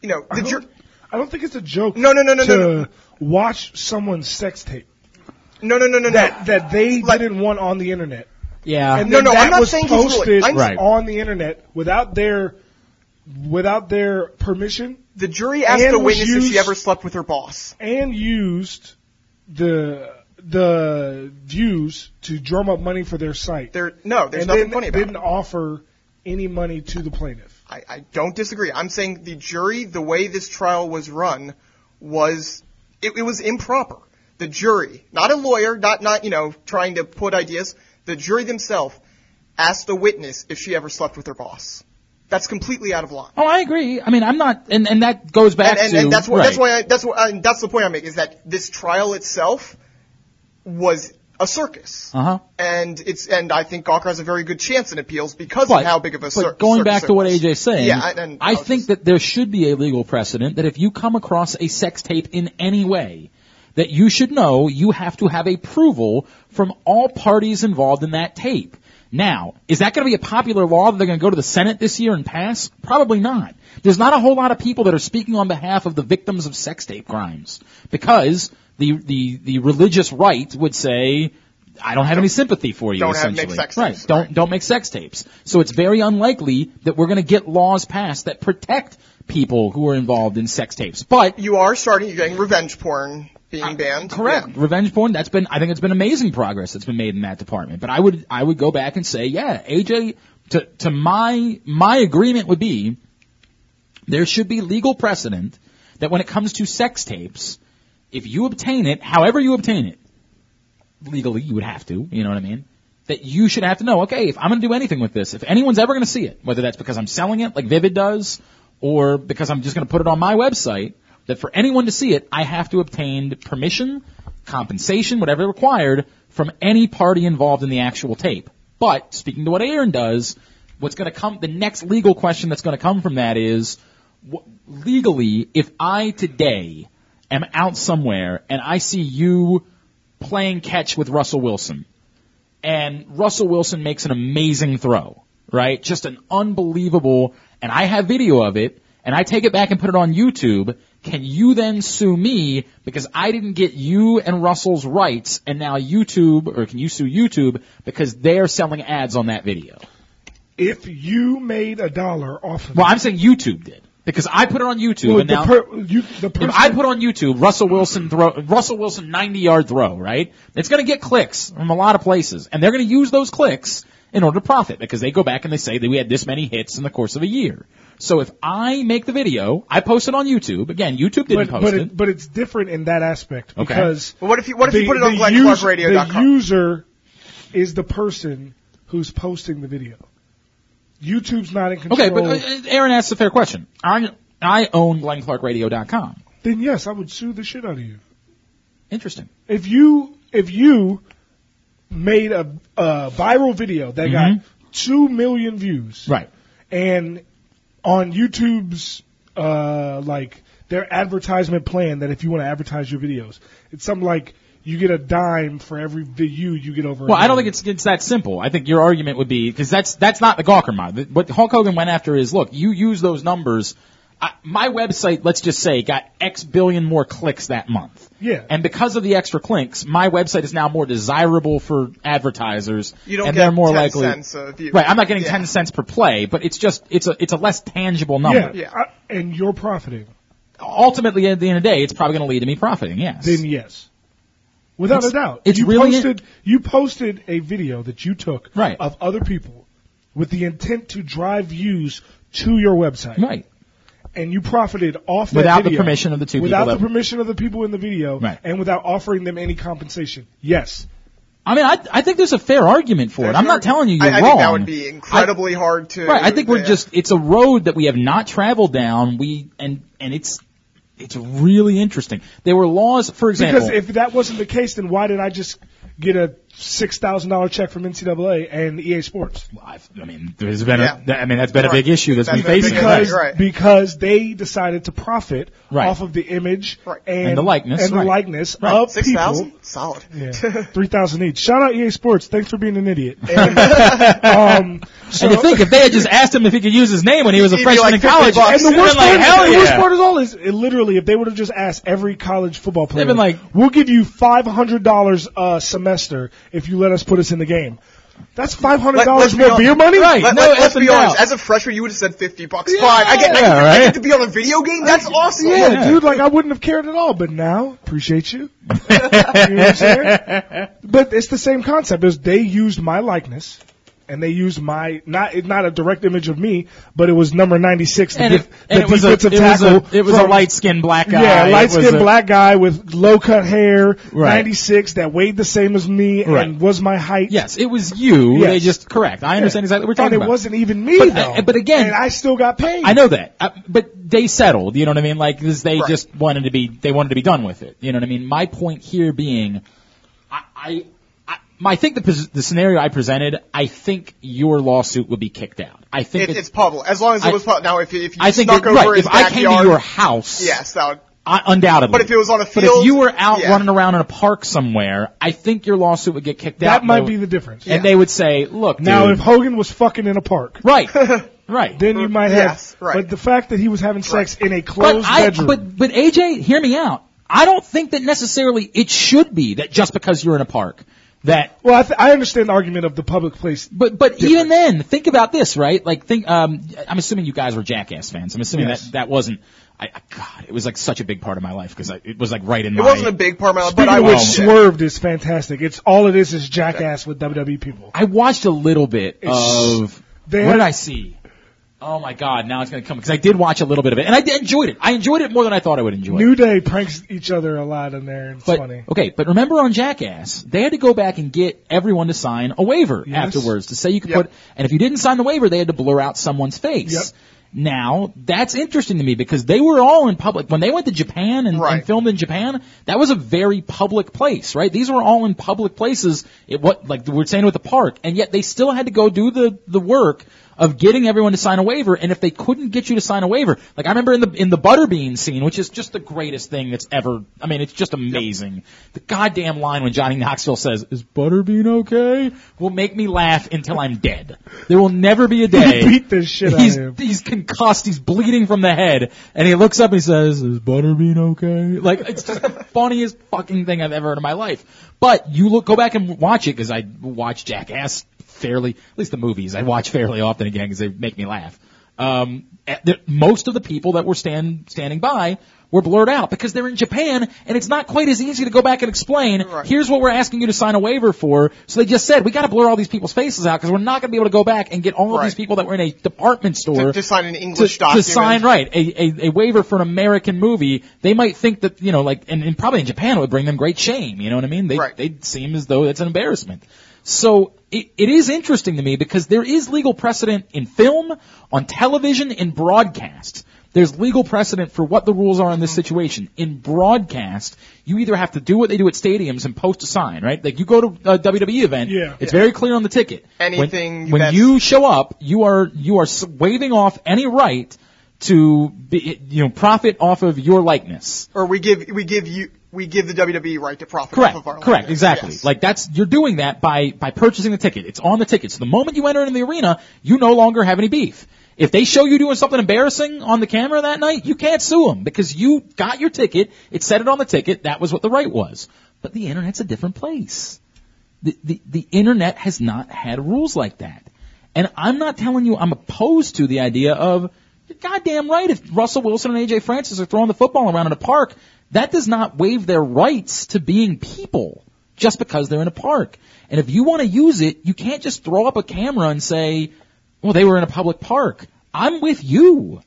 [SPEAKER 3] you know, the jury.
[SPEAKER 1] I don't think it's a joke.
[SPEAKER 3] No, no, no, no,
[SPEAKER 1] to
[SPEAKER 3] no, no.
[SPEAKER 1] watch someone's sex tape
[SPEAKER 3] No, no, no, no,
[SPEAKER 1] that
[SPEAKER 3] no.
[SPEAKER 1] that they
[SPEAKER 3] Like-
[SPEAKER 1] didn't want on the internet.
[SPEAKER 2] yeah.
[SPEAKER 1] And
[SPEAKER 3] No,
[SPEAKER 1] then
[SPEAKER 3] no,
[SPEAKER 1] that
[SPEAKER 3] I'm not
[SPEAKER 1] was
[SPEAKER 3] saying he's ruling.
[SPEAKER 1] posted
[SPEAKER 3] I'm-
[SPEAKER 2] Right.
[SPEAKER 1] on the internet without their without their permission
[SPEAKER 3] The jury asked
[SPEAKER 1] And
[SPEAKER 3] the
[SPEAKER 1] was
[SPEAKER 3] witness if
[SPEAKER 1] used-
[SPEAKER 3] she ever slept with her boss.
[SPEAKER 1] and used the the views to drum up money for their site.
[SPEAKER 3] There, no, there's
[SPEAKER 1] and
[SPEAKER 3] nothing
[SPEAKER 1] then
[SPEAKER 3] funny about
[SPEAKER 1] didn't
[SPEAKER 3] it.
[SPEAKER 1] offer any money to the plaintiff.
[SPEAKER 3] I, I don't disagree. I'm saying the jury, the way this trial was run, was it, it was improper. The jury, not a lawyer, not not you know trying to put ideas. The jury themselves asked the witness if she ever slept with her boss. That's completely out of line.
[SPEAKER 2] oh, I agree. I mean, I'm not, and and that goes back
[SPEAKER 3] and, and,
[SPEAKER 2] to
[SPEAKER 3] and that's what
[SPEAKER 2] right.
[SPEAKER 3] that's why I, that's what I, that's the point I make is that this trial itself was a circus.
[SPEAKER 2] Uh huh.
[SPEAKER 3] and it's and I think Gawker has a very good chance in appeals because
[SPEAKER 2] But,
[SPEAKER 3] of how big of a
[SPEAKER 2] but
[SPEAKER 3] cir-
[SPEAKER 2] going
[SPEAKER 3] circus
[SPEAKER 2] back
[SPEAKER 3] it
[SPEAKER 2] to what
[SPEAKER 3] was.
[SPEAKER 2] AJ's saying,
[SPEAKER 3] Yeah, I- and
[SPEAKER 2] I
[SPEAKER 3] I'll
[SPEAKER 2] think
[SPEAKER 3] just-
[SPEAKER 2] that there should be a legal precedent that if you come across a sex tape in any way, that you should know you have to have approval from all parties involved in that tape. Now, is that going to be a popular law that they're going to go to the Senate this year and pass? Probably not. There's not a whole lot of people that are speaking on behalf of the victims of sex tape crimes because the the the religious right would say, I don't have any sympathy for you.
[SPEAKER 3] Don't have- make
[SPEAKER 2] essentially,
[SPEAKER 3] sex
[SPEAKER 2] right?
[SPEAKER 3] tapes.
[SPEAKER 2] Don't don't don't make sex tapes. So it's very unlikely that we're going to get laws passed that protect people who are involved in sex tapes. But
[SPEAKER 3] you are starting you're getting revenge porn being banned.
[SPEAKER 2] correct,
[SPEAKER 3] Yeah.
[SPEAKER 2] revenge porn. That's been I think it's been amazing progress that's been made in that department. But I would I would go back and say yeah, AJ. To to my my agreement would be there should be legal precedent that when it comes to sex tapes, if you obtain it, however you obtain it, legally you would have to, you know what I mean? That you should have to know, okay, if I'm gonna do anything with this, if anyone's ever gonna see it, whether that's because I'm selling it like Vivid does, or because I'm just gonna put it on my website, that for anyone to see it, I have to obtain permission, compensation, whatever required, from any party involved in the actual tape. But, speaking to what Aaron does, what's gonna come, the next legal question that's gonna come from that is, wh- legally, if I today am out somewhere and I see you playing catch with Russell Wilson, and Russell Wilson makes an amazing throw, right? Just an unbelievable, and I have video of it, and I take it back and put it on YouTube. Can you then sue me because I didn't get you and Russell's rights and now YouTube, or can you sue YouTube because they're selling ads on that video?
[SPEAKER 1] If you made a dollar off of
[SPEAKER 2] Well,
[SPEAKER 1] it,
[SPEAKER 2] I'm saying YouTube did. Because I put it on YouTube
[SPEAKER 1] Well,
[SPEAKER 2] and
[SPEAKER 1] the,
[SPEAKER 2] now.
[SPEAKER 1] per, you, the person,
[SPEAKER 2] If I put on YouTube Russell Wilson throw Russell Wilson 90 yard throw, right? It's going to get clicks from a lot of places, and they're going to use those clicks in order to profit because they go back and they say that we had this many hits in the course of a year. So if I make the video, I post it on YouTube. Again, YouTube
[SPEAKER 1] but,
[SPEAKER 2] didn't post
[SPEAKER 1] but,
[SPEAKER 2] it.
[SPEAKER 1] it, but it's different in that aspect
[SPEAKER 2] Okay.
[SPEAKER 1] because
[SPEAKER 3] But what if you what if
[SPEAKER 1] the,
[SPEAKER 3] you put it on
[SPEAKER 1] the user- The
[SPEAKER 3] glennclarkradio.com?
[SPEAKER 1] user is the person who's posting the video. YouTube's not in control.
[SPEAKER 2] Okay, but uh, Aaron asked a fair question. I I own glennclarkradio.com.
[SPEAKER 1] then yes, I would sue the shit out of you.
[SPEAKER 2] Interesting.
[SPEAKER 1] If you if you made a, a viral video that
[SPEAKER 2] Mhm.
[SPEAKER 1] got two million views,
[SPEAKER 2] Right.
[SPEAKER 1] and on YouTube's uh, like their advertisement plan that if you want to advertise your videos, it's something like you get a dime for every view you get over. a
[SPEAKER 2] Well, I don't think
[SPEAKER 1] million.
[SPEAKER 2] it's it's that simple. I think your argument would be because that's that's not the Gawker model. What Hulk Hogan went after is look, you use those numbers. I, my website, let's just say, got X billion more clicks that month.
[SPEAKER 1] Yeah.
[SPEAKER 2] And because of the extra clicks, my website is now more desirable for advertisers.
[SPEAKER 3] You don't
[SPEAKER 2] and
[SPEAKER 3] get
[SPEAKER 2] they're more
[SPEAKER 3] 10
[SPEAKER 2] likely.
[SPEAKER 3] cents a view.
[SPEAKER 2] Right. I'm not getting
[SPEAKER 3] Yeah.
[SPEAKER 2] ten cents per play, but it's just it's a it's a less tangible number.
[SPEAKER 1] yeah, I- and you're profiting.
[SPEAKER 2] Ultimately, at the end of the day, it's probably going to lead to me profiting. Yes.
[SPEAKER 1] Then yes. Without
[SPEAKER 2] It's-
[SPEAKER 1] a doubt.
[SPEAKER 2] it's
[SPEAKER 1] you
[SPEAKER 2] really-
[SPEAKER 1] posted you posted a video that you took
[SPEAKER 2] Right.
[SPEAKER 1] of other people with the intent to drive views to your website.
[SPEAKER 2] right.
[SPEAKER 1] And you profited off that
[SPEAKER 2] Without the
[SPEAKER 1] video.
[SPEAKER 2] permission of the two
[SPEAKER 1] Without
[SPEAKER 2] people
[SPEAKER 1] the
[SPEAKER 2] that-
[SPEAKER 1] permission of the people in the video
[SPEAKER 2] Right.
[SPEAKER 1] and without offering them any compensation. Yes.
[SPEAKER 2] I mean, I I think there's a fair argument for it. I'm not telling you you're
[SPEAKER 3] I, I
[SPEAKER 2] wrong.
[SPEAKER 3] think that would be incredibly hard to.
[SPEAKER 2] Right. I think we're
[SPEAKER 3] yeah.
[SPEAKER 2] just it's a road that we have not traveled down. We and and it's it's really interesting. There were laws, for example.
[SPEAKER 1] Because if that wasn't the case, then why did I just get a six thousand dollar check from NCAA and EA Sports?
[SPEAKER 2] I've- I mean, there's been
[SPEAKER 3] Yeah.
[SPEAKER 2] a, that- I mean, that's been a
[SPEAKER 3] Right.
[SPEAKER 2] big issue that's been
[SPEAKER 3] That's been a
[SPEAKER 2] facing
[SPEAKER 3] big
[SPEAKER 2] us.
[SPEAKER 1] because
[SPEAKER 3] issue. Right.
[SPEAKER 1] because they decided to profit
[SPEAKER 2] Right.
[SPEAKER 1] off of the image
[SPEAKER 3] Right.
[SPEAKER 1] and,
[SPEAKER 2] And the likeness,
[SPEAKER 1] and the
[SPEAKER 2] right.
[SPEAKER 1] likeness
[SPEAKER 2] Right.
[SPEAKER 1] of
[SPEAKER 3] six
[SPEAKER 1] people.
[SPEAKER 3] thousand solid.
[SPEAKER 1] Three thousand each. Shout out EA Sports. Thanks for being an idiot. And, um, so-
[SPEAKER 2] And to think if they had just asked him if he could use his name when he was a
[SPEAKER 3] He'd be
[SPEAKER 2] freshman
[SPEAKER 3] like
[SPEAKER 2] in
[SPEAKER 3] 50
[SPEAKER 2] college,
[SPEAKER 3] bucks.
[SPEAKER 2] and
[SPEAKER 1] and the worst,
[SPEAKER 2] like,
[SPEAKER 1] part,
[SPEAKER 2] hell
[SPEAKER 1] the
[SPEAKER 2] yeah.
[SPEAKER 1] worst part of all is it literally if they would have just asked every college football player,
[SPEAKER 2] They've been like-
[SPEAKER 1] "We'll give you five hundred dollars a semester if you let us put us in the game." That's five hundred dollars
[SPEAKER 3] Let- let's
[SPEAKER 1] more
[SPEAKER 3] be
[SPEAKER 1] beer
[SPEAKER 3] honest.
[SPEAKER 1] money.
[SPEAKER 2] Right.
[SPEAKER 3] Let,
[SPEAKER 2] No
[SPEAKER 3] us
[SPEAKER 2] effing
[SPEAKER 3] be honest.
[SPEAKER 2] doubt.
[SPEAKER 3] As a freshman, you would have said fifty bucks. Fine. I get, I,
[SPEAKER 2] yeah,
[SPEAKER 3] get, I
[SPEAKER 2] right?
[SPEAKER 3] get to be on a video game. That's awesome.
[SPEAKER 1] Yeah, dude, like I wouldn't have cared at all, but now appreciate you. you know what I'm saying? But it's the same concept. Is they used my likeness and they used my not it- not a direct image of me, but it was number 96 the,
[SPEAKER 2] And
[SPEAKER 1] def-
[SPEAKER 2] it, and
[SPEAKER 1] the
[SPEAKER 2] it was a it
[SPEAKER 1] defensive
[SPEAKER 2] was
[SPEAKER 1] tackle.
[SPEAKER 2] a, it was a
[SPEAKER 1] from-
[SPEAKER 2] light skinned black guy.
[SPEAKER 1] yeah,
[SPEAKER 2] It
[SPEAKER 1] light
[SPEAKER 2] was
[SPEAKER 1] skinned
[SPEAKER 2] a-
[SPEAKER 1] black guy with low cut hair,
[SPEAKER 2] Right.
[SPEAKER 1] 96 that weighed the same as me
[SPEAKER 2] Right.
[SPEAKER 1] and was my height.
[SPEAKER 2] Yes, it was you.
[SPEAKER 1] Yes.
[SPEAKER 2] They just correct. I understand exactly what we're talking
[SPEAKER 1] and
[SPEAKER 2] about.
[SPEAKER 1] it wasn't even me
[SPEAKER 2] But-
[SPEAKER 1] though.
[SPEAKER 2] uh, but again-
[SPEAKER 1] and I still got paid.
[SPEAKER 2] I know that, uh, but they settled. You know what I mean? Like 'cause they
[SPEAKER 3] Right.
[SPEAKER 2] just wanted to be, they wanted to be done with it. You know what I mean? My point here being, I, I, I, my- I think the pos- the scenario I presented, I think your lawsuit would be kicked out. I think
[SPEAKER 3] It,
[SPEAKER 2] it-
[SPEAKER 3] it's public. As long as it
[SPEAKER 2] I-
[SPEAKER 3] was public. Now, if, if you
[SPEAKER 2] I think
[SPEAKER 3] snuck
[SPEAKER 2] it-
[SPEAKER 3] over
[SPEAKER 2] right.
[SPEAKER 3] his
[SPEAKER 2] If I came to
[SPEAKER 3] backyard-
[SPEAKER 2] your house,
[SPEAKER 3] yes, that would,
[SPEAKER 2] I, undoubtedly.
[SPEAKER 3] But if it was on a
[SPEAKER 2] but if
[SPEAKER 3] field,
[SPEAKER 2] you were out
[SPEAKER 3] yeah.
[SPEAKER 2] running around in a park somewhere, I think your lawsuit would get kicked out.
[SPEAKER 1] that
[SPEAKER 2] and
[SPEAKER 1] might
[SPEAKER 2] they-
[SPEAKER 1] be the difference.
[SPEAKER 2] And they would say, look,
[SPEAKER 1] now if
[SPEAKER 2] dude,
[SPEAKER 1] Hogan was fucking in a park,
[SPEAKER 2] right, right,
[SPEAKER 1] then you might have.
[SPEAKER 3] Yes, right.
[SPEAKER 1] But the fact that he was having sex in a
[SPEAKER 2] But
[SPEAKER 1] closed
[SPEAKER 2] I,
[SPEAKER 1] bedroom.
[SPEAKER 2] but but AJ, hear me out. I don't think that necessarily it should be that just because you're in a park that.
[SPEAKER 1] well, I, th- I understand the argument of the public place.
[SPEAKER 2] But but even then, think about this, right? Like think. Um, I'm assuming you guys were Jackass fans. I'm assuming
[SPEAKER 1] Yes.
[SPEAKER 2] that that wasn't. I, I God, it was like such a big part of my life because it was like right in
[SPEAKER 3] it
[SPEAKER 2] my.
[SPEAKER 3] wasn't a big part of my life, but
[SPEAKER 1] Speaking
[SPEAKER 3] I
[SPEAKER 1] of
[SPEAKER 3] would.
[SPEAKER 1] which, Swerved is fantastic. It's all it is is jackass with WWE people.
[SPEAKER 2] I watched a little bit of.
[SPEAKER 1] they
[SPEAKER 2] what
[SPEAKER 1] had-
[SPEAKER 2] did I see? Oh my God! Now it's gonna come because I did watch a little bit of it and I did- enjoyed it. I enjoyed it more than I thought I would enjoy. it.
[SPEAKER 1] New Day pranks each other a lot in there. and It's
[SPEAKER 2] But
[SPEAKER 1] funny.
[SPEAKER 2] okay, but remember on Jackass, they had to go back and get everyone to sign a waiver
[SPEAKER 1] Yes.
[SPEAKER 2] afterwards to say you could
[SPEAKER 3] Yep.
[SPEAKER 2] put. And if you didn't sign the waiver, they had to blur out someone's face.
[SPEAKER 1] Yep.
[SPEAKER 2] Now that's interesting to me because they were all in public when they went to Japan and,
[SPEAKER 3] Right.
[SPEAKER 2] and filmed in Japan. That was a very public place, right? These were all in public places. It what like we're saying with the park, and yet they still had to go do the the work. of getting everyone to sign a waiver. And if they couldn't get you to sign a waiver, like I remember in the in the butterbean scene, which is just the greatest thing that's ever. I mean, it's just amazing. The goddamn line when Johnny Knoxville says, "Is butterbean okay?" will make me laugh until I'm dead. There will never be a day.
[SPEAKER 1] Beat the shit out of
[SPEAKER 2] he's,
[SPEAKER 1] him.
[SPEAKER 2] He's concussed. He's bleeding from the head, and he looks up and he says, "Is Butterbean okay?" Like it's just the funniest fucking thing I've ever heard in my life. But you look, go back and watch it because I watch Jackass fairly, at least the movies. I watch fairly often again because they make me laugh. Um, at the, most of the people that were stand standing by were blurred out because they're in Japan and it's not quite as easy to go back and explain.
[SPEAKER 3] Right.
[SPEAKER 2] Here's what we're asking you to sign a waiver for. So they just said we got to blur all these people's faces out because we're not going to be able to go back and get all of
[SPEAKER 3] Right.
[SPEAKER 2] these people that were in a department store
[SPEAKER 3] to, to sign an
[SPEAKER 2] to,
[SPEAKER 3] English
[SPEAKER 2] to
[SPEAKER 3] document.
[SPEAKER 2] sign right a, a, a waiver for an American movie, they might think that you know like and, and probably in Japan it would bring them great shame. You know what I mean? They
[SPEAKER 3] Right.
[SPEAKER 2] they'd seem as though it's an embarrassment. So it, it is interesting to me because there is legal precedent in film, on television, in broadcast. There's legal precedent for what the rules are in this situation. In broadcast, you either have to do what they do at stadiums and post a sign, right? Like you go to a WWE event,
[SPEAKER 1] Yeah.
[SPEAKER 2] it's very clear on the ticket. When-
[SPEAKER 3] Anything
[SPEAKER 2] when,
[SPEAKER 3] that's-
[SPEAKER 2] you show up, you are you are s- waiving off any right to be, you know profit off of your likeness.
[SPEAKER 3] Or we give we give you we give the WWE right to profit
[SPEAKER 2] Correct.
[SPEAKER 3] off of our
[SPEAKER 2] correct.
[SPEAKER 3] likeness.
[SPEAKER 2] Exactly.
[SPEAKER 3] Yes.
[SPEAKER 2] Like that's you're doing that by by purchasing the ticket. It's on the ticket. So the moment you enter into the arena, you no longer have any beef. If they show you doing something embarrassing on the camera that night, you can't sue them because you got your ticket. It said it on the ticket. That was what the right was. But the internet's a different place. the, the, the internet has not had rules like that. And I'm not telling you I'm opposed to the idea of, you're goddamn right, if Russell Wilson and AJ Francis are throwing the football around in a park, that does not waive their rights to being people just because they're in a park. And if you want to use it, you can't just throw up a camera and say, well, they were in a public park. I'm with you.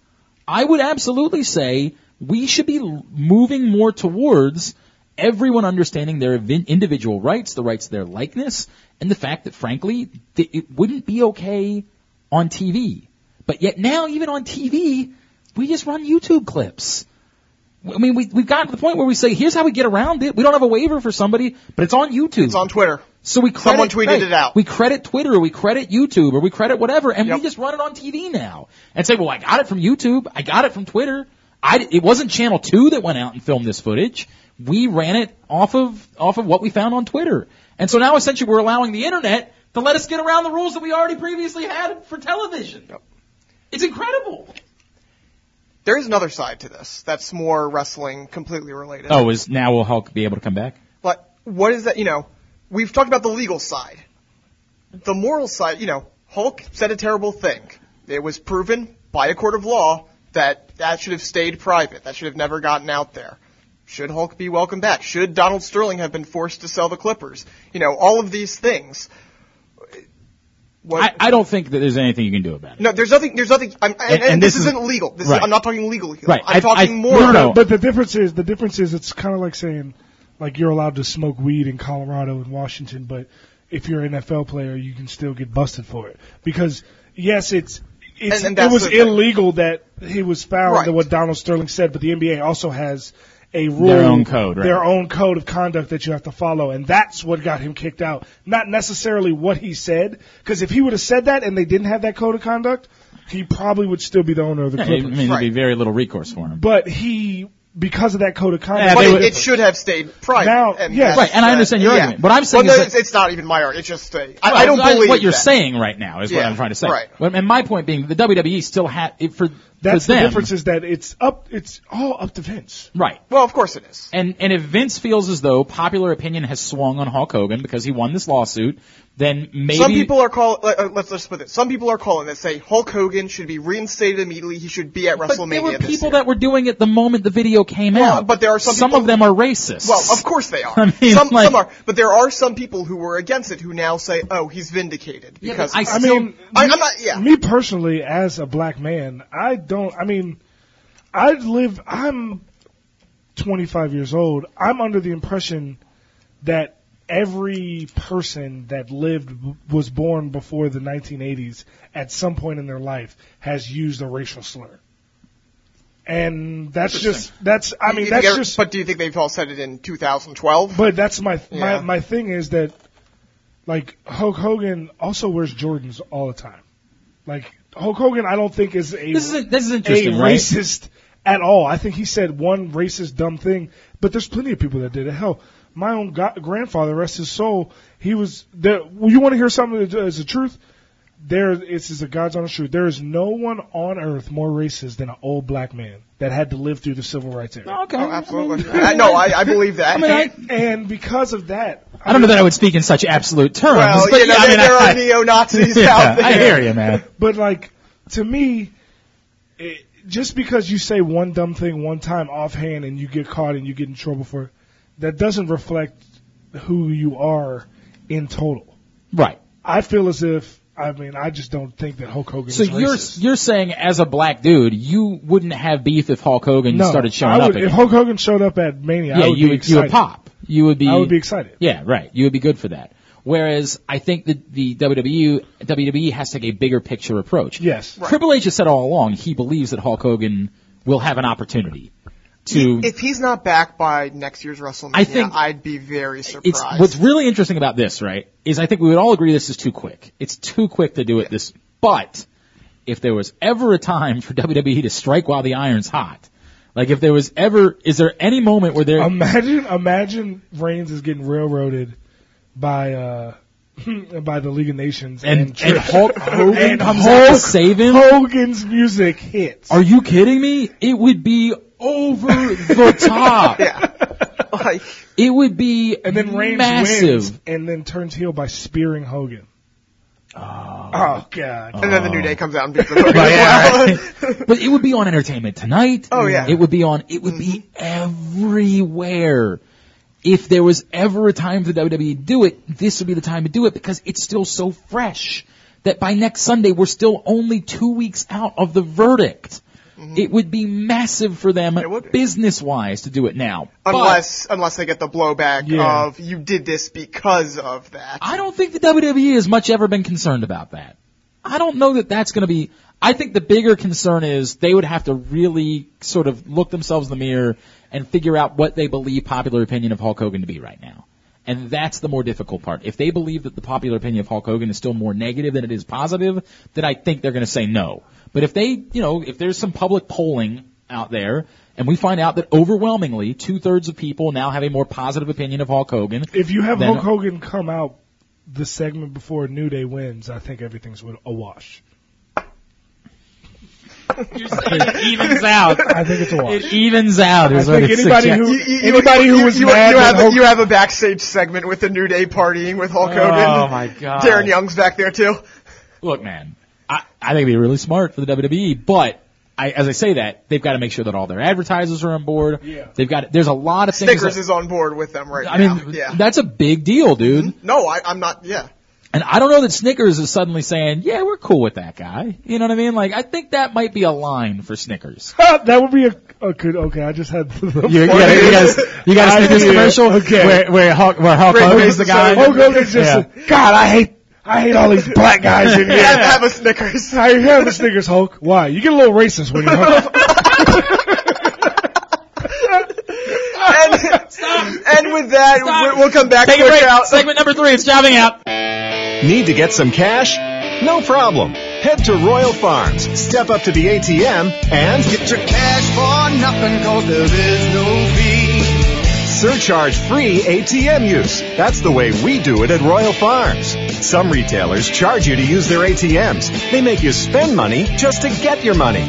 [SPEAKER 2] I would absolutely say we should be l- moving more towards everyone understanding their evin- individual rights, the rights to their likeness, and the fact that, frankly, th- it wouldn't be okay on TV. But yet now, even on TV, we just run YouTube clips. I mean, we, we've gotten to the point where we say, here's how we get around it. We don't have a waiver for somebody, but it's on YouTube.
[SPEAKER 3] It's on Twitter.
[SPEAKER 2] So we credit,
[SPEAKER 3] Someone tweeted
[SPEAKER 2] right,
[SPEAKER 3] it out.
[SPEAKER 2] We credit Twitter, or we credit YouTube, or we credit whatever, and we
[SPEAKER 3] Yep.
[SPEAKER 2] just run it on TV now and say, "Well, I got it from YouTube, I got it from Twitter." I, it wasn't Channel Two that went out and filmed this footage. We ran it off of off of what we found on Twitter, and so now essentially we're allowing the internet to let us get around the rules that we already previously had for television. It's incredible.
[SPEAKER 3] There is another side to this that's more wrestling completely related.
[SPEAKER 2] Oh, is now will Hulk be able to come back?
[SPEAKER 3] But what is that? You know, we've talked about the legal side, the moral side. You know, Hulk said a terrible thing. It was proven by a court of law that that should have stayed private. That should have never gotten out there. Should Hulk be welcome back? Should Donald Sterling have been forced to sell the Clippers? You know, all of these things. What,
[SPEAKER 2] I don't think that there's anything you can do about it.
[SPEAKER 3] no, there's nothing. There's nothing. I'm, and,
[SPEAKER 2] And- and
[SPEAKER 3] this,
[SPEAKER 2] this is-
[SPEAKER 3] isn't legal. This
[SPEAKER 2] right.
[SPEAKER 3] is, I'm not talking legal. Here.
[SPEAKER 2] Right. I-
[SPEAKER 3] I'm talking
[SPEAKER 2] I-
[SPEAKER 3] more.
[SPEAKER 2] no, no, no.
[SPEAKER 1] But the difference is the difference is it's kind of like saying like you're allowed to smoke weed in Colorado and Washington, but if you're an NFL player, you can still get busted for it because yes, it's. It's,
[SPEAKER 3] And- and
[SPEAKER 1] it
[SPEAKER 3] that's
[SPEAKER 1] was
[SPEAKER 3] the thing.
[SPEAKER 1] illegal that he was found
[SPEAKER 3] Right.
[SPEAKER 1] that what Donald Sterling said, but the NBA also has a rule,
[SPEAKER 2] Their own code, right.
[SPEAKER 1] their own code of conduct that you have to follow, and that's what got him kicked out. Not necessarily what he said, because if he would have said that and they didn't have that code of conduct, he probably would still be the owner of the
[SPEAKER 2] I
[SPEAKER 1] Clippers.
[SPEAKER 2] mean, there'd be very little recourse for him.
[SPEAKER 1] But he, because of that code of
[SPEAKER 2] Yeah,
[SPEAKER 1] conduct,
[SPEAKER 3] But
[SPEAKER 2] they
[SPEAKER 3] it,
[SPEAKER 2] would-
[SPEAKER 3] it should have stayed private.
[SPEAKER 1] Now-
[SPEAKER 3] and
[SPEAKER 1] yes.
[SPEAKER 3] that's-
[SPEAKER 2] Right, and I understand your
[SPEAKER 3] yeah.
[SPEAKER 2] argument. What I'm saying
[SPEAKER 3] Well,
[SPEAKER 2] is
[SPEAKER 3] no,
[SPEAKER 2] that-
[SPEAKER 3] it's, it's not even my argument. It's just a, I, I don't
[SPEAKER 2] Well,
[SPEAKER 3] believe
[SPEAKER 2] what you're
[SPEAKER 3] that.
[SPEAKER 2] saying right now is what
[SPEAKER 3] Yeah,
[SPEAKER 2] I'm trying to say.
[SPEAKER 3] right.
[SPEAKER 2] Well, And my point being, the WWE still had it for
[SPEAKER 1] that's
[SPEAKER 2] for
[SPEAKER 1] the
[SPEAKER 2] them,
[SPEAKER 1] difference is that it's up, it's all up to Vince.
[SPEAKER 2] right?
[SPEAKER 3] Well, of course it is.
[SPEAKER 2] And and if Vince feels as though popular opinion has swung on Hulk Hogan because he won this lawsuit, then maybe
[SPEAKER 3] Some people are call. uh, Uh, let's let's put it. Some people are calling that say Hulk Hogan should be reinstated immediately. He should be at
[SPEAKER 2] But
[SPEAKER 3] WrestleMania.
[SPEAKER 2] there were
[SPEAKER 3] this
[SPEAKER 2] people
[SPEAKER 3] year.
[SPEAKER 2] that were doing it the moment the video came
[SPEAKER 3] Well,
[SPEAKER 2] out.
[SPEAKER 3] but there are some
[SPEAKER 2] some
[SPEAKER 3] people-
[SPEAKER 2] of them are racist.
[SPEAKER 3] Well, of course they are.
[SPEAKER 2] I mean,
[SPEAKER 3] some,
[SPEAKER 2] like-
[SPEAKER 3] some are, but there are some people who were against it who now say, "Oh, he's vindicated."
[SPEAKER 2] Yeah,
[SPEAKER 3] Because
[SPEAKER 2] but I
[SPEAKER 1] I mean,
[SPEAKER 3] I, am not. Yeah,
[SPEAKER 1] me personally, as a black man, I don't. I mean, I live. I'm 25 years old. I'm under the impression that every person that lived was born before the 1980s at some point in their life has used a racial slur. And that's just that's. I
[SPEAKER 3] You
[SPEAKER 1] mean,
[SPEAKER 3] think
[SPEAKER 1] that's
[SPEAKER 3] every-
[SPEAKER 1] just.
[SPEAKER 3] But do you think they've all said it in 2012?
[SPEAKER 1] But that's my my
[SPEAKER 3] Yeah.
[SPEAKER 1] my thing is that like Hulk Hogan also wears Jordans all the time. Like Hulk Hogan, I don't think is a
[SPEAKER 2] This is this is
[SPEAKER 1] a
[SPEAKER 2] interesting, right?
[SPEAKER 1] racist at all. I think he said one racist dumb thing, but there's plenty of people that did it. Hell, my own go- grandfather, rest his soul, he was. There, well, you want to hear something that is the truth? There, it's is a God's honest truth. There is no one on earth more racist than an old black man that had to live through the civil rights era.
[SPEAKER 2] Okay.
[SPEAKER 3] Oh, absolutely. I, no, I, I believe that.
[SPEAKER 2] I mean, I,
[SPEAKER 1] And because of that,
[SPEAKER 2] I don't know that I would speak in such absolute terms.
[SPEAKER 3] well,
[SPEAKER 2] but
[SPEAKER 3] you know,
[SPEAKER 2] yeah, I mean,
[SPEAKER 3] there, there
[SPEAKER 2] I,
[SPEAKER 3] are neo Nazis
[SPEAKER 2] yeah,
[SPEAKER 3] out there.
[SPEAKER 2] I hear you, man.
[SPEAKER 1] But like to me, it, just because you say one dumb thing one time offhand and you get caught and you get in trouble for it, that doesn't reflect who you are in total.
[SPEAKER 2] Right.
[SPEAKER 1] I feel as if I mean I just don't think that Hulk Hogan.
[SPEAKER 2] So
[SPEAKER 1] is
[SPEAKER 2] you're
[SPEAKER 1] racist.
[SPEAKER 2] you're saying as a black dude, you wouldn't have beef if Hulk Hogan
[SPEAKER 1] no,
[SPEAKER 2] started showing
[SPEAKER 1] I
[SPEAKER 2] up
[SPEAKER 1] would,
[SPEAKER 2] again.
[SPEAKER 1] If Hulk Hogan showed up at Mania,
[SPEAKER 2] yeah,
[SPEAKER 1] I would
[SPEAKER 2] you
[SPEAKER 1] be
[SPEAKER 2] would you would
[SPEAKER 1] excited.
[SPEAKER 2] pop. You would be.
[SPEAKER 1] I would be excited.
[SPEAKER 2] Yeah, right. You would be good for that. Whereas I think that the E, WWE WWE has to take a bigger picture approach.
[SPEAKER 1] Yes.
[SPEAKER 2] Triple H has said all along he believes that Hulk Hogan will have an opportunity to.
[SPEAKER 3] If he's not back by next year's WrestleMania,
[SPEAKER 2] I think-
[SPEAKER 3] I'd be very surprised.
[SPEAKER 2] it's what's really interesting about this, right? Is I think we would all agree this is too quick. It's too quick to do it this. But if there was ever a time for WWE to strike while the iron's hot, like if there was ever, is there any moment where there?
[SPEAKER 1] Imagine, imagine Reigns is getting railroaded by uh by the League of Nations
[SPEAKER 2] and,
[SPEAKER 1] Triple-
[SPEAKER 2] and Hulk Hogan
[SPEAKER 1] and
[SPEAKER 2] comes out to
[SPEAKER 1] Hulk
[SPEAKER 2] save him.
[SPEAKER 1] Hogan's music hits.
[SPEAKER 2] Are you kidding me? It would be over the top.
[SPEAKER 3] like,
[SPEAKER 2] It would be
[SPEAKER 1] And then Reigns
[SPEAKER 2] massive.
[SPEAKER 1] wins and then turns heel by spearing Hogan. Oh, God.
[SPEAKER 2] Oh.
[SPEAKER 3] and then the New Day comes out and beats the Hogan
[SPEAKER 2] But,
[SPEAKER 3] as
[SPEAKER 2] yeah,
[SPEAKER 3] well.
[SPEAKER 2] right. But it would be on Entertainment Tonight.
[SPEAKER 3] Oh, yeah. Mm-hmm.
[SPEAKER 2] It would be on. It would be everywhere. If there was ever a time for the WWE to do it, this would be the time to do it because it's still so fresh that by next Sunday we're still only two weeks out of the verdict. It would be massive for them
[SPEAKER 3] Mm-hmm. would be.
[SPEAKER 2] business wise to do it now. But-
[SPEAKER 3] Unless, unless they get the blowback
[SPEAKER 1] Yeah.
[SPEAKER 3] of you did this because of that.
[SPEAKER 2] I don't think the WWE has much ever been concerned about that. I don't know that that's going to be. I think the bigger concern is they would have to really sort of look themselves in the mirror and figure out what they believe popular opinion of Hulk Hogan to be right now. And that's the more difficult part. If they believe that the popular opinion of Hulk Hogan is still more negative than it is positive, then I think they're going to say no. But if they, you know, if there's some public polling out there and we find out that overwhelmingly two thirds of people now have a more positive opinion of Hulk Hogan,
[SPEAKER 1] If you have
[SPEAKER 2] Then-
[SPEAKER 1] Hulk Hogan come out the segment before New Day wins, I think everything's wi- a wash.
[SPEAKER 2] You're saying it evens out.
[SPEAKER 1] I think it's a wash.
[SPEAKER 2] It evens out.
[SPEAKER 1] I
[SPEAKER 2] Is what
[SPEAKER 1] think
[SPEAKER 2] it's
[SPEAKER 1] anybody
[SPEAKER 2] suggest-
[SPEAKER 1] who
[SPEAKER 3] You- you-
[SPEAKER 1] anybody
[SPEAKER 3] you-
[SPEAKER 1] who was
[SPEAKER 3] you,
[SPEAKER 1] mad
[SPEAKER 3] you
[SPEAKER 1] that
[SPEAKER 3] have, a-
[SPEAKER 1] Hulk-
[SPEAKER 3] you have a backstage segment with the New Day partying with Hulk Hogan.
[SPEAKER 2] Oh my God.
[SPEAKER 3] Darren Young's back there too.
[SPEAKER 2] look, man. I, I think it'd be really smart for the WWE, but I, as I say that, they've got to make sure that all their advertisers are on board.
[SPEAKER 1] Yeah.
[SPEAKER 2] They've got. There's a lot of things.
[SPEAKER 3] Snickers
[SPEAKER 2] that-
[SPEAKER 3] is on board with them right
[SPEAKER 2] I
[SPEAKER 3] now.
[SPEAKER 2] mean,
[SPEAKER 3] yeah.
[SPEAKER 2] that's a big deal, dude.
[SPEAKER 3] no, I, I'm not. Yeah.
[SPEAKER 2] And I don't know that Snickers is suddenly saying, "Yeah, we're cool with that guy." You know what I mean? Like, I think that might be a line for Snickers.
[SPEAKER 1] that would be a, a good. Okay, I just had. The
[SPEAKER 2] You, you, got, you, got, you got a
[SPEAKER 1] I
[SPEAKER 2] Snickers
[SPEAKER 1] do.
[SPEAKER 2] commercial
[SPEAKER 1] Okay.
[SPEAKER 2] where where Hulk, where Hulk
[SPEAKER 3] Great
[SPEAKER 2] Hogan's
[SPEAKER 3] face
[SPEAKER 2] the
[SPEAKER 3] to
[SPEAKER 2] guy.
[SPEAKER 1] Hulk Hogan's just
[SPEAKER 2] Yeah.
[SPEAKER 1] like, God, I hate I hate all these black guys in
[SPEAKER 3] You have to
[SPEAKER 1] here.
[SPEAKER 3] have a Snickers.
[SPEAKER 1] I have the Snickers Hulk. Why? You get a little racist when you're Hulk.
[SPEAKER 3] and, and with that, we'll, we'll come back
[SPEAKER 2] Take a
[SPEAKER 3] switch
[SPEAKER 2] break.
[SPEAKER 3] out.
[SPEAKER 2] Segment number three. It's jobbing out.
[SPEAKER 8] Need to get some cash? No problem. Head to Royal Farms, step up to the ATM, and get your cash for nothing cause there is no fee. Surcharge free ATM use. That's the way we do it at Royal Farms. Some retailers charge you to use their ATMs. They make you spend money just to get your money.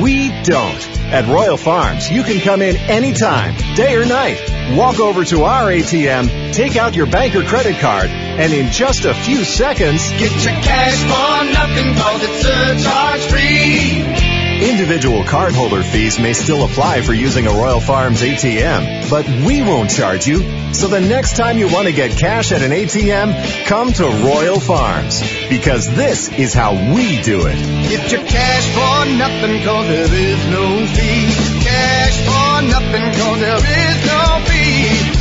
[SPEAKER 8] We don't. At Royal Farms, you can come in anytime, day or night. Walk over to our ATM, take out your bank or credit card, and in just a few seconds, get your cash for nothing cause it's surcharge free. Individual cardholder fees may still apply for using a Royal Farms ATM, but we won't charge you. So the next time you want to get cash at an ATM, come to Royal Farms, because this is how we do it. Get your cash for nothing, cause there is no fee. Cash for nothing, cause there is no fee.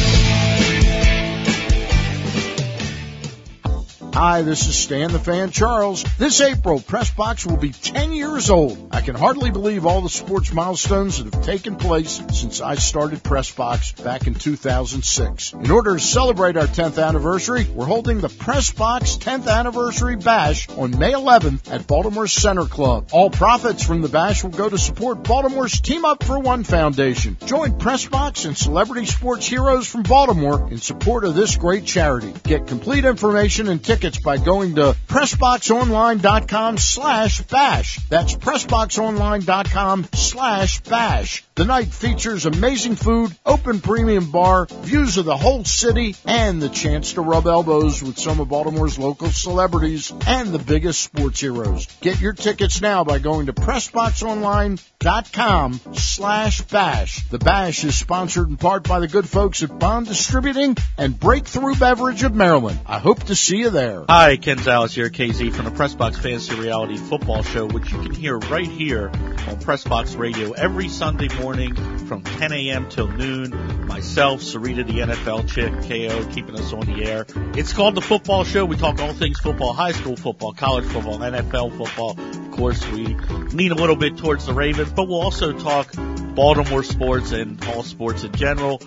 [SPEAKER 5] Hi, this is Stan the Fan Charles. This April, Pressbox will be 10 years old. I can hardly believe all the sports milestones that have taken place since I started Pressbox back in 2006. In order to celebrate our 10th anniversary, we're holding the Pressbox 10th Anniversary Bash on May 11th at Baltimore's Center Club. All profits from the bash will go to support Baltimore's Team Up for One Foundation. Join Pressbox and celebrity sports heroes from Baltimore in support of this great charity. Get complete information and tickets by going to PressboxOnline.com slash bash. That's PressboxOnline.com slash bash. The night features amazing food, open premium bar, views of the whole city, and the chance to rub elbows with some of Baltimore's local celebrities and the biggest sports heroes. Get your tickets now by going to PressboxOnline.com slash bash. The bash is sponsored in part by the good folks at Bond Distributing and Breakthrough Beverage of Maryland. I hope to see you there.
[SPEAKER 9] Hi, Ken Zales here, KZ from the Pressbox Fantasy Reality Football Show, which you can hear right here on Pressbox Radio every Sunday morning from 10 a.m. till noon. Myself, Sarita, the NFL chick, KO, keeping us on the air. It's called the Football Show. We talk all things football, high school football, college football, NFL football. Of course, we lean a little bit towards the Ravens, but we'll also talk Baltimore sports and all sports in general.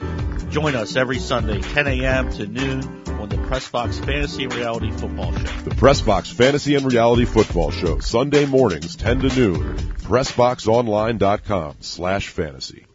[SPEAKER 9] Join us every Sunday, 10 a.m. to noon on the Pressbox Fantasy Reality Football Show.
[SPEAKER 6] The Pressbox Fantasy and Reality Football Show, Sunday mornings, 10 to noon. PressboxOnline.com slash fantasy.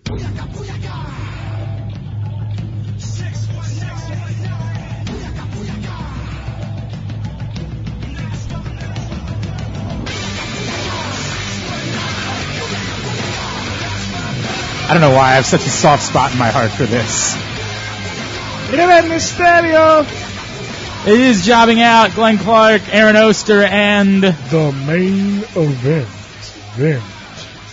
[SPEAKER 2] I don't know why I have such a soft spot in my heart for this.
[SPEAKER 1] Miren Mysterio,
[SPEAKER 2] It is jobbing out Glenn Clark, Aaron Oster, and
[SPEAKER 1] the main event. Then,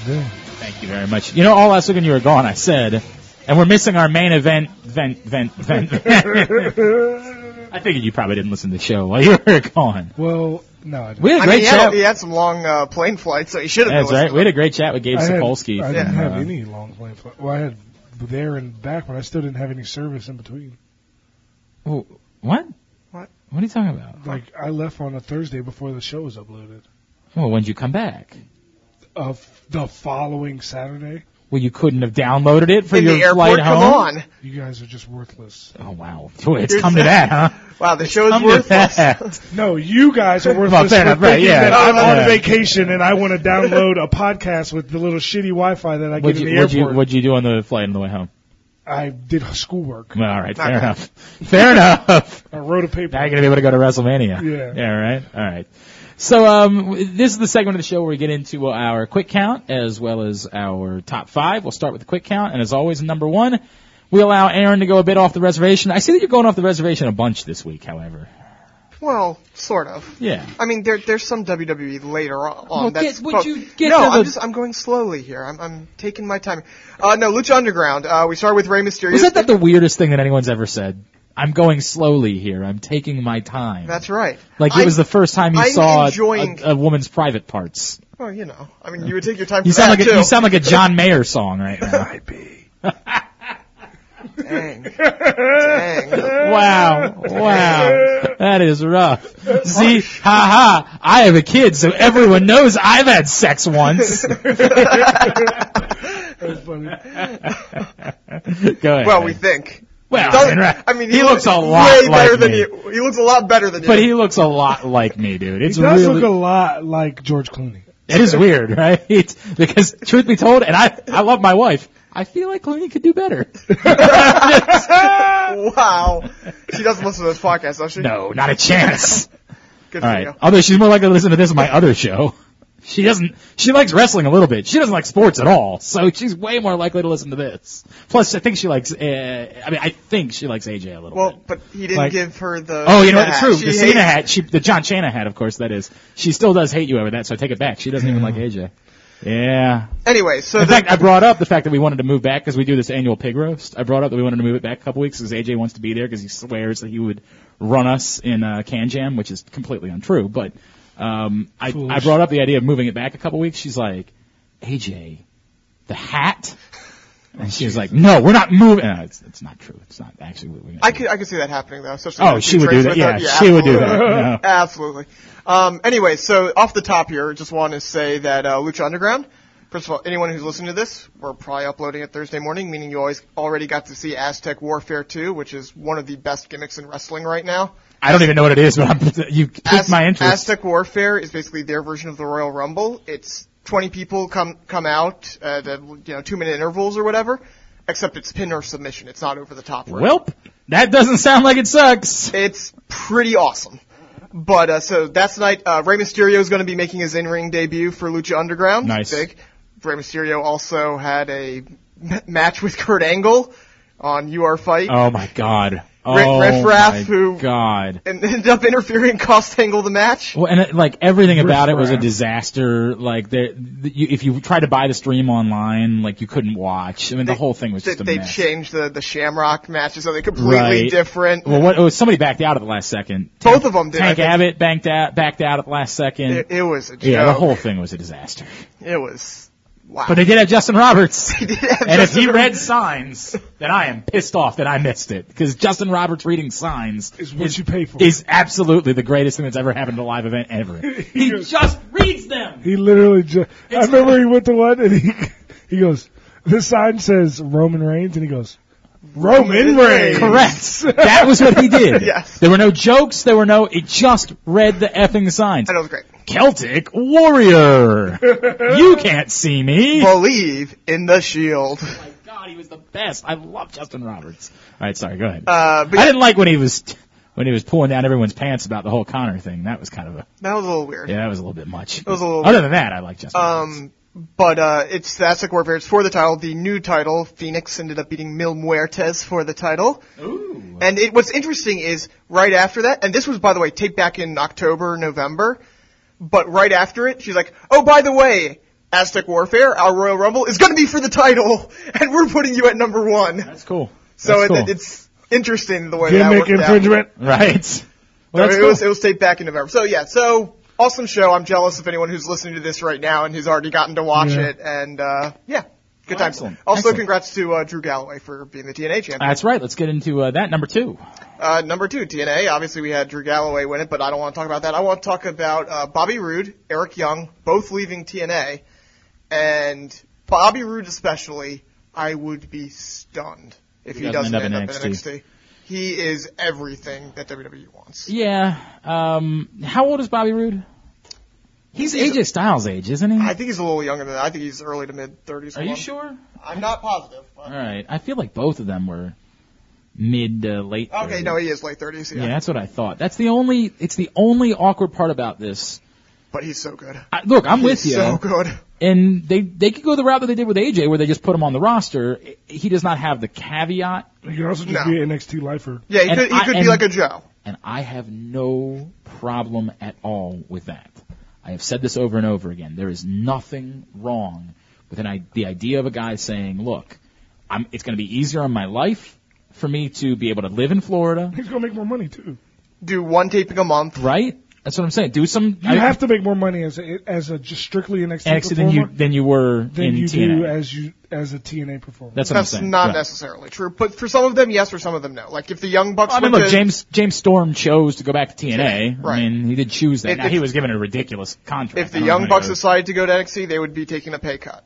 [SPEAKER 1] then.
[SPEAKER 2] thank you very much. You know, all last week when you were gone, I said, and we're missing our main event, vent, vent, vent. I figured you probably didn't listen to the show while you were gone.
[SPEAKER 1] Well, no, I didn't.
[SPEAKER 2] We had a
[SPEAKER 3] I
[SPEAKER 2] great
[SPEAKER 3] mean, he
[SPEAKER 2] chat.
[SPEAKER 3] had, he had some long uh, plane flights, so he should have
[SPEAKER 2] That's
[SPEAKER 3] been
[SPEAKER 2] right. We
[SPEAKER 3] listening.
[SPEAKER 2] had a great chat with Gabe
[SPEAKER 1] I, had,
[SPEAKER 2] Sapolsky.
[SPEAKER 1] I
[SPEAKER 2] from,
[SPEAKER 1] didn't have
[SPEAKER 2] uh,
[SPEAKER 1] any long plane flight. Well, I had there and back, but I still didn't have any service in between.
[SPEAKER 2] Oh, What?
[SPEAKER 3] What?
[SPEAKER 2] What are you talking about?
[SPEAKER 1] Like I left on a Thursday before the show was uploaded.
[SPEAKER 2] Well, when'd you come back?
[SPEAKER 1] Of the following Saturday,
[SPEAKER 2] Well, you couldn't have downloaded it for
[SPEAKER 3] In
[SPEAKER 2] your
[SPEAKER 3] the airport,
[SPEAKER 2] flight
[SPEAKER 3] come
[SPEAKER 2] home.
[SPEAKER 3] on.
[SPEAKER 1] you guys are just worthless.
[SPEAKER 2] Oh wow, Boy, it's
[SPEAKER 3] Here's
[SPEAKER 2] come to that,
[SPEAKER 3] that.
[SPEAKER 2] huh?
[SPEAKER 3] Wow, the show is
[SPEAKER 2] Come to
[SPEAKER 3] worthless.
[SPEAKER 2] that.
[SPEAKER 1] No, you guys are worthless.
[SPEAKER 2] Well, fair
[SPEAKER 1] for
[SPEAKER 2] enough, right,
[SPEAKER 1] thinking
[SPEAKER 2] yeah.
[SPEAKER 1] that I'm on
[SPEAKER 2] Yeah.
[SPEAKER 1] vacation and I want to download a podcast with the little shitty Wi-Fi that I get
[SPEAKER 2] What'd
[SPEAKER 1] in
[SPEAKER 2] you,
[SPEAKER 1] the
[SPEAKER 2] what'd, you,
[SPEAKER 1] airport.
[SPEAKER 2] what'd you do on the flight on the way home?
[SPEAKER 1] I did schoolwork.
[SPEAKER 2] Well, all right, fair
[SPEAKER 3] Okay.
[SPEAKER 2] enough. Fair enough.
[SPEAKER 1] I wrote a paper.
[SPEAKER 2] Now you're gonna be able to go to WrestleMania.
[SPEAKER 1] Yeah.
[SPEAKER 2] Yeah. All right. All right. So um, w- this is the segment of the show where we get into uh, our quick count as well as our top five. We'll start with the quick count, and as always, number one, we allow Aaron to go a bit off the reservation. I see that you're going off the reservation a bunch this week, however.
[SPEAKER 3] Well, sort of.
[SPEAKER 2] Yeah.
[SPEAKER 3] I mean, there, there's some WWE later on.
[SPEAKER 2] Well, get-
[SPEAKER 3] that's,
[SPEAKER 2] would
[SPEAKER 3] but-
[SPEAKER 2] you get
[SPEAKER 3] no,
[SPEAKER 2] to the-
[SPEAKER 3] I'm just I'm going slowly here. I'm, I'm taking my time. Uh, no, Lucha Underground. Uh, we started with Rey Mysterio.
[SPEAKER 2] Isn't that the weirdest thing that anyone's ever said? I'm going slowly here. I'm taking my time.
[SPEAKER 3] That's right.
[SPEAKER 2] like it
[SPEAKER 3] I'm-
[SPEAKER 2] was the first time you
[SPEAKER 3] I'm
[SPEAKER 2] saw a-
[SPEAKER 3] enjoying-
[SPEAKER 2] a, a woman's private parts.
[SPEAKER 3] Well, you know, I mean, you would take your time.
[SPEAKER 2] You
[SPEAKER 3] for
[SPEAKER 2] sound
[SPEAKER 3] that
[SPEAKER 2] like
[SPEAKER 3] too.
[SPEAKER 2] a, you sound like a John Mayer song right now.
[SPEAKER 3] Dang. Dang.
[SPEAKER 2] Wow, wow, that is rough. See, ha ha. I have a kid, so everyone knows I've had sex once. Go
[SPEAKER 1] That's funny.
[SPEAKER 2] ahead.
[SPEAKER 3] Well, we think.
[SPEAKER 2] Well, I
[SPEAKER 3] Doesn't-
[SPEAKER 2] mean, right.
[SPEAKER 3] I mean,
[SPEAKER 2] he, looks a lot
[SPEAKER 3] way
[SPEAKER 2] like
[SPEAKER 3] better than
[SPEAKER 2] me,
[SPEAKER 3] you. He looks a lot better than you.
[SPEAKER 2] but he looks a lot like me, dude. It's
[SPEAKER 1] He does
[SPEAKER 2] really
[SPEAKER 1] look a lot like George Clooney.
[SPEAKER 2] It is weird, right? because truth be told, and I, I love my wife. I feel like Clooney could do better.
[SPEAKER 3] wow. She doesn't listen to this podcast, does she?
[SPEAKER 2] no, not a chance.
[SPEAKER 3] Good
[SPEAKER 2] All
[SPEAKER 3] for
[SPEAKER 2] right.
[SPEAKER 3] you.
[SPEAKER 2] Although she's more likely to listen to this on my other show. She doesn't. She likes wrestling a little bit. She doesn't like sports at all. So she's way more likely to listen to this. Plus, I think she likes. Uh, I mean, I think she likes AJ a little
[SPEAKER 3] Well,
[SPEAKER 2] bit.
[SPEAKER 3] but he didn't
[SPEAKER 2] Like-
[SPEAKER 3] give her the.
[SPEAKER 2] Oh, you know
[SPEAKER 3] the
[SPEAKER 2] what? It's true.
[SPEAKER 3] She
[SPEAKER 2] The Cena
[SPEAKER 3] hates-
[SPEAKER 2] hat, she, the John Cena hat, of course, that is. She still does hate you over that, so I take it back. She doesn't even like AJ. Yeah.
[SPEAKER 3] Anyway, so
[SPEAKER 2] In
[SPEAKER 3] the-
[SPEAKER 2] fact, I brought up the fact that we wanted to move back because we do this annual pig roast. I brought up that we wanted to move it back a couple weeks because AJ wants to be there because he swears that he would run us in uh, Can Jam, which is completely untrue. But um, I, I
[SPEAKER 1] Foolish.
[SPEAKER 2] brought up the idea of moving it back a couple weeks. She's like, AJ, the hat And she was like, "No, we're not moving." No, it's, it's not true. It's not actually what we're. gonna
[SPEAKER 3] I
[SPEAKER 2] do.
[SPEAKER 3] could I could see that happening though. especially
[SPEAKER 2] Oh,
[SPEAKER 3] with
[SPEAKER 2] she would
[SPEAKER 3] trades
[SPEAKER 2] do that.
[SPEAKER 3] with her.
[SPEAKER 2] Yeah, she would do that.
[SPEAKER 3] absolutely.
[SPEAKER 2] No.
[SPEAKER 3] Absolutely. Um, anyway, so off the top here, just want to say that uh, Lucha Underground. First of all, anyone who's listening to this, we're probably uploading it Thursday morning, meaning you always already got to see Aztec Warfare 2, which is one of the best gimmicks in wrestling right now.
[SPEAKER 2] I don't even know what it is, but I'm, you piqued
[SPEAKER 3] Aztec
[SPEAKER 2] my interest.
[SPEAKER 3] Aztec Warfare is basically their version of the Royal Rumble. It's 20 people come come out at uh, you know two minute intervals or whatever, except it's pin or submission. It's not over the top. or
[SPEAKER 2] Welp, that doesn't sound like it sucks.
[SPEAKER 3] It's pretty awesome. But uh, so that's night. Uh, Rey Mysterio is going to be making his in-ring debut for Lucha Underground.
[SPEAKER 2] Nice.
[SPEAKER 3] Big. Rey Mysterio also had a m- match with Kurt Angle on UR Fight,
[SPEAKER 2] Oh my god. Oh
[SPEAKER 3] Riff- Riff Raff,
[SPEAKER 2] my
[SPEAKER 3] who-
[SPEAKER 2] god.
[SPEAKER 3] and ended up interfering, cost Angle the match.
[SPEAKER 2] Well, and it, like everything about it was a
[SPEAKER 1] Riff-raff.
[SPEAKER 2] disaster. Like there, th- you, if you tried to buy the stream online, like you couldn't watch. I mean, the
[SPEAKER 3] They-
[SPEAKER 2] whole thing was
[SPEAKER 3] They,
[SPEAKER 2] just a
[SPEAKER 3] they
[SPEAKER 2] mess.
[SPEAKER 3] changed the, the Shamrock matches, so they completely
[SPEAKER 2] Right.
[SPEAKER 3] different.
[SPEAKER 2] Well, what, oh, somebody backed out at the last second.
[SPEAKER 3] Both of them did. I
[SPEAKER 2] Tank
[SPEAKER 3] think.
[SPEAKER 2] Abbott banked out, backed out at the last second.
[SPEAKER 3] It, it was a joke.
[SPEAKER 2] yeah, the whole thing was a disaster.
[SPEAKER 3] It was wow.
[SPEAKER 2] But they did have Justin Roberts.
[SPEAKER 3] They did have
[SPEAKER 2] and if
[SPEAKER 3] Justin
[SPEAKER 2] he
[SPEAKER 3] Roberts.
[SPEAKER 2] read signs, then I am pissed off that I missed it because Justin Roberts reading signs
[SPEAKER 1] It's what you pay for.
[SPEAKER 2] is absolutely the greatest thing that's ever happened at a live event ever. He just reads them.
[SPEAKER 1] He literally just. I remember he went to one and he he goes. This sign says Roman Reigns and he goes Roman Reigns.
[SPEAKER 2] Correct. That was what he did.
[SPEAKER 3] Yes.
[SPEAKER 2] There were no jokes. There were no. It just read the effing signs.
[SPEAKER 3] and it was great.
[SPEAKER 2] Celtic warrior. you can't see me.
[SPEAKER 3] Believe in the Shield.
[SPEAKER 2] Oh my God, he was the best. I love Justin Roberts. All right, sorry. Go ahead.
[SPEAKER 3] Uh, but
[SPEAKER 2] I didn't like when he was when he was pulling down everyone's pants about the whole Connor thing. That was kind of a
[SPEAKER 3] that was a little weird.
[SPEAKER 2] yeah, that was a little bit much. It
[SPEAKER 3] was a little
[SPEAKER 2] Other than that, I like Justin. Roberts.
[SPEAKER 3] Um, but uh, it's the Aztec Warfare. It's for the title. The new title, Phoenix, ended up beating Mil Muertes for the title. Ooh. And it, what's interesting is right after that, and this was, by the way, taped back in October, November. But right after it, she's like, "Oh, by the way, Aztec Warfare, our Royal Rumble is going to be for the title, and we're putting you at number one."
[SPEAKER 2] that's cool.
[SPEAKER 3] so
[SPEAKER 2] That's
[SPEAKER 3] it,
[SPEAKER 2] cool.
[SPEAKER 3] it's interesting the way that
[SPEAKER 1] Gimmick
[SPEAKER 3] worked out.
[SPEAKER 1] infringement.
[SPEAKER 2] right. Well,
[SPEAKER 3] So
[SPEAKER 2] that's
[SPEAKER 3] it
[SPEAKER 2] cool.
[SPEAKER 3] was it was taped back in November. So yeah, so awesome show. I'm jealous of anyone who's listening to this right now and has already gotten to watch
[SPEAKER 1] Yeah.
[SPEAKER 3] it. And uh, yeah, good times.
[SPEAKER 2] excellent.
[SPEAKER 3] Also,
[SPEAKER 2] Excellent.
[SPEAKER 3] congrats to uh, Drew Galloway for being the TNA champion.
[SPEAKER 2] that's right. Let's get into uh, that number two.
[SPEAKER 3] Uh, number two, TNA. Obviously, we had Drew Galloway win it, but I don't want to talk about that. I want to talk about uh, Bobby Roode, Eric Young, both leaving TNA, and Bobby Roode especially. I would be stunned if he, doesn't end, up, in NXT. He is everything that E WWE wants.
[SPEAKER 2] Yeah. Um. How old is Bobby Roode? He's AJ Styles' age, isn't he?
[SPEAKER 3] I think he's a little younger than that. I think he's early to mid 30s.
[SPEAKER 2] Are you sure?
[SPEAKER 3] I'm not positive. But...
[SPEAKER 2] All right. I feel like both of them were mid to late.
[SPEAKER 3] Okay,
[SPEAKER 2] 30s.
[SPEAKER 3] no, he is late 30s. Yeah.
[SPEAKER 2] Yeah, that's what I thought. That's the only. It's the only awkward part about this.
[SPEAKER 3] But he's so good.
[SPEAKER 2] I, look, I'm with you.
[SPEAKER 3] He's so good.
[SPEAKER 2] and they they could go the route that they did with AJ, where they just put him on the roster. He does not have the caveat,
[SPEAKER 1] You can also just
[SPEAKER 3] No.
[SPEAKER 1] be an NXT lifer.
[SPEAKER 3] Yeah, he
[SPEAKER 2] And
[SPEAKER 3] could, he
[SPEAKER 2] I-
[SPEAKER 3] could
[SPEAKER 2] and-
[SPEAKER 3] be like a Joe.
[SPEAKER 2] and I have no problem at all with that. I have said this over and over again. There is nothing wrong with an, i- the idea of a guy saying, "Look, I'm, it's going to be easier on my life for me to be able to live in Florida,
[SPEAKER 1] He's gonna make more money too.
[SPEAKER 3] Do one taping a month.
[SPEAKER 2] right?" That's what I'm saying. Do some
[SPEAKER 1] You
[SPEAKER 2] I-
[SPEAKER 1] have to make more money as a, as a just strictly NXT
[SPEAKER 2] NXT than
[SPEAKER 1] performer
[SPEAKER 2] you than you were
[SPEAKER 1] than
[SPEAKER 2] in
[SPEAKER 1] you
[SPEAKER 2] TNA.
[SPEAKER 1] do as you as a TNA performer.
[SPEAKER 2] That's what
[SPEAKER 3] That's
[SPEAKER 2] I'm saying.
[SPEAKER 3] not
[SPEAKER 2] Right.
[SPEAKER 3] necessarily true. But for some of them, yes, for some of them, no. Like if the Young Bucks
[SPEAKER 2] I mean,
[SPEAKER 3] went
[SPEAKER 2] look,
[SPEAKER 3] to-
[SPEAKER 2] James James Storm chose to go back to TNA.
[SPEAKER 3] Right.
[SPEAKER 2] I mean, he did choose that.
[SPEAKER 3] If-
[SPEAKER 2] now,
[SPEAKER 3] if-
[SPEAKER 2] he was given a ridiculous contract.
[SPEAKER 3] if
[SPEAKER 2] I
[SPEAKER 3] the
[SPEAKER 2] don't know
[SPEAKER 3] Young
[SPEAKER 2] how
[SPEAKER 3] Bucks
[SPEAKER 2] he goes.
[SPEAKER 3] decided to go to NXT, they would be taking a pay cut.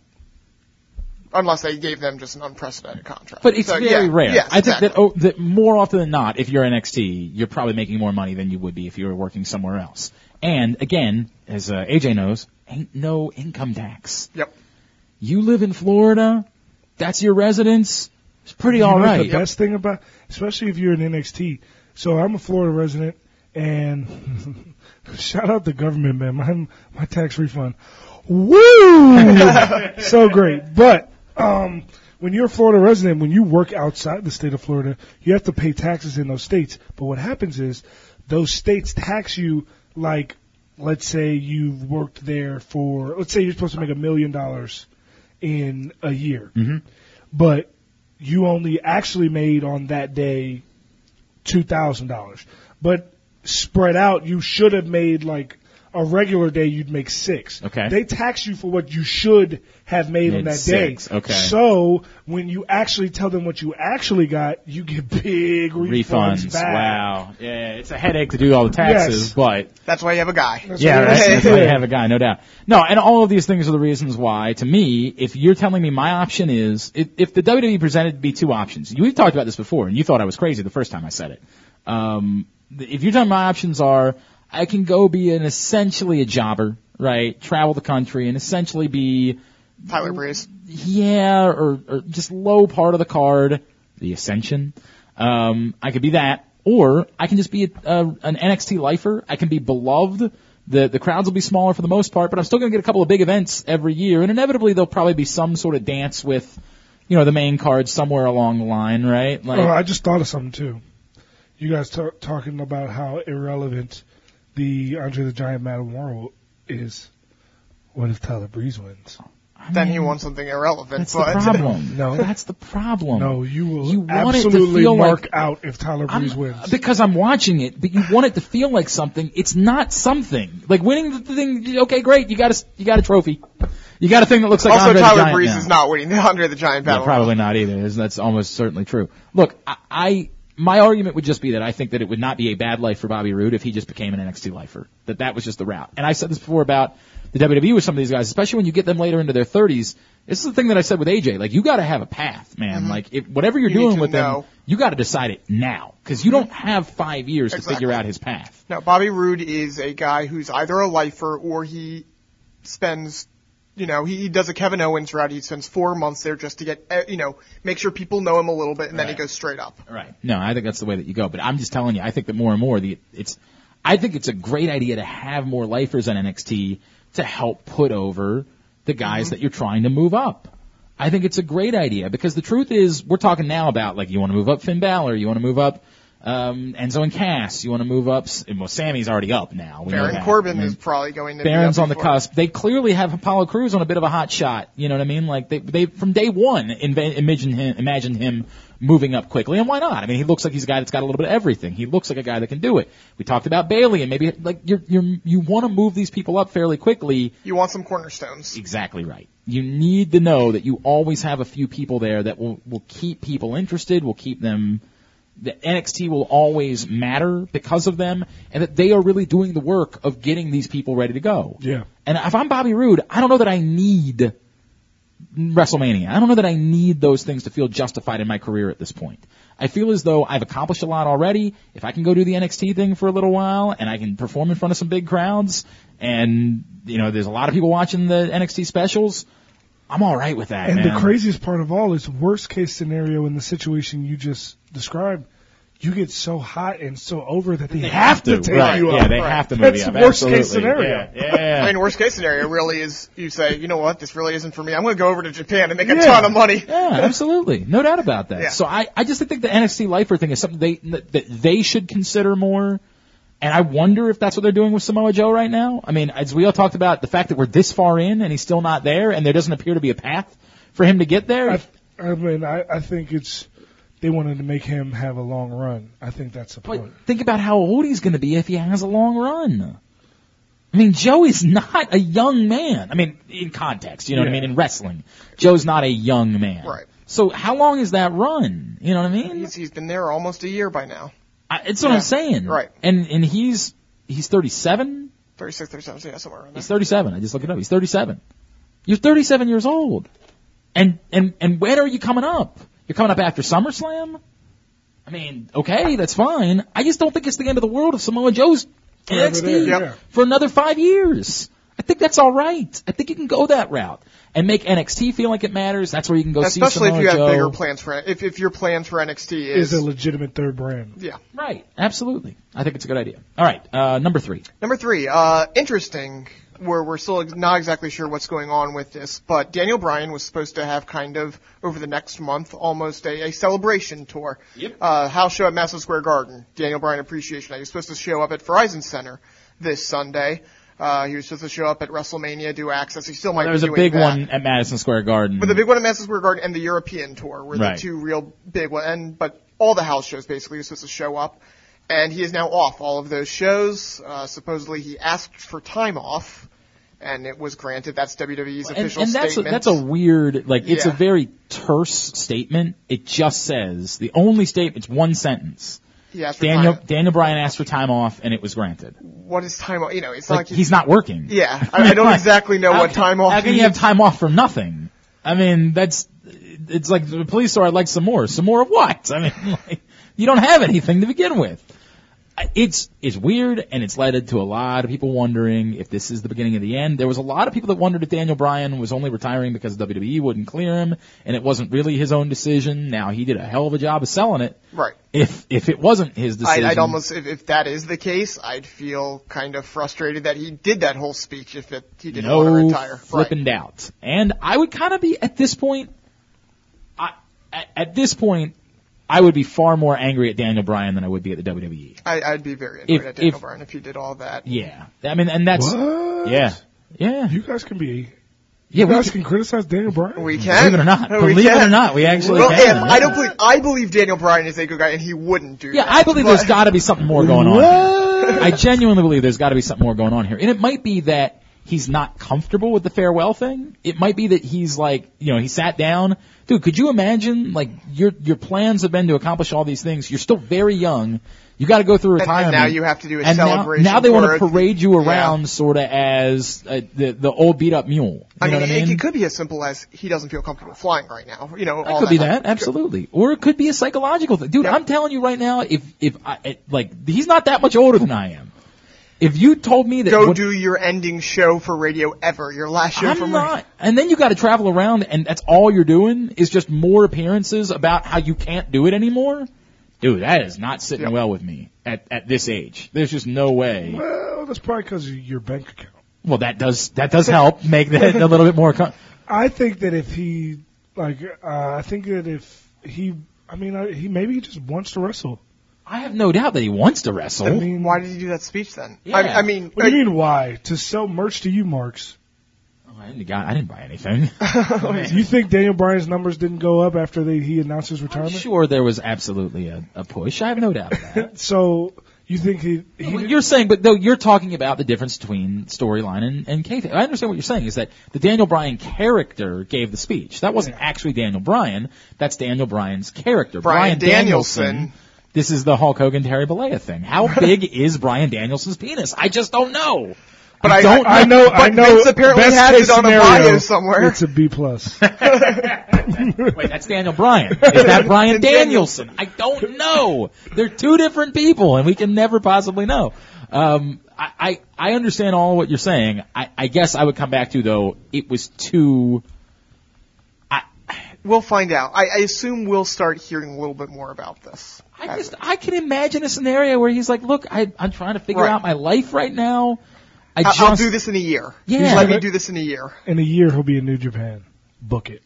[SPEAKER 3] Unless they gave them just an unprecedented contract.
[SPEAKER 2] but it's
[SPEAKER 3] So,
[SPEAKER 2] very
[SPEAKER 3] yeah,
[SPEAKER 2] rare.
[SPEAKER 3] Yes,
[SPEAKER 2] I think
[SPEAKER 3] exactly.
[SPEAKER 2] that, oh, that more often than not, if you're NXT, you're probably making more money than you would be if you were working somewhere else. And again, as uh, AJ knows, ain't no income tax.
[SPEAKER 3] Yep.
[SPEAKER 2] You live in Florida, that's your residence. It's pretty all
[SPEAKER 1] You know what
[SPEAKER 2] right.
[SPEAKER 1] The best thing about, especially if you're in NXT. So I'm a Florida resident, and shout out the government, man. My my tax refund, woo, so great. But um, when you're a Florida resident, when you work outside the state of Florida, you have to pay taxes in those states. But what happens is those states tax you like, let's say you worked there for, let's say you're supposed to make a million dollars in a year,
[SPEAKER 2] Mm-hmm.
[SPEAKER 1] but you only actually made on that day two thousand dollars. But spread out, you should have made like a regular day, you'd make six.
[SPEAKER 2] Okay.
[SPEAKER 1] They tax you for what you should have made on
[SPEAKER 2] Made
[SPEAKER 1] that
[SPEAKER 2] six,
[SPEAKER 1] day.
[SPEAKER 2] okay.
[SPEAKER 1] So when you actually tell them what you actually got, you get big refunds.
[SPEAKER 2] Refunds.
[SPEAKER 1] back.
[SPEAKER 2] Wow. Yeah, it's a headache to do all the taxes,
[SPEAKER 1] Yes.
[SPEAKER 2] but
[SPEAKER 3] That's why you have a guy.
[SPEAKER 2] yeah,
[SPEAKER 1] what
[SPEAKER 2] that's,
[SPEAKER 1] I'm
[SPEAKER 2] that's
[SPEAKER 1] saying.
[SPEAKER 2] why you have a guy, no doubt. No, and all of these things are the reasons why, to me, if you're telling me my option is, if, if the WWE presented me two options, you- we've talked about this before, and you thought I was crazy the first time I said it. Um, th- if you're telling me my options are, I can go be an essentially a jobber, right? Travel the country and essentially be,
[SPEAKER 3] Tyler Breeze.
[SPEAKER 2] yeah, or, or just low part of the card, the Ascension. Um, I could be that, or I can just be a, a, an NXT lifer. I can be beloved. The the crowds will be smaller for the most part, but I'm still going to get a couple of big events every year, and inevitably there'll probably be some sort of dance with, you know, the main card somewhere along the line, right? Like,
[SPEAKER 1] Oh, I just thought of something too. You guys ta- talking about how irrelevant the Andre the Giant Matamoro is. What if Tyler Breeze wins?
[SPEAKER 2] I
[SPEAKER 3] Then
[SPEAKER 2] mean,
[SPEAKER 3] he wants something irrelevant.
[SPEAKER 2] That's the
[SPEAKER 3] but
[SPEAKER 2] problem.
[SPEAKER 1] No.
[SPEAKER 2] that's the problem.
[SPEAKER 1] No, you will
[SPEAKER 2] You want it to
[SPEAKER 1] absolutely
[SPEAKER 2] feel
[SPEAKER 1] mark
[SPEAKER 2] like-
[SPEAKER 1] out if Tyler Breeze
[SPEAKER 2] I'm-
[SPEAKER 1] wins.
[SPEAKER 2] Because I'm watching it, but you want it to feel like something. It's not something. Like winning the thing. Okay, great. You got a you got a trophy. You got a thing that looks like
[SPEAKER 3] also,
[SPEAKER 2] Andre the
[SPEAKER 3] Tyler
[SPEAKER 2] Giant
[SPEAKER 3] Breeze
[SPEAKER 2] now.
[SPEAKER 3] is not winning the Andre the Giant
[SPEAKER 2] Yeah,
[SPEAKER 3] battle.
[SPEAKER 2] probably not either. Isn't- That's almost certainly true. Look, I, I my argument would just be that I think that it would not be a bad life for Bobby Roode if he just became an NXT lifer. That that was just the route. And I said this before about the WWE with some of these guys, especially when you get them later into their 30s. This is the thing that I said with AJ. Like you got to have a path, man. Like if whatever you're
[SPEAKER 3] Mm-hmm. You need
[SPEAKER 2] doing
[SPEAKER 3] to
[SPEAKER 2] with them,
[SPEAKER 3] know.
[SPEAKER 2] you got to decide it now because you don't have five years to
[SPEAKER 3] Exactly.
[SPEAKER 2] figure out his path.
[SPEAKER 3] No, Bobby Roode is a guy who's either a lifer or he spends, you know, he, he does a Kevin Owens route. He spends four months there just to get, eh, you know, make sure people know him a little bit, and then he
[SPEAKER 2] Right.
[SPEAKER 3] goes straight up.
[SPEAKER 2] Right. No, I think that's the way that you go. But I'm just telling you, I think that more and more the it's I think it's a great idea to have more lifers on NXT to help put over the
[SPEAKER 3] Mm-hmm.
[SPEAKER 2] guys that you're trying to move up. I think it's a great idea because the truth is we're talking now about like you want to move up Finn Balor, you want to move up um, Enzo and Cass, you want to move up. Well, Sammy's already up now. We know
[SPEAKER 3] Baron
[SPEAKER 2] that.
[SPEAKER 3] Corbin
[SPEAKER 2] I mean,
[SPEAKER 3] is probably going to. be
[SPEAKER 2] Baron's
[SPEAKER 3] up
[SPEAKER 2] on the
[SPEAKER 3] before-
[SPEAKER 2] cusp. They clearly have Apollo Crews on a bit of a hot shot. You know what I mean? Like they, they from day one inve- imagine him, imagined him moving up quickly, and why not? I mean, he looks like he's a guy that's got a little bit of everything. He looks like a guy that can do it. We talked about Bailey, and maybe like you're, you're you want to move these people up fairly quickly.
[SPEAKER 3] You want some cornerstones.
[SPEAKER 2] Exactly right. You need to know that you always have a few people there that will will keep people interested, will keep them. The NXT will always matter because of them, and that they are really doing the work of getting these people ready to go.
[SPEAKER 1] yeah.
[SPEAKER 2] And if I'm Bobby Roode, I don't know that I need WrestleMania. I don't know that I need those things to feel justified in my career at this point. I feel as though I've accomplished a lot already. If I can go do the NXT thing for a little while and I can perform in front of some big crowds and, you know, there's a lot of people watching the NXT specials, I'm alright with that.
[SPEAKER 1] And
[SPEAKER 2] man.
[SPEAKER 1] the craziest part of all is worst case scenario in the situation you just described. You get so hot and so over that they,
[SPEAKER 2] They have to,
[SPEAKER 1] take
[SPEAKER 2] right.
[SPEAKER 1] you
[SPEAKER 2] yeah,
[SPEAKER 1] up.
[SPEAKER 2] they
[SPEAKER 3] Right.
[SPEAKER 2] have to move
[SPEAKER 1] That's
[SPEAKER 2] you up.
[SPEAKER 1] the worst case
[SPEAKER 2] Absolutely.
[SPEAKER 1] scenario.
[SPEAKER 2] Yeah, yeah.
[SPEAKER 3] I mean, worst case scenario really is you say, you know what, this really isn't for me. I'm going to go over to Japan and make a
[SPEAKER 1] Yeah.
[SPEAKER 3] ton of money.
[SPEAKER 2] Yeah, absolutely, no doubt about that.
[SPEAKER 3] Yeah.
[SPEAKER 2] So I, I just think the NXT lifer thing is something they that they should consider more. And I wonder if that's what they're doing with Samoa Joe right now. I mean, as we all talked about, the fact that we're this far in and he's still not there, and there doesn't appear to be a path for him to get there.
[SPEAKER 1] I, I mean, I, I think it's they wanted to make him have a long run. I think that's the point.
[SPEAKER 2] but think about how old he's going to be if he has a long run. I mean, Joe is not a young man. I mean, in context, you know what I
[SPEAKER 1] Yeah.
[SPEAKER 2] mean. In wrestling, Joe's not a young man.
[SPEAKER 3] Right.
[SPEAKER 2] So how long is that run? You know what I mean?
[SPEAKER 3] He's, he's been there almost a year by now.
[SPEAKER 2] I, it's what
[SPEAKER 3] Yeah.
[SPEAKER 2] I'm saying.
[SPEAKER 3] Right.
[SPEAKER 2] And and he's he's 37.
[SPEAKER 3] 36, 37, so yeah, somewhere around there.
[SPEAKER 2] He's 37. I just looked it up. He's 37. You're 37 years old. And and and when are you coming up? You're coming up after SummerSlam. I mean, okay, that's fine. I just don't think it's the end of the world if Samoa Joe's
[SPEAKER 1] Forever there,
[SPEAKER 2] NXT
[SPEAKER 1] yeah.
[SPEAKER 2] for another five years. I think that's all right. I think you can go that route and make NXT feel like it matters. That's where you can go see
[SPEAKER 3] Especially
[SPEAKER 2] Samoa
[SPEAKER 3] if you have
[SPEAKER 2] Joe.
[SPEAKER 3] bigger plans for if if your plans for NXT
[SPEAKER 1] Is
[SPEAKER 3] is,
[SPEAKER 1] a legitimate third brand.
[SPEAKER 3] yeah.
[SPEAKER 2] Right. Absolutely. I think it's a good idea. All right. Uh, number three.
[SPEAKER 3] Number three, uh, interesting. We're we're still ex- not exactly sure what's going on with this, but Daniel Bryan was supposed to have kind of over the next month almost a, a celebration tour. Yep. Uh, house show at Madison Square Garden. Daniel Bryan Appreciation Night. He was supposed to show up at Verizon Center this Sunday. Uh, he was supposed to show up at WrestleMania, do access. He still might
[SPEAKER 2] There
[SPEAKER 3] be
[SPEAKER 2] was a
[SPEAKER 3] doing
[SPEAKER 2] big
[SPEAKER 3] that.
[SPEAKER 2] one at Madison Square Garden.
[SPEAKER 3] But the big one at Madison Square Garden and the European tour were
[SPEAKER 2] Right.
[SPEAKER 3] the two real big ones. And but all the house shows basically were supposed to show up. and he is now off all of those shows. Uh, supposedly, he asked for time off, and it was granted. That's WWE's
[SPEAKER 2] And,
[SPEAKER 3] official
[SPEAKER 2] and that's a,
[SPEAKER 3] statement.
[SPEAKER 2] that's a weird, like, it's a
[SPEAKER 3] Yeah.
[SPEAKER 2] very terse statement. It just says the only statement. It's one sentence.
[SPEAKER 3] he asked for
[SPEAKER 2] Daniel
[SPEAKER 3] time.
[SPEAKER 2] Daniel Bryan asked for time off, and it was granted.
[SPEAKER 3] What is time off? You know, it's not
[SPEAKER 2] Like,
[SPEAKER 3] like, he-
[SPEAKER 2] he's not working.
[SPEAKER 3] Yeah, I, I don't
[SPEAKER 2] Right.
[SPEAKER 3] exactly know
[SPEAKER 2] How
[SPEAKER 3] what
[SPEAKER 2] can-
[SPEAKER 3] time off.
[SPEAKER 2] How can
[SPEAKER 3] he-
[SPEAKER 2] you have time off for nothing? I mean, that's it's like the police are. I'd like some more. Some more of what? I mean, like, you don't have anything to begin with. I- It's it's weird, and it's led to a lot of people wondering if this is the beginning of the end. There was a lot of people that wondered if Daniel Bryan was only retiring because WWE wouldn't clear him, and it wasn't really his own decision. Now he did a hell of a job of selling it.
[SPEAKER 3] Right.
[SPEAKER 2] If if it wasn't his
[SPEAKER 3] I'd,
[SPEAKER 2] decision,
[SPEAKER 3] I'd almost, if, if that is the case, I'd feel kind of frustrated that he did that whole speech if it, he didn't
[SPEAKER 2] no
[SPEAKER 3] want to retire.
[SPEAKER 2] flipping doubt. And I would kind of be at this point. I at, at this point, I would be far more angry at Daniel Bryan than I would be at the E. WWE.
[SPEAKER 3] right. I, I'd be very annoyed
[SPEAKER 2] If-
[SPEAKER 3] at Daniel
[SPEAKER 2] if-
[SPEAKER 3] Bryan if he did all that.
[SPEAKER 2] Yeah, I mean, and that's
[SPEAKER 1] What?
[SPEAKER 2] yeah, yeah,
[SPEAKER 1] You guys can be.
[SPEAKER 2] yeah.
[SPEAKER 1] You
[SPEAKER 2] We,
[SPEAKER 1] guys can criticize Daniel Bryan.
[SPEAKER 3] We can.
[SPEAKER 2] Believe it or not.
[SPEAKER 3] We
[SPEAKER 2] Believe
[SPEAKER 3] can.
[SPEAKER 2] it or not, we actually
[SPEAKER 3] well,
[SPEAKER 2] can.
[SPEAKER 3] if- I don't believe, I believe Daniel Bryan is a good guy and he wouldn't do
[SPEAKER 2] yeah,
[SPEAKER 3] that.
[SPEAKER 2] I believe
[SPEAKER 3] but-
[SPEAKER 2] there's got to be something more going on. here. I genuinely believe there's got to be something more going on here, and it might be that he's not comfortable with the farewell thing. It might be that he's like, you know, he sat down. Dude, could you imagine? Like your your plans have been to accomplish all these things. You're still very young. You got to go through
[SPEAKER 3] and,
[SPEAKER 2] retirement.
[SPEAKER 3] and now you have to do a
[SPEAKER 2] and now,
[SPEAKER 3] celebration.
[SPEAKER 2] now they
[SPEAKER 3] want
[SPEAKER 2] want to parade you around sort of as uh, the the old beat up mule. You
[SPEAKER 3] I
[SPEAKER 2] know
[SPEAKER 3] mean,
[SPEAKER 2] what I
[SPEAKER 3] it-
[SPEAKER 2] mean?
[SPEAKER 3] it could be as simple as he doesn't feel comfortable flying right now. You know,
[SPEAKER 2] That
[SPEAKER 3] all
[SPEAKER 2] could
[SPEAKER 3] that
[SPEAKER 2] be
[SPEAKER 3] kind of-
[SPEAKER 2] that, absolutely. Or it could be a psychological thing. Dude,
[SPEAKER 3] Yeah.
[SPEAKER 2] I'm telling you right now, if, if I, it- like, he's not that much older than I am. If you told me that.
[SPEAKER 3] Go
[SPEAKER 2] what-
[SPEAKER 3] do your ending show for radio ever, your last show
[SPEAKER 2] I'm
[SPEAKER 3] for radio.
[SPEAKER 2] not. And then you gotta travel around and that's all you're doing is just more appearances about how you can't do it anymore. Dude, that is not sitting
[SPEAKER 3] Yeah.
[SPEAKER 2] well with me at, at this age. There's just no way.
[SPEAKER 1] Well, that's probably because of your bank account.
[SPEAKER 2] Well, that does, that does help make that a little bit more. Com-
[SPEAKER 1] I think that if he, like, uh, I think that if he, I mean, I, he maybe he just wants to wrestle.
[SPEAKER 2] I have no doubt that he wants to wrestle.
[SPEAKER 1] I mean,
[SPEAKER 3] Why did he do that speech then?
[SPEAKER 2] Yeah.
[SPEAKER 3] I, I mean,
[SPEAKER 1] What do you mean? Why to sell merch to you, Marks?
[SPEAKER 2] Oh, I, didn't, I didn't buy anything.
[SPEAKER 1] You think Daniel Bryan's numbers didn't go up after they, he announced his
[SPEAKER 2] I'm
[SPEAKER 1] retirement?
[SPEAKER 2] sure there was absolutely a, a push. I have no doubt of that.
[SPEAKER 1] So you think he? he
[SPEAKER 2] Well, you're saying, but though you're talking about the difference between storyline and, and kayfabe. I understand what you're saying is that the Daniel Bryan character gave the speech. That wasn't actually Daniel Bryan. That's Daniel Bryan's character.
[SPEAKER 3] Bryan Danielson.
[SPEAKER 2] This is the Hulk Hogan Terry Bollea thing. How big is Bryan Danielson's penis? I just don't know.
[SPEAKER 3] But I-
[SPEAKER 2] don't.
[SPEAKER 1] I know. I
[SPEAKER 3] But
[SPEAKER 1] know.
[SPEAKER 3] Vince apparently
[SPEAKER 1] best
[SPEAKER 3] has
[SPEAKER 1] case
[SPEAKER 3] it on a
[SPEAKER 1] scenario,
[SPEAKER 3] bio somewhere.
[SPEAKER 1] It's a B plus.
[SPEAKER 2] Wait, that's Daniel Bryan. Is that Bryan Danielson? I don't know. They're two different people, and we can never possibly know. Um, I, I I understand all what you're saying. I, I guess I would come back to though it was too.
[SPEAKER 3] We'll find out. I, I assume we'll start hearing a little bit more about this.
[SPEAKER 2] I just I can imagine a scenario where he's like, look, I I'm trying to figure
[SPEAKER 3] Right.
[SPEAKER 2] out my life right now. I
[SPEAKER 3] I,
[SPEAKER 2] just
[SPEAKER 3] I'll do this in a year.
[SPEAKER 2] Yeah.
[SPEAKER 3] Let me do this in a year.
[SPEAKER 1] In a year, he'll be in New Japan. Book it.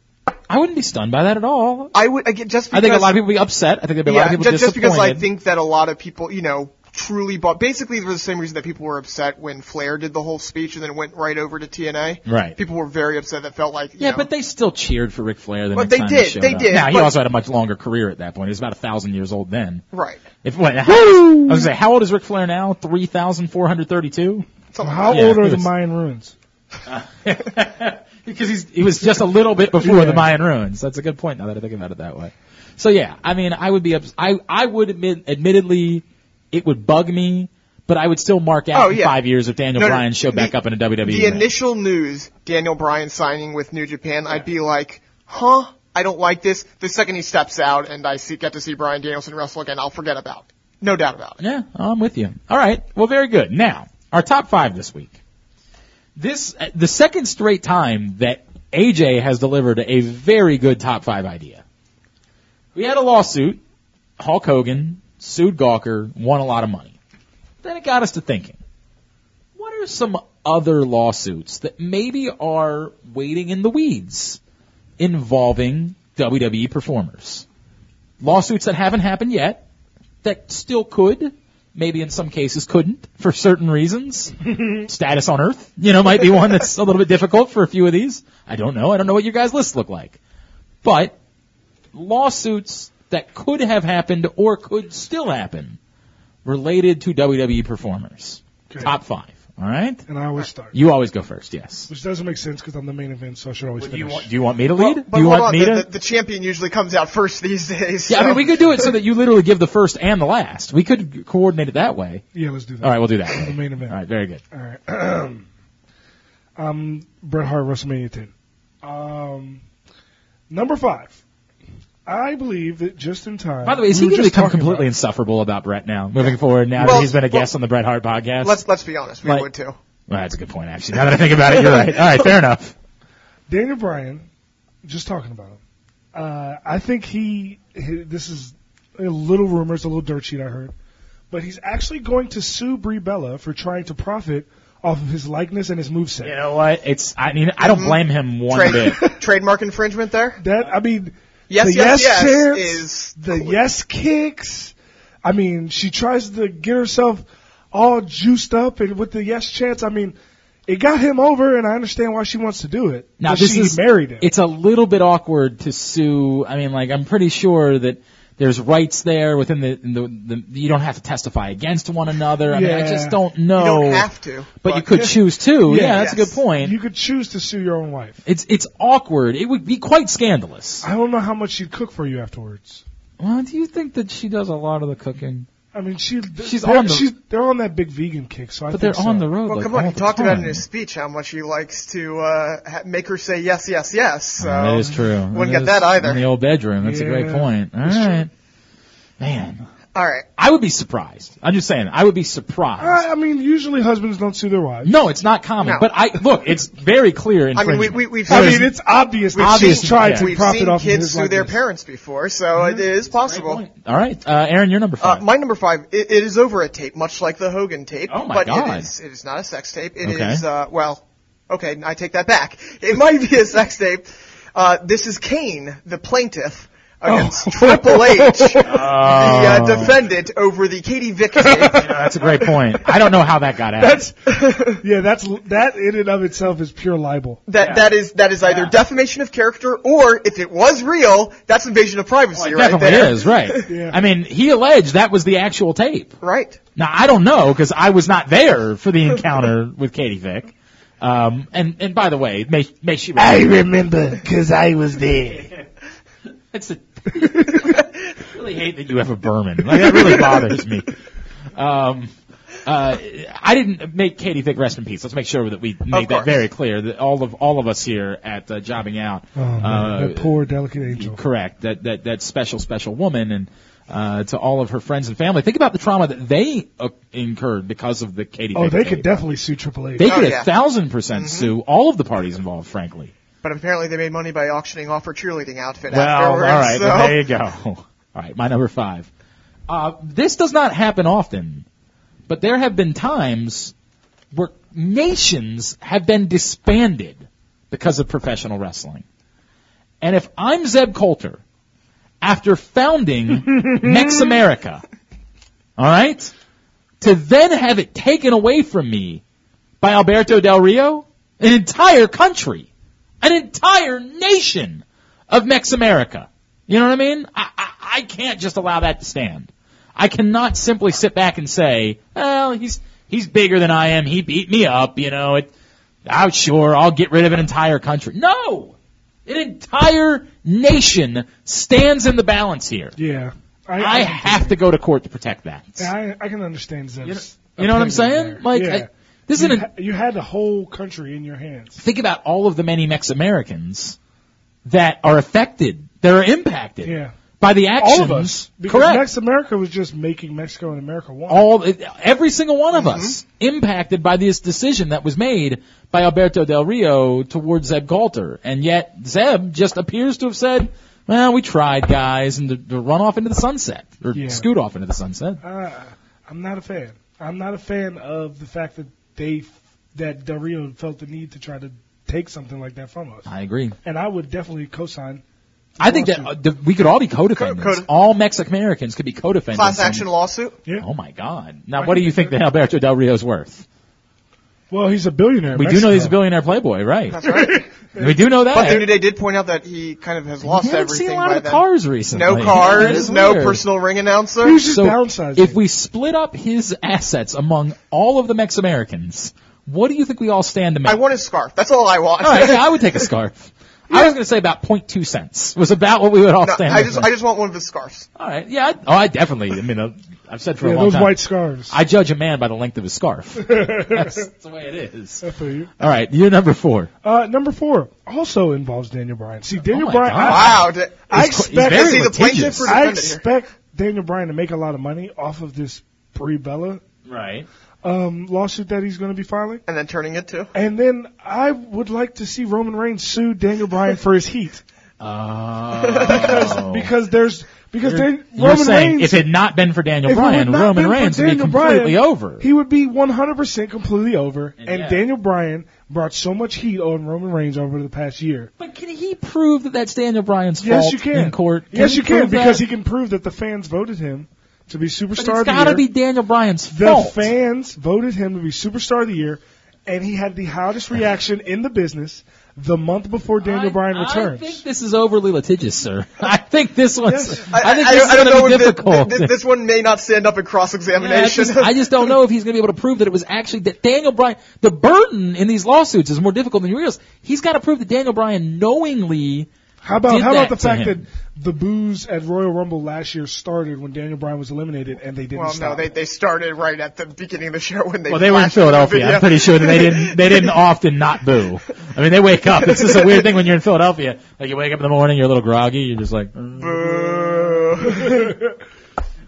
[SPEAKER 2] I wouldn't be stunned by that at all.
[SPEAKER 3] I would again just
[SPEAKER 2] I
[SPEAKER 3] because
[SPEAKER 2] think a lot of people would be upset. I think there'd be a lot of
[SPEAKER 3] yeah,
[SPEAKER 2] people
[SPEAKER 3] ju- just, because I
[SPEAKER 2] disappointed.
[SPEAKER 3] think that a lot of people, you know, truly bought. Basically, for the same reason that people were upset when Flair did the whole speech and then went right over to TNA.
[SPEAKER 2] Right.
[SPEAKER 3] People were very upset. That felt like you
[SPEAKER 2] Yeah,
[SPEAKER 3] know,
[SPEAKER 2] but they still cheered for Ric Flair. The
[SPEAKER 3] But
[SPEAKER 2] next
[SPEAKER 3] they
[SPEAKER 2] time
[SPEAKER 3] did,
[SPEAKER 2] He showed
[SPEAKER 3] they
[SPEAKER 2] up.
[SPEAKER 3] did,
[SPEAKER 2] Now he
[SPEAKER 3] but-
[SPEAKER 2] also had a much longer career at that point. He was about a thousand years old then.
[SPEAKER 3] right.
[SPEAKER 2] If what? How, I was gonna say, how old is Ric Flair now? Three thousand four hundred thirty-two.
[SPEAKER 3] Something
[SPEAKER 1] How
[SPEAKER 2] Yeah,
[SPEAKER 1] old are
[SPEAKER 2] he
[SPEAKER 1] the
[SPEAKER 2] was-
[SPEAKER 1] Mayan ruins?
[SPEAKER 2] Because he's he was just a little bit before
[SPEAKER 1] Yeah.
[SPEAKER 2] the Mayan ruins. That's a good point now that I think about it that way. So yeah, I mean, I would be ups- I I would admit, admittedly, it would bug me, but I would still mark out
[SPEAKER 3] Oh,
[SPEAKER 2] in
[SPEAKER 3] yeah.
[SPEAKER 2] five years if Daniel
[SPEAKER 3] No, no,
[SPEAKER 2] Bryan showed
[SPEAKER 3] the-
[SPEAKER 2] back up in a E WWE.
[SPEAKER 3] The
[SPEAKER 2] ring.
[SPEAKER 3] initial news, Daniel Bryan signing with New Japan, I'd be like, huh? I don't like this. The second he steps out and I see, get to see Bryan Danielson wrestle again, I'll forget about it. No doubt about it.
[SPEAKER 2] Yeah, I'm with you. All right. Well, very good. Now, our top five this week. This uh, the second straight time that AJ has delivered a very good top five idea. We had a lawsuit. Hulk Hogan sued Gawker, won a lot of money. Then it got us to thinking. What are some other lawsuits that maybe are waiting in the weeds involving WWE performers? Lawsuits that haven't happened yet, that still could, maybe in some cases couldn't for certain reasons. Status on Earth, you know, might be one that's a little bit difficult for a few of these. I don't know. I don't know what your guys' lists look like. But lawsuits that could have happened or could still happen related to WWE performers. Top five. All right.
[SPEAKER 1] And I always start.
[SPEAKER 2] You always go first. Yes.
[SPEAKER 1] Which doesn't make sense because I'm the main event, so I should always
[SPEAKER 2] Do you
[SPEAKER 1] finish.
[SPEAKER 2] want, do you want me to lead?
[SPEAKER 3] But
[SPEAKER 2] do you
[SPEAKER 3] hold
[SPEAKER 2] want
[SPEAKER 3] on,
[SPEAKER 2] me
[SPEAKER 3] the,
[SPEAKER 2] to?
[SPEAKER 3] the, the champion usually comes out first these days.
[SPEAKER 2] yeah, I
[SPEAKER 3] so-
[SPEAKER 2] mean, we could do it so that you literally give the first and the last. We could coordinate it that way.
[SPEAKER 1] yeah, let's do that.
[SPEAKER 2] All right, we'll do that.
[SPEAKER 1] The main event.
[SPEAKER 2] All right, very good.
[SPEAKER 1] All right. um, Bret Hart WrestleMania 10. Um, number five. I believe that just in time.
[SPEAKER 2] By the way, is
[SPEAKER 1] we
[SPEAKER 2] he
[SPEAKER 1] were
[SPEAKER 2] going to
[SPEAKER 1] just
[SPEAKER 2] become
[SPEAKER 1] talking
[SPEAKER 2] completely
[SPEAKER 1] about-
[SPEAKER 2] insufferable about Brett now? Moving forward, now that
[SPEAKER 3] Well,
[SPEAKER 2] he's been a
[SPEAKER 3] well,
[SPEAKER 2] guest on the Bret Hart podcast.
[SPEAKER 3] Let's let's be honest, we
[SPEAKER 2] Like-
[SPEAKER 3] would too.
[SPEAKER 2] Well, that's a good point, actually. Now that I think about it, you're right. All right, fair enough.
[SPEAKER 1] Daniel Bryan, just talking about him. Uh, I think he, he. This is a little rumor. It's a little dirt sheet I heard, but he's actually going to sue Brie Bella for trying to profit off of his likeness and his moveset.
[SPEAKER 2] You know what? It's. I mean, I
[SPEAKER 3] Mm-hmm.
[SPEAKER 2] don't blame him one
[SPEAKER 3] Trade,
[SPEAKER 2] bit.
[SPEAKER 3] trademark infringement there.
[SPEAKER 1] That I mean,
[SPEAKER 3] Yes,
[SPEAKER 1] the yes,
[SPEAKER 3] yes, yes,
[SPEAKER 1] chants,
[SPEAKER 3] is
[SPEAKER 1] the yes kicks. I mean, she tries to get herself all juiced up and with the yes chants. I mean, it got him over, and I understand why she wants to do it.
[SPEAKER 2] Now
[SPEAKER 1] But
[SPEAKER 2] this
[SPEAKER 1] she
[SPEAKER 2] is
[SPEAKER 1] married him.
[SPEAKER 2] It's a little bit awkward to sue. I mean, like I'm pretty sure that there's rights there within the in the, the you don't have to testify against one another. I mean, I
[SPEAKER 1] Yeah.
[SPEAKER 2] just don't know.
[SPEAKER 3] you don't have to,
[SPEAKER 2] but you could choose to. Yeah, that's a
[SPEAKER 3] Yes.
[SPEAKER 2] good point.
[SPEAKER 1] you could choose to sue your own wife.
[SPEAKER 2] it's it's awkward. It would be quite scandalous.
[SPEAKER 1] I don't know how much she'd cook for you afterwards.
[SPEAKER 2] Well, do you think that she does a lot of the cooking?
[SPEAKER 1] I mean, she
[SPEAKER 2] She's
[SPEAKER 1] they're,
[SPEAKER 2] on the-
[SPEAKER 1] she's, they're on that big vegan kick, so I
[SPEAKER 2] But
[SPEAKER 1] think
[SPEAKER 2] they're on
[SPEAKER 1] so.
[SPEAKER 2] the road.
[SPEAKER 3] Well,
[SPEAKER 2] like,
[SPEAKER 3] come on,
[SPEAKER 2] all
[SPEAKER 3] he
[SPEAKER 2] the
[SPEAKER 3] talked about
[SPEAKER 2] time.
[SPEAKER 3] in his speech how much he likes to uh, ha- make her say yes, yes, yes. So
[SPEAKER 2] that is true.
[SPEAKER 3] wouldn't get that either.
[SPEAKER 2] In the old bedroom. That's a great
[SPEAKER 1] Yeah,
[SPEAKER 2] point. All right. Man,
[SPEAKER 3] all right,
[SPEAKER 2] I would be surprised. I'm just saying, I would be surprised.
[SPEAKER 1] Uh, I, I mean, usually husbands don't sue their wives.
[SPEAKER 2] No, it's not common.
[SPEAKER 3] No.
[SPEAKER 2] But I look, it's very clear.
[SPEAKER 3] I mean
[SPEAKER 2] Infringement.
[SPEAKER 3] we, we we've
[SPEAKER 1] I mean,
[SPEAKER 3] seen-
[SPEAKER 1] it's obvious that
[SPEAKER 2] Obvious,
[SPEAKER 1] she's trying
[SPEAKER 2] yeah.
[SPEAKER 1] to
[SPEAKER 3] we've
[SPEAKER 1] profit
[SPEAKER 3] seen
[SPEAKER 1] off of
[SPEAKER 3] kids
[SPEAKER 1] his
[SPEAKER 3] sue their
[SPEAKER 1] likeness. Mm-hmm.
[SPEAKER 3] parents before, so it is possible.
[SPEAKER 2] All right, uh, Aaron, you're number
[SPEAKER 3] Uh,
[SPEAKER 2] five.
[SPEAKER 3] my number five, it, it is over a tape, much like the Hogan tape.
[SPEAKER 2] Oh my
[SPEAKER 3] but
[SPEAKER 2] God.
[SPEAKER 3] It is, it is not a sex tape. It is
[SPEAKER 2] Okay.
[SPEAKER 3] uh, well, okay, I take that back. It might be a sex tape. Uh, this is Kane, the plaintiff, against
[SPEAKER 1] Oh.
[SPEAKER 3] Triple H, the uh, defendant over the Katie Vick tape.
[SPEAKER 2] That's a great point. I don't know how that got out.
[SPEAKER 1] That's yeah. That's that in and of itself is pure libel.
[SPEAKER 3] That that is that is either defamation of character or if it was real, that's invasion of privacy
[SPEAKER 2] it
[SPEAKER 3] right
[SPEAKER 2] definitely
[SPEAKER 3] there.
[SPEAKER 2] is right.
[SPEAKER 1] Yeah.
[SPEAKER 2] I mean, he alleged that was the actual tape.
[SPEAKER 3] Right.
[SPEAKER 2] Now I don't know because I was not there for the encounter with Katie Vick. Um, and and by the way, may may she.
[SPEAKER 1] remember because I was there.
[SPEAKER 2] It's a I really hate that you have a Berman. Like, that really bothers me. Um, uh, I didn't make Katie Vick rest in peace. Let's make sure that we make that
[SPEAKER 3] course.
[SPEAKER 2] very clear that all of all of us here at uh, Jobbing Out,
[SPEAKER 1] Oh, man,
[SPEAKER 2] uh,
[SPEAKER 1] that poor delicate angel.
[SPEAKER 2] correct that that that special special woman and. Uh, to all of her friends and family, think about the trauma that they uh, incurred because of the Katie.
[SPEAKER 1] Oh,
[SPEAKER 2] Vick
[SPEAKER 1] they
[SPEAKER 2] tape.
[SPEAKER 1] could definitely sue Triple H.
[SPEAKER 2] They
[SPEAKER 3] Oh,
[SPEAKER 2] could a
[SPEAKER 3] yeah. Mm-hmm.
[SPEAKER 2] thousand percent sue all of the parties involved. Frankly,
[SPEAKER 3] But apparently they made money by auctioning off her cheerleading outfit
[SPEAKER 2] Well, all
[SPEAKER 3] afterwards.
[SPEAKER 2] right.
[SPEAKER 3] so-
[SPEAKER 2] well, there you go. All right, my number five. Uh, this does not happen often, but there have been times where nations have been disbanded because of professional wrestling. And if I'm Zeb Coulter, after founding Mex America, all right, to then have it taken away from me by Alberto Del Rio, an entire country, an entire nation of Mex America. You know what I mean? I, I, I can't just allow that to stand. I cannot simply sit back and say, well, he's, he's bigger than I am. He beat me up. You know, it, oh, sure, I'll get rid of an entire country. No! An entire nation stands in the balance here.
[SPEAKER 1] yeah,
[SPEAKER 2] I have to go to court to protect that.
[SPEAKER 1] I, I can understand Zeb's.
[SPEAKER 2] You know what I'm
[SPEAKER 1] opinion
[SPEAKER 2] saying?
[SPEAKER 1] there.
[SPEAKER 2] Like,
[SPEAKER 1] yeah.
[SPEAKER 2] I- this
[SPEAKER 1] you,
[SPEAKER 2] isn't
[SPEAKER 1] ha- you had the whole country in your hands.
[SPEAKER 2] think about all of the many Mex Americans that are affected, that are impacted
[SPEAKER 1] Yeah,
[SPEAKER 2] by the actions.
[SPEAKER 1] all of us. Because
[SPEAKER 2] correct.
[SPEAKER 1] Mex America was just making Mexico and America one.
[SPEAKER 2] all every single one
[SPEAKER 3] Mm-hmm.
[SPEAKER 2] of us impacted by this decision that was made by Alberto Del Rio towards Zeb Coulter, and yet Zeb just appears to have said, "Well, we tried, guys," and to, to run off into the sunset or
[SPEAKER 1] Yeah.
[SPEAKER 2] scoot off into the sunset.
[SPEAKER 1] Uh, I'm not a fan. I'm not a fan of the fact that they that Del Rio felt the need to try to take something like that from us.
[SPEAKER 2] I agree.
[SPEAKER 1] And I would definitely co-sign.
[SPEAKER 2] I think that uh, the, we could all be co-defendants.
[SPEAKER 3] Co- co-
[SPEAKER 2] all Mexican Americans could be co-defendants.
[SPEAKER 3] class
[SPEAKER 2] on-
[SPEAKER 3] action lawsuit.
[SPEAKER 1] Yeah.
[SPEAKER 2] Oh my God! Now, what do you think that Alberto Del Rio's worth?
[SPEAKER 1] Well, he's a billionaire. in
[SPEAKER 2] We do know he's a
[SPEAKER 1] Mexico.
[SPEAKER 2] billionaire playboy, right?
[SPEAKER 3] That's right.
[SPEAKER 2] We do know that.
[SPEAKER 3] But then today did point out that he kind of has lost
[SPEAKER 2] we haven't
[SPEAKER 3] everything
[SPEAKER 2] seen a lot
[SPEAKER 3] by
[SPEAKER 2] of the
[SPEAKER 3] then.
[SPEAKER 2] cars recently.
[SPEAKER 3] No
[SPEAKER 2] It is
[SPEAKER 3] cars, no
[SPEAKER 2] weird.
[SPEAKER 3] personal ring announcer.
[SPEAKER 1] He was just
[SPEAKER 2] So
[SPEAKER 1] downsizing.
[SPEAKER 2] if we split up his assets among all of the Mex Americans, what do you think we all stand to make?
[SPEAKER 3] I want his scarf. That's all I want.
[SPEAKER 2] All right, yeah, I would take a scarf. I was going to say about 0.2 cents was about what we would all
[SPEAKER 3] No,
[SPEAKER 2] stand.
[SPEAKER 3] I
[SPEAKER 2] to
[SPEAKER 3] just
[SPEAKER 2] make.
[SPEAKER 3] I just want one of his scarves.
[SPEAKER 2] all right, yeah. I, oh, I definitely. I mean, uh, I've said for
[SPEAKER 1] yeah,
[SPEAKER 2] a long
[SPEAKER 1] those
[SPEAKER 2] time.
[SPEAKER 1] white scarves.
[SPEAKER 2] I judge a man by the length of his scarf. That's the way it is.
[SPEAKER 1] I feel you.
[SPEAKER 2] All right, you're number four.
[SPEAKER 1] Uh, number four also involves Daniel Bryan. See, Daniel
[SPEAKER 2] Oh, my
[SPEAKER 1] Bryan,
[SPEAKER 2] God.
[SPEAKER 1] I,
[SPEAKER 3] Wow. d-
[SPEAKER 1] I
[SPEAKER 2] He's qu- he's
[SPEAKER 1] expect
[SPEAKER 2] very
[SPEAKER 3] Is he the plaintiff
[SPEAKER 2] litigious.
[SPEAKER 3] or the-
[SPEAKER 1] I
[SPEAKER 3] defendant here.
[SPEAKER 1] expect Daniel Bryan to make a lot of money off of this Brie Bella
[SPEAKER 2] Right.
[SPEAKER 1] um, lawsuit that he's going to be filing.
[SPEAKER 3] And then turning it to.
[SPEAKER 1] And then I would like to see Roman Reigns sue Daniel Bryan for his heat because
[SPEAKER 2] Oh.
[SPEAKER 1] because there's because Dan,
[SPEAKER 2] You're
[SPEAKER 1] Roman
[SPEAKER 2] saying
[SPEAKER 1] Reigns
[SPEAKER 2] if it had not been for Daniel
[SPEAKER 1] if it had
[SPEAKER 2] Bryan,
[SPEAKER 1] not
[SPEAKER 2] Roman
[SPEAKER 1] been for
[SPEAKER 2] Reigns would be
[SPEAKER 1] Daniel
[SPEAKER 2] completely
[SPEAKER 1] Bryan,
[SPEAKER 2] over.
[SPEAKER 1] He would be 100% completely over, and,
[SPEAKER 2] yeah.
[SPEAKER 1] Daniel Bryan brought so much heat on Roman Reigns over the past year.
[SPEAKER 2] But can he prove that that's Daniel Bryan's
[SPEAKER 1] Yes,
[SPEAKER 2] fault
[SPEAKER 1] you can.
[SPEAKER 2] in court?
[SPEAKER 1] yes,
[SPEAKER 2] he
[SPEAKER 1] you can
[SPEAKER 2] prove
[SPEAKER 1] because
[SPEAKER 2] that?
[SPEAKER 1] he can prove that the fans voted him to be
[SPEAKER 2] But
[SPEAKER 1] superstar
[SPEAKER 2] it's
[SPEAKER 1] of the
[SPEAKER 2] got to
[SPEAKER 1] year.
[SPEAKER 2] be Daniel Bryan's
[SPEAKER 1] the
[SPEAKER 2] fault.
[SPEAKER 1] fans voted him to be superstar of the year, and he had the hottest reaction in the business the month before Daniel
[SPEAKER 2] I-
[SPEAKER 1] Bryan
[SPEAKER 2] I
[SPEAKER 1] returns.
[SPEAKER 2] think this is overly litigious, sir. I think this one's.
[SPEAKER 1] Yes.
[SPEAKER 2] I think this
[SPEAKER 3] I
[SPEAKER 2] is
[SPEAKER 3] don't know
[SPEAKER 2] going to
[SPEAKER 3] if
[SPEAKER 2] be
[SPEAKER 3] thi-
[SPEAKER 2] difficult.
[SPEAKER 3] thi- this one may not stand up in cross
[SPEAKER 2] Yeah, I,
[SPEAKER 3] examination.
[SPEAKER 2] just, I just don't know if he's going to be able to prove that it was actually that Daniel Bryan. The burden in these lawsuits is more difficult than you realize. He's got to prove that Daniel Bryan knowingly.
[SPEAKER 1] How about
[SPEAKER 2] did
[SPEAKER 1] how about the
[SPEAKER 2] that to
[SPEAKER 1] fact
[SPEAKER 2] him.
[SPEAKER 1] that the booze at Royal Rumble last year started when Daniel Bryan was eliminated and they didn't
[SPEAKER 3] well, no,
[SPEAKER 1] stop?
[SPEAKER 3] they they started right at the beginning of the show when they.
[SPEAKER 2] Well, they were in
[SPEAKER 3] flashed the
[SPEAKER 2] Philadelphia.
[SPEAKER 3] video.
[SPEAKER 2] I'm pretty sure that they didn't. They didn't often not boo. I mean, they wake up. It's just a weird thing when you're in Philadelphia. Like you wake up in the morning, you're a little groggy. You're just like, "Mm."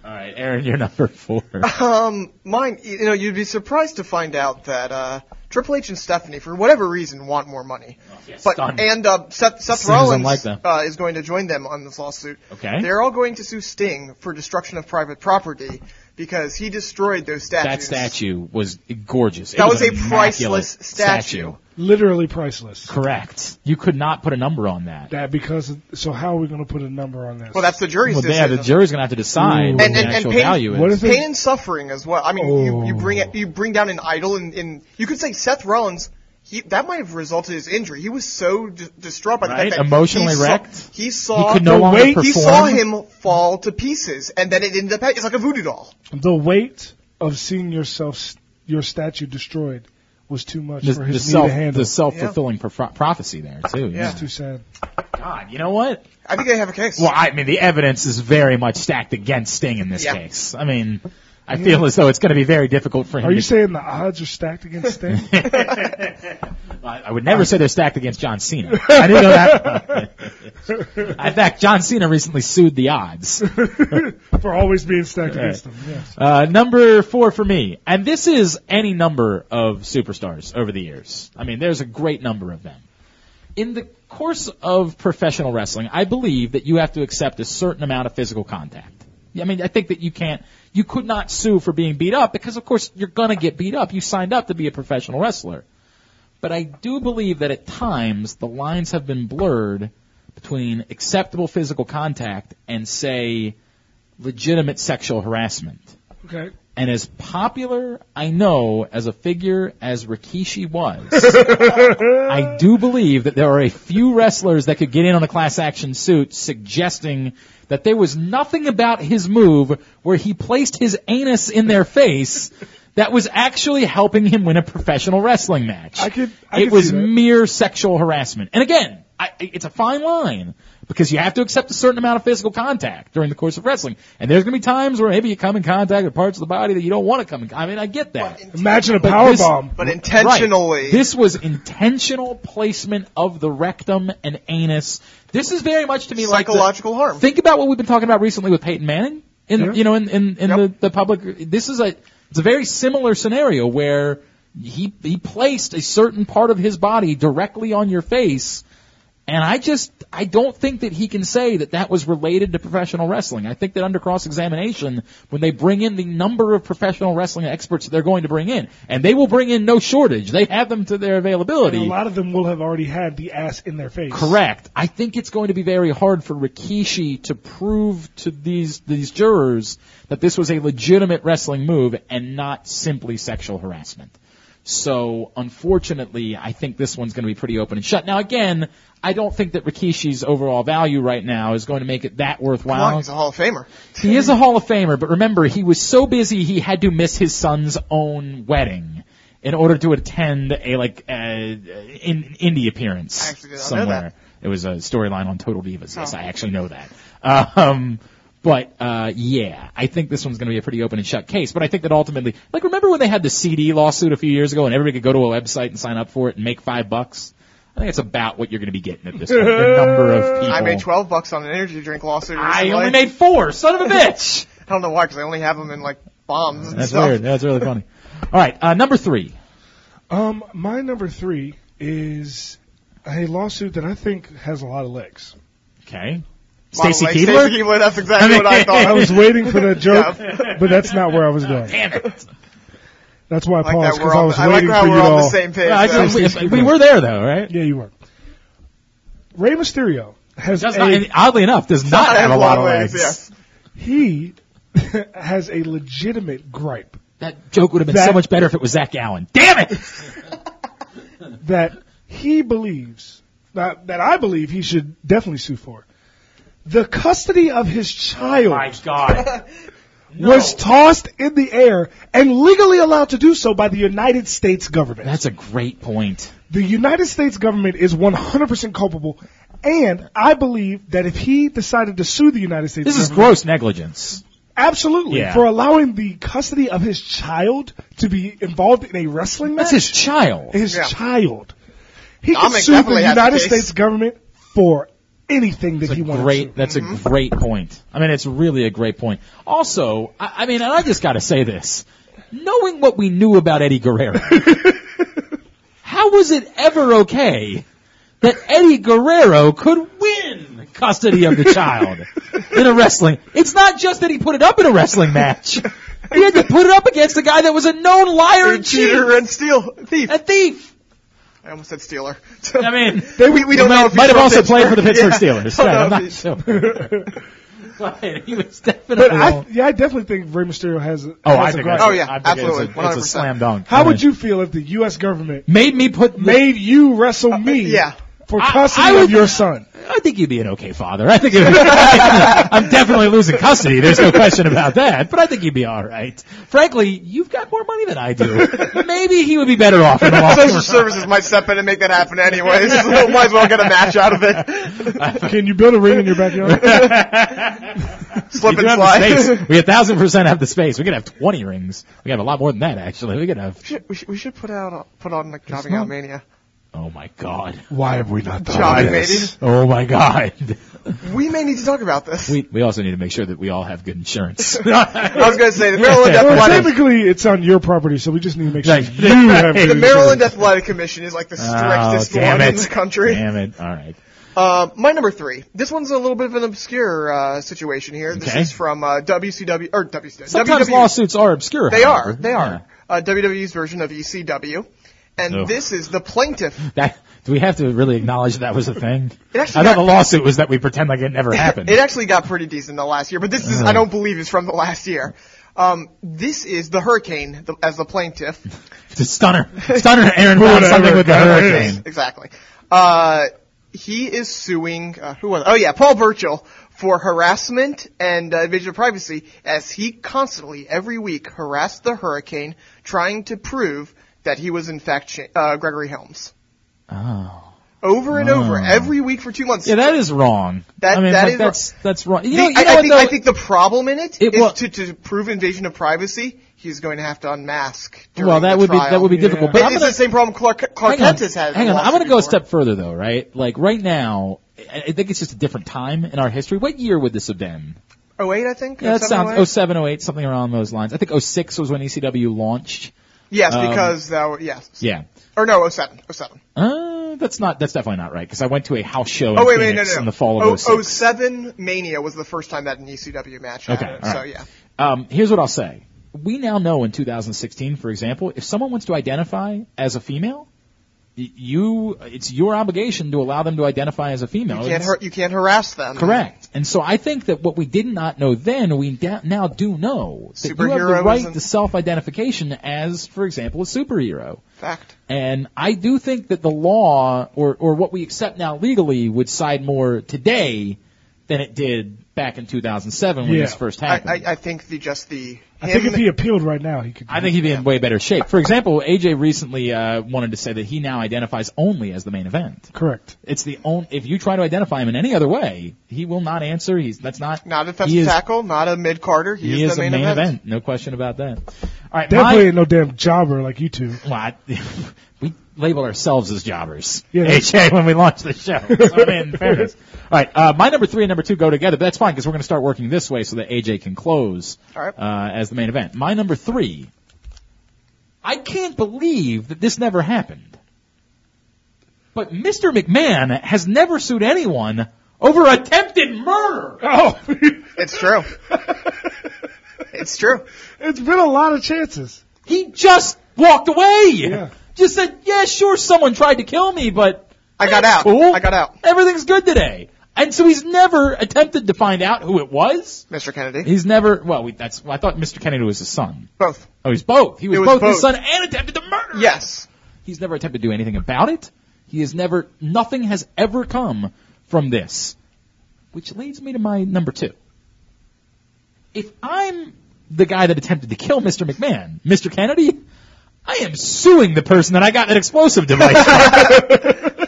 [SPEAKER 2] all right, Aaron, you're number four.
[SPEAKER 3] Um, mine, you know, you'd be surprised to find out that uh, Triple H and Stephanie, for whatever reason, want more money. but
[SPEAKER 2] Oh, stunned.
[SPEAKER 3] and uh, Seth, Seth
[SPEAKER 2] Seems
[SPEAKER 3] Rollins
[SPEAKER 2] unlike them.
[SPEAKER 3] uh, is going to join them on this lawsuit.
[SPEAKER 2] Okay.
[SPEAKER 3] They're all going to sue Sting for destruction of private property because he destroyed those statues.
[SPEAKER 2] That statue was gorgeous. It
[SPEAKER 3] That was
[SPEAKER 2] an
[SPEAKER 3] a priceless
[SPEAKER 2] immaculate
[SPEAKER 3] statue.
[SPEAKER 1] Literally priceless.
[SPEAKER 2] Correct. You could not put a number on that.
[SPEAKER 1] That because so how are we going to put a number on this?
[SPEAKER 3] Well, that's the jury's
[SPEAKER 2] Well, yeah,
[SPEAKER 3] decision.
[SPEAKER 2] the jury's gonna have to decide
[SPEAKER 1] Ooh.
[SPEAKER 2] what
[SPEAKER 1] And-
[SPEAKER 2] the
[SPEAKER 3] and- and
[SPEAKER 2] actual
[SPEAKER 3] Peyton-
[SPEAKER 2] value is.
[SPEAKER 1] What if it- Oh.
[SPEAKER 3] pain and suffering as well. I mean, you, you bring it, you bring down an idol, and, and you could say Seth Rollins. He, that might have resulted in his injury. He was so d- distraught by the
[SPEAKER 2] Right?
[SPEAKER 3] fact that
[SPEAKER 2] Emotionally
[SPEAKER 3] he saw-
[SPEAKER 2] wrecked?
[SPEAKER 3] he saw
[SPEAKER 2] He could no
[SPEAKER 3] the
[SPEAKER 2] longer
[SPEAKER 3] way- He saw
[SPEAKER 2] perform?
[SPEAKER 3] him fall to pieces, and then it ended up it's like a voodoo doll.
[SPEAKER 1] the weight of seeing yourself your statue destroyed was too much
[SPEAKER 2] the,
[SPEAKER 1] for
[SPEAKER 2] the
[SPEAKER 1] his knee
[SPEAKER 2] self,
[SPEAKER 1] to handle.
[SPEAKER 2] the self-fulfilling pro- prophecy there too.
[SPEAKER 1] It's too sad.
[SPEAKER 2] God, you know what?
[SPEAKER 3] I think they have a case.
[SPEAKER 2] Well, I mean, the evidence is very much stacked against Sting in this
[SPEAKER 3] Yeah. Mm-hmm.
[SPEAKER 2] case. I mean, I feel as though it's going to be very difficult for him.
[SPEAKER 1] Are you
[SPEAKER 2] to,
[SPEAKER 1] saying the odds are stacked against Sting?
[SPEAKER 2] I I would never say they're stacked against John Cena. I didn't know that. In fact, John Cena recently sued the odds.
[SPEAKER 1] for always being stacked against them. Yes.
[SPEAKER 2] Uh, number four for me, and this is any number of superstars over the years. I mean, there's a great number of them. In the course of professional wrestling, I believe that you have to accept a certain amount of physical contact. I mean, I think that you can't, you could not sue for being beat up because, of course, you're gonna get beat up. You signed up to be a professional wrestler. But I do believe that at times the lines have been blurred between acceptable physical contact and, say, legitimate sexual harassment.
[SPEAKER 1] Okay.
[SPEAKER 2] And as popular, I know, as a figure as Rikishi was, I do believe that there are a few wrestlers that could get in on a class action suit suggesting that there was nothing about his move where he placed his anus in their face that was actually helping him win a professional wrestling match.
[SPEAKER 1] I could- I
[SPEAKER 2] it
[SPEAKER 1] could
[SPEAKER 2] was
[SPEAKER 1] see that.
[SPEAKER 2] mere sexual harassment. And again, I, it's a fine line because you have to accept a certain amount of physical contact during the course of wrestling. And there's going to be times where maybe you come in contact with parts of the body that you don't want to come in. I mean, I get that.
[SPEAKER 1] Imagine a
[SPEAKER 2] But
[SPEAKER 1] power
[SPEAKER 2] this-
[SPEAKER 1] bomb.
[SPEAKER 3] but intentionally,
[SPEAKER 2] Right. This was intentional placement of the rectum and anus. This is very much to me like the-
[SPEAKER 3] psychological harm.
[SPEAKER 2] Think about what we've been talking about recently with Peyton Manning. In
[SPEAKER 1] Yeah.
[SPEAKER 2] you know, in in, in
[SPEAKER 3] Yep.
[SPEAKER 2] the, the public, this is a it's a very similar scenario where he he placed a certain part of his body directly on your face, and I just I don't think that he can say that that was related to professional wrestling. I think that under cross examination, when they bring in the number of professional wrestling experts that they're going to bring in, and they will bring in no shortage, they have them to their availability.
[SPEAKER 1] And a lot of them will have already had the ass in their face.
[SPEAKER 2] Correct. I think it's going to be very hard for Rikishi to prove to these these jurors that this was a legitimate wrestling move and not simply sexual harassment. So unfortunately, I think this one's going to be pretty open and shut. Now again, I don't think that Rikishi's overall value right now is going to make it that
[SPEAKER 3] Come
[SPEAKER 2] worthwhile.
[SPEAKER 3] on, he's a Hall of Famer.
[SPEAKER 2] He is a Hall of Famer, but remember, he was so busy he had to miss his son's own wedding in order to attend a like uh, in indie appearance
[SPEAKER 3] I actually did not know
[SPEAKER 2] somewhere.
[SPEAKER 3] that.
[SPEAKER 2] It was a storyline on Total Divas. Yes,
[SPEAKER 3] Oh.
[SPEAKER 2] I actually know that. Um, but uh, yeah, I think this one's going to be a pretty open and shut case. But I think that ultimately, like, remember when they had the CD lawsuit a few years ago, and everybody could go to a website and sign up for it and make five bucks. I think it's about what you're going to be getting at this point. The number of people.
[SPEAKER 3] I made 12 bucks on an energy drink lawsuit.
[SPEAKER 2] I
[SPEAKER 3] recently.
[SPEAKER 2] only made four. Son of a bitch.
[SPEAKER 3] I don't know why, because I only have them in like bombs and
[SPEAKER 2] That's
[SPEAKER 3] stuff.
[SPEAKER 2] weird. That's really funny. All right, uh, number three.
[SPEAKER 1] Um, my number three is a lawsuit that I think has a lot of legs.
[SPEAKER 2] Okay.
[SPEAKER 3] Model
[SPEAKER 2] Stacy
[SPEAKER 3] like
[SPEAKER 2] Keebler.
[SPEAKER 3] Stacey Keebler, That's exactly what I thought.
[SPEAKER 1] I was waiting for that joke,
[SPEAKER 3] Yeah.
[SPEAKER 1] but that's not where I was going.
[SPEAKER 2] Damn it.
[SPEAKER 1] That's why I
[SPEAKER 3] I like
[SPEAKER 1] paused
[SPEAKER 3] that
[SPEAKER 1] because
[SPEAKER 3] we're
[SPEAKER 1] I
[SPEAKER 3] on,
[SPEAKER 1] was
[SPEAKER 3] I like
[SPEAKER 1] waiting
[SPEAKER 3] how
[SPEAKER 1] for
[SPEAKER 3] we're
[SPEAKER 1] you to
[SPEAKER 3] on the
[SPEAKER 1] all.
[SPEAKER 3] same page.
[SPEAKER 2] Yeah, I
[SPEAKER 3] though.
[SPEAKER 2] just- we, we were there though, right?
[SPEAKER 1] Yeah, you were. Rey Mysterio has
[SPEAKER 2] Does
[SPEAKER 1] a,
[SPEAKER 2] not, and oddly enough, does not
[SPEAKER 3] I
[SPEAKER 2] have a lot of
[SPEAKER 3] ways,
[SPEAKER 2] legs.
[SPEAKER 3] yes.
[SPEAKER 1] he has a legitimate gripe
[SPEAKER 2] That joke would have been so
[SPEAKER 1] That-
[SPEAKER 2] much better if it was Zach Allen. Damn it!
[SPEAKER 1] that he believes that, that I believe he should definitely sue for. The custody of his child
[SPEAKER 2] God.
[SPEAKER 1] was tossed in the air and legally allowed to do so by the United States government.
[SPEAKER 2] That's a great point.
[SPEAKER 1] the United States government is 100% culpable, and I believe that if he decided to sue the United States,
[SPEAKER 2] This is
[SPEAKER 1] government,
[SPEAKER 2] gross negligence.
[SPEAKER 1] absolutely
[SPEAKER 2] Yeah.
[SPEAKER 1] for allowing the custody of his child to be involved in a wrestling match.
[SPEAKER 2] That's his child.
[SPEAKER 1] his
[SPEAKER 3] Yeah.
[SPEAKER 1] child. He can
[SPEAKER 3] Dominic
[SPEAKER 1] sue the
[SPEAKER 3] definitely has the
[SPEAKER 1] United
[SPEAKER 3] case.
[SPEAKER 1] States government for anything that
[SPEAKER 2] That's
[SPEAKER 1] he
[SPEAKER 2] a
[SPEAKER 1] wants.
[SPEAKER 2] great. That's
[SPEAKER 3] Mm-hmm.
[SPEAKER 2] a great point. I mean, it's really a great point. Also, I, I mean, and I just got to say this: knowing what we knew about Eddie Guerrero, how was it ever okay that Eddie Guerrero could win custody of the child in a wrestling? It's not just that he put it up in a wrestling match; he had to put it up against a guy that was a known liar and cheater,
[SPEAKER 3] Cheater and steal thief.
[SPEAKER 2] a thief.
[SPEAKER 3] I almost said stealer.
[SPEAKER 2] I mean,
[SPEAKER 3] They- we, we don't
[SPEAKER 2] might,
[SPEAKER 3] know if he's
[SPEAKER 2] might have
[SPEAKER 3] from
[SPEAKER 2] also played for the Pittsburgh
[SPEAKER 3] Pittsburgh.
[SPEAKER 2] Steelers.
[SPEAKER 3] Don't
[SPEAKER 2] right,
[SPEAKER 3] know
[SPEAKER 2] I'm not
[SPEAKER 3] if
[SPEAKER 2] sure. But he was definitely.
[SPEAKER 1] But I, yeah, I definitely think Rey Mysterio has. a-
[SPEAKER 2] Oh,
[SPEAKER 1] has
[SPEAKER 2] I
[SPEAKER 1] a
[SPEAKER 2] think
[SPEAKER 1] gripe.
[SPEAKER 2] that's-
[SPEAKER 3] Oh, yeah,
[SPEAKER 2] I think
[SPEAKER 3] absolutely,
[SPEAKER 2] It's a, it's a
[SPEAKER 3] 100%.
[SPEAKER 2] slam dunk.
[SPEAKER 1] How would you feel if the U.S. government
[SPEAKER 2] made me put?
[SPEAKER 1] made you wrestle me?
[SPEAKER 3] Uh, yeah.
[SPEAKER 1] For
[SPEAKER 2] I-
[SPEAKER 1] custody
[SPEAKER 2] I would-
[SPEAKER 1] of your son.
[SPEAKER 2] I think you'd be an okay father. I think it would, I'm definitely losing custody. There's no question about that. But I think you'd be all right. Frankly, you've got more money than I do. Maybe he would be better off in the long
[SPEAKER 3] Social
[SPEAKER 2] run.
[SPEAKER 3] services might step in and make that happen anyway, so might as well get a match out of it.
[SPEAKER 1] Can you build a ring in your backyard?
[SPEAKER 3] Slip
[SPEAKER 2] We
[SPEAKER 3] and
[SPEAKER 2] do have
[SPEAKER 3] slide.
[SPEAKER 2] the space. We a thousand percent have the space. We could have 20 rings. We could have a lot more than that, actually. We could have.
[SPEAKER 3] We should- We should, we should put out put on like jobbing
[SPEAKER 2] not-
[SPEAKER 3] out mania.
[SPEAKER 2] Oh my god.
[SPEAKER 1] Why have we not
[SPEAKER 3] Jobbing
[SPEAKER 2] Oh my god.
[SPEAKER 3] mania. We may need to talk about this.
[SPEAKER 2] We we also need to make sure that we all have good insurance.
[SPEAKER 3] I was going to say the Maryland
[SPEAKER 2] Yeah.
[SPEAKER 3] Athletic,
[SPEAKER 1] Well, technically, it's on your property, so we just need to make sure
[SPEAKER 2] Right.
[SPEAKER 1] you have
[SPEAKER 2] The
[SPEAKER 3] the
[SPEAKER 1] good
[SPEAKER 3] Maryland
[SPEAKER 1] insurance.
[SPEAKER 3] Athletic Commission is like the
[SPEAKER 2] Oh,
[SPEAKER 3] strictest
[SPEAKER 2] damn
[SPEAKER 3] one in
[SPEAKER 2] it.
[SPEAKER 3] the country.
[SPEAKER 2] Damn it. All right.
[SPEAKER 3] Uh, my number three. This one's a little bit of an obscure uh, situation here. This
[SPEAKER 2] Okay.
[SPEAKER 3] is from uh, WCW or WCW.
[SPEAKER 2] Sometimes
[SPEAKER 3] WWE.
[SPEAKER 2] lawsuits are obscure.
[SPEAKER 3] E They
[SPEAKER 2] however.
[SPEAKER 3] are. They
[SPEAKER 2] Yeah.
[SPEAKER 3] are. Uh, WWE's version of ECW. And
[SPEAKER 2] Ugh.
[SPEAKER 3] this is the plaintiff.
[SPEAKER 2] That do we have to really acknowledge that was a thing?
[SPEAKER 3] It
[SPEAKER 2] I
[SPEAKER 3] actually got-
[SPEAKER 2] thought the lawsuit was that we pretend like it never happened. Uh-huh.
[SPEAKER 3] It actually got pretty decent the last year, but this is, I don't believe is from the last year. Um, this is the Hurricane the, as the plaintiff.
[SPEAKER 2] It's stunner, stunner, Aaron found something with the hurricane.
[SPEAKER 3] exactly. Uh, he is suing, uh, who was, oh yeah, Paul Burchill for harassment and uh, invasion of privacy as he constantly, every week, harassed the Hurricane trying to prove that he was in fact Sha- uh, Gregory Helms.
[SPEAKER 2] Oh,
[SPEAKER 3] Over and over, every week for two months.
[SPEAKER 2] yeah, that is wrong.
[SPEAKER 3] That-
[SPEAKER 2] I mean,
[SPEAKER 3] that is
[SPEAKER 2] like,
[SPEAKER 3] wrong.
[SPEAKER 2] that's that's wrong. You
[SPEAKER 3] The-
[SPEAKER 2] know, you know
[SPEAKER 3] I, I
[SPEAKER 2] what,
[SPEAKER 3] think,
[SPEAKER 2] though?
[SPEAKER 3] I think the problem in it,
[SPEAKER 2] It
[SPEAKER 3] is
[SPEAKER 2] wa-
[SPEAKER 3] to, to prove invasion of privacy, he's going to have to unmask. during
[SPEAKER 2] well, that
[SPEAKER 3] the
[SPEAKER 2] would be
[SPEAKER 3] trial.
[SPEAKER 2] that would be difficult. But
[SPEAKER 3] It-
[SPEAKER 2] I'm
[SPEAKER 3] it's
[SPEAKER 2] gonna,
[SPEAKER 3] the same problem Clark, Clark
[SPEAKER 2] hang on,
[SPEAKER 3] Kent has had.
[SPEAKER 2] hang on. I'm
[SPEAKER 3] going
[SPEAKER 2] gonna
[SPEAKER 3] to
[SPEAKER 2] go a step further though, right? Like right now, I I think it's just a different time in our history. What year would this have been?
[SPEAKER 3] 08, I think.
[SPEAKER 2] Yeah, that
[SPEAKER 3] 07,
[SPEAKER 2] sounds
[SPEAKER 3] 08?
[SPEAKER 2] 07, 08, something around those lines. I think 06 was when ECW launched.
[SPEAKER 3] Yes,
[SPEAKER 2] um,
[SPEAKER 3] because that were, yes,
[SPEAKER 2] Yeah.
[SPEAKER 3] or no, 07, 07.
[SPEAKER 2] Uh, that's not, that's definitely not right, because I went to a house show in
[SPEAKER 3] Oh wait, wait,
[SPEAKER 2] Phoenix
[SPEAKER 3] no, no, no.
[SPEAKER 2] in the fall of
[SPEAKER 3] O-
[SPEAKER 2] 06.
[SPEAKER 3] 07 Mania was the first time that an ECW match. had
[SPEAKER 2] Okay,
[SPEAKER 3] it,
[SPEAKER 2] all
[SPEAKER 3] so
[SPEAKER 2] right.
[SPEAKER 3] yeah,
[SPEAKER 2] Um, here's what I'll say. We now know in 2016, for example, if someone wants to identify as a female, y- you it's your obligation to allow them to identify as a female.
[SPEAKER 3] You can't
[SPEAKER 2] It's-
[SPEAKER 3] har- you can't harass them.
[SPEAKER 2] Correct. And so I think that what we did not know then, we da- now do know. That you have the right
[SPEAKER 3] Superheroism.
[SPEAKER 2] to self-identification as, for example, a superhero.
[SPEAKER 3] Fact.
[SPEAKER 2] And I do think that the law, or, or what we accept now legally, would side more today than it did back in 2007 when
[SPEAKER 1] Yeah.
[SPEAKER 2] this first
[SPEAKER 3] I,
[SPEAKER 2] happened.
[SPEAKER 3] I, I think the just the
[SPEAKER 1] I think
[SPEAKER 3] him-
[SPEAKER 1] if he appealed right now, he could.
[SPEAKER 2] I think he'd be in way better shape. For example, AJ recently uh, wanted to say that he now identifies only as the main event.
[SPEAKER 1] Correct.
[SPEAKER 2] It's the only. If you try to identify him in any other way, he will not answer. He's that's not.
[SPEAKER 3] not a
[SPEAKER 2] he
[SPEAKER 3] defensive
[SPEAKER 2] is-
[SPEAKER 3] tackle, not a mid Carter. He,
[SPEAKER 2] He is
[SPEAKER 3] the
[SPEAKER 2] a
[SPEAKER 3] main,
[SPEAKER 2] main
[SPEAKER 3] event.
[SPEAKER 2] event. No question about that. All right,
[SPEAKER 1] Definitely
[SPEAKER 2] my,
[SPEAKER 1] ain't no damn jobber like you two.
[SPEAKER 2] well, I- we labeled ourselves as jobbers.
[SPEAKER 1] Yeah.
[SPEAKER 2] HA when we launched the show. So, I mean, in fairness. All right, uh, my number three and number two go together, but that's fine because we're going to start working this way so that AJ can close
[SPEAKER 3] All right.
[SPEAKER 2] uh, as the main event. My number three. I can't believe that this never happened. But Mr. McMahon has never sued anyone over attempted murder.
[SPEAKER 1] Oh,
[SPEAKER 3] It's true. it's true.
[SPEAKER 1] it's been a lot of chances.
[SPEAKER 2] He just walked away.
[SPEAKER 1] Yeah.
[SPEAKER 2] Just said, yeah, sure, someone tried to kill me, but
[SPEAKER 3] I got out.
[SPEAKER 2] cool.
[SPEAKER 3] I got out.
[SPEAKER 2] everything's good today. And so he's never attempted to find out who it was.
[SPEAKER 3] Mr. Kennedy.
[SPEAKER 2] He's never, well, we, that's, well, I thought Mr. Kennedy was his son.
[SPEAKER 3] Both.
[SPEAKER 2] Oh, he's both. He was,
[SPEAKER 3] It was
[SPEAKER 2] both,
[SPEAKER 3] both.
[SPEAKER 2] his son and attempted to murder. him.
[SPEAKER 3] Yes.
[SPEAKER 2] He's never attempted to do anything about it. He has never, nothing has ever come from this. Which leads me to my number two. If I'm the guy that attempted to kill Mr. McMahon, Mr. Kennedy, I am suing the person that I got that explosive device from.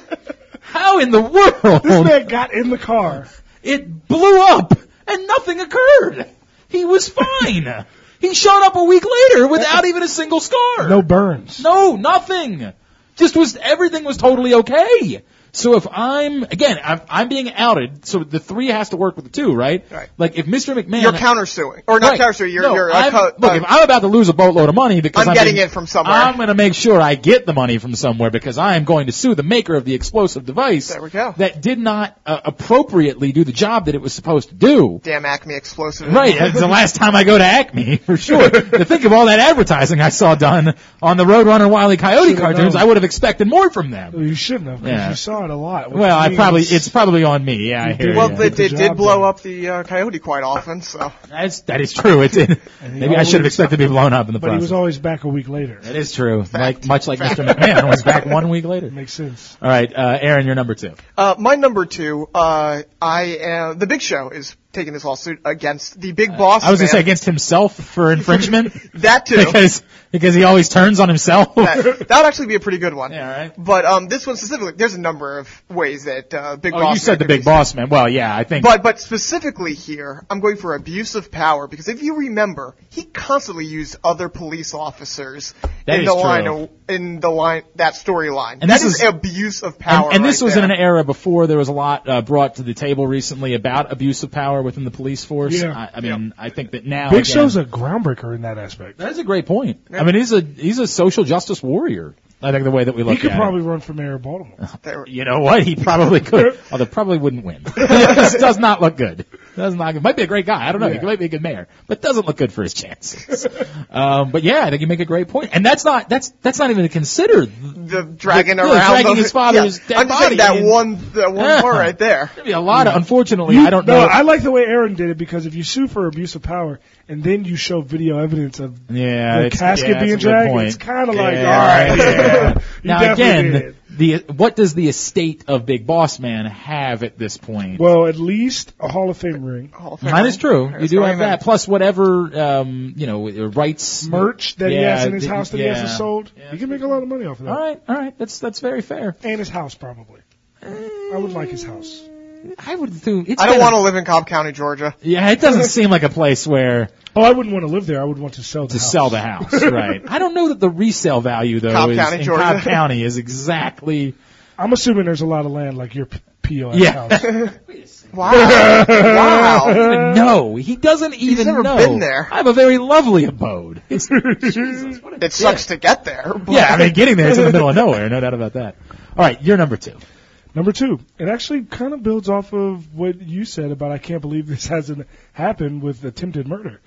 [SPEAKER 2] How in the
[SPEAKER 1] This
[SPEAKER 2] world?
[SPEAKER 1] man got in the car.
[SPEAKER 2] It blew up and nothing occurred. He was fine. he showed up a week later without even a single scar.
[SPEAKER 1] No burns.
[SPEAKER 2] No, nothing. Just was everything was totally okay. So if I'm again, I'm, I'm being outed. So the three has to work with the two, right?
[SPEAKER 3] Right.
[SPEAKER 2] Like if Mr. McMahon,
[SPEAKER 3] You're countersuing. Or not
[SPEAKER 2] Right.
[SPEAKER 3] countersuing. You're,
[SPEAKER 2] No,
[SPEAKER 3] you're uh,
[SPEAKER 2] I'm-
[SPEAKER 3] co-
[SPEAKER 2] look.
[SPEAKER 3] uh,
[SPEAKER 2] if I'm about to lose a boatload of money because
[SPEAKER 3] I'm
[SPEAKER 2] I'm
[SPEAKER 3] getting
[SPEAKER 2] being- Um,
[SPEAKER 3] it from somewhere.
[SPEAKER 2] I'm going to make sure I get the money from somewhere because I am going to sue the maker of the explosive device.
[SPEAKER 3] There we go.
[SPEAKER 2] That did not uh, appropriately do the job that it was supposed to do.
[SPEAKER 3] damn Acme explosive.
[SPEAKER 2] Right, it's the last time I go to Acme for sure. to think of all that advertising I saw done on the Roadrunner Wiley Coyote
[SPEAKER 1] Should've
[SPEAKER 2] cartoons,
[SPEAKER 1] known.
[SPEAKER 2] I would have expected more from them.
[SPEAKER 1] You shouldn't have. 'cause
[SPEAKER 2] Yeah.
[SPEAKER 1] You saw it a lot. which
[SPEAKER 2] Well, I
[SPEAKER 1] means-
[SPEAKER 2] probably it's probably on me. Yeah, I
[SPEAKER 1] You
[SPEAKER 2] hear
[SPEAKER 1] did.
[SPEAKER 3] Well,
[SPEAKER 2] you.
[SPEAKER 3] they,
[SPEAKER 1] Good
[SPEAKER 3] they
[SPEAKER 1] job,
[SPEAKER 3] did blow
[SPEAKER 1] buddy.
[SPEAKER 3] up the uh, coyote quite often, so
[SPEAKER 2] That's, that is true. It did. Maybe I should have
[SPEAKER 1] always-
[SPEAKER 2] expected to be blown up in the
[SPEAKER 1] But he was
[SPEAKER 2] process.
[SPEAKER 1] always back a week later.
[SPEAKER 2] That is true. Like much like Mr. McMahon was back one week later.
[SPEAKER 1] Makes sense.
[SPEAKER 2] All right, uh, Aaron, you're number two.
[SPEAKER 3] Uh, my number two, uh, I am, the Big Show is taking this lawsuit against the Big Boss.
[SPEAKER 2] Uh, I was gonna say
[SPEAKER 3] man.
[SPEAKER 2] against himself for infringement
[SPEAKER 3] that too.
[SPEAKER 2] because because he always turns on himself.
[SPEAKER 3] that, that would actually be a pretty good one.
[SPEAKER 2] Yeah, all right.
[SPEAKER 3] But um, this one specifically, there's a number of ways that uh, Big
[SPEAKER 2] oh,
[SPEAKER 3] Boss.
[SPEAKER 2] you said
[SPEAKER 3] Man
[SPEAKER 2] the
[SPEAKER 3] could be
[SPEAKER 2] big boss man. Well, yeah, I think.
[SPEAKER 3] But but specifically here, I'm going for abuse of power because if you remember, he constantly used other police officers
[SPEAKER 2] That
[SPEAKER 3] in
[SPEAKER 2] is
[SPEAKER 3] the
[SPEAKER 2] true.
[SPEAKER 3] line of, in the line that storyline.
[SPEAKER 2] And
[SPEAKER 3] that is,
[SPEAKER 2] this is-
[SPEAKER 3] abuse of
[SPEAKER 2] and,
[SPEAKER 3] power.
[SPEAKER 2] and this
[SPEAKER 3] right
[SPEAKER 2] was
[SPEAKER 3] there.
[SPEAKER 2] in an era before there was a lot uh, brought to the table recently about abuse of power within the police force.
[SPEAKER 1] Yeah.
[SPEAKER 2] I, I mean, I think that now
[SPEAKER 1] Big
[SPEAKER 2] again-
[SPEAKER 1] Show's a groundbreaker in that aspect.
[SPEAKER 2] That is a great point. I mean, he's a he's a social justice warrior. I think the way that we look
[SPEAKER 1] He could
[SPEAKER 2] at
[SPEAKER 1] probably run for mayor of Baltimore.
[SPEAKER 3] There-
[SPEAKER 2] it. You know what? He probably could. Although probably wouldn't win. this does not look good. Does not. Might be a great guy. I don't know. He
[SPEAKER 1] Yeah.
[SPEAKER 2] might be a good mayor, but doesn't look good for his chances. um, but yeah, I think you make a great point. And that's not that's that's not even considered. There'd
[SPEAKER 3] the dragging
[SPEAKER 2] yeah,
[SPEAKER 3] around
[SPEAKER 2] dragging
[SPEAKER 3] those-
[SPEAKER 2] his father's
[SPEAKER 3] yeah.
[SPEAKER 2] dead
[SPEAKER 3] I'm just
[SPEAKER 2] body
[SPEAKER 3] saying that
[SPEAKER 2] in-
[SPEAKER 3] one that one
[SPEAKER 2] Yeah.
[SPEAKER 3] part right there.
[SPEAKER 2] be a lot of. Unfortunately, I don't
[SPEAKER 1] no,
[SPEAKER 2] know.
[SPEAKER 1] I like the way Aaron did it because if you sue for abuse of power and then you show video evidence of
[SPEAKER 2] Yeah,
[SPEAKER 1] the
[SPEAKER 2] it's-
[SPEAKER 1] casket
[SPEAKER 2] yeah, that's a
[SPEAKER 1] being
[SPEAKER 2] good
[SPEAKER 1] dragged,
[SPEAKER 2] point.
[SPEAKER 1] it's kind of like,
[SPEAKER 2] Yeah,
[SPEAKER 1] all right.
[SPEAKER 2] yeah.
[SPEAKER 1] You
[SPEAKER 2] now
[SPEAKER 1] definitely
[SPEAKER 2] again,
[SPEAKER 1] did.
[SPEAKER 2] the what does the estate of Big Boss Man have at this point?
[SPEAKER 1] Well, at least a Hall of Fame ring.
[SPEAKER 3] Oh, fair
[SPEAKER 2] that
[SPEAKER 3] enough.
[SPEAKER 2] is true. You
[SPEAKER 3] It's
[SPEAKER 2] do
[SPEAKER 3] going
[SPEAKER 2] have that,
[SPEAKER 3] in.
[SPEAKER 2] plus whatever um, you know uh, rights
[SPEAKER 1] Merch that he
[SPEAKER 2] Yeah,
[SPEAKER 1] has in his
[SPEAKER 2] the-
[SPEAKER 1] house that he
[SPEAKER 2] yeah.
[SPEAKER 1] hasn't sold.
[SPEAKER 2] Yeah.
[SPEAKER 1] He can make a lot of money off of that.
[SPEAKER 2] All right, all right. That's that's very fair.
[SPEAKER 1] And his house, probably. I would like his house.
[SPEAKER 2] Uh, I would assume it's
[SPEAKER 3] I don't
[SPEAKER 2] been a-
[SPEAKER 3] want to live in Cobb County, Georgia.
[SPEAKER 2] Yeah, it doesn't seem like a place where
[SPEAKER 1] Oh, I wouldn't want to live there. I would want to sell the
[SPEAKER 2] to
[SPEAKER 1] house.
[SPEAKER 2] sell the house, right? I don't know that the resale value though
[SPEAKER 3] Cobb
[SPEAKER 2] is,
[SPEAKER 3] County,
[SPEAKER 2] in
[SPEAKER 3] Georgia.
[SPEAKER 2] Cobb County is exactly.
[SPEAKER 1] I'm assuming there's a lot of land like your P- POS
[SPEAKER 2] Yeah.
[SPEAKER 1] house.
[SPEAKER 3] Wow. wow.
[SPEAKER 2] No, he doesn't even
[SPEAKER 3] never
[SPEAKER 2] know.
[SPEAKER 3] been there.
[SPEAKER 2] I have a very lovely abode. It's
[SPEAKER 3] It sucks to get there. But
[SPEAKER 2] Yeah, I mean, getting there is in the middle of nowhere, no doubt about that. All right, you're number two.
[SPEAKER 1] Number two, it actually kind of builds off of what you said about I can't believe this hasn't happened with attempted murder.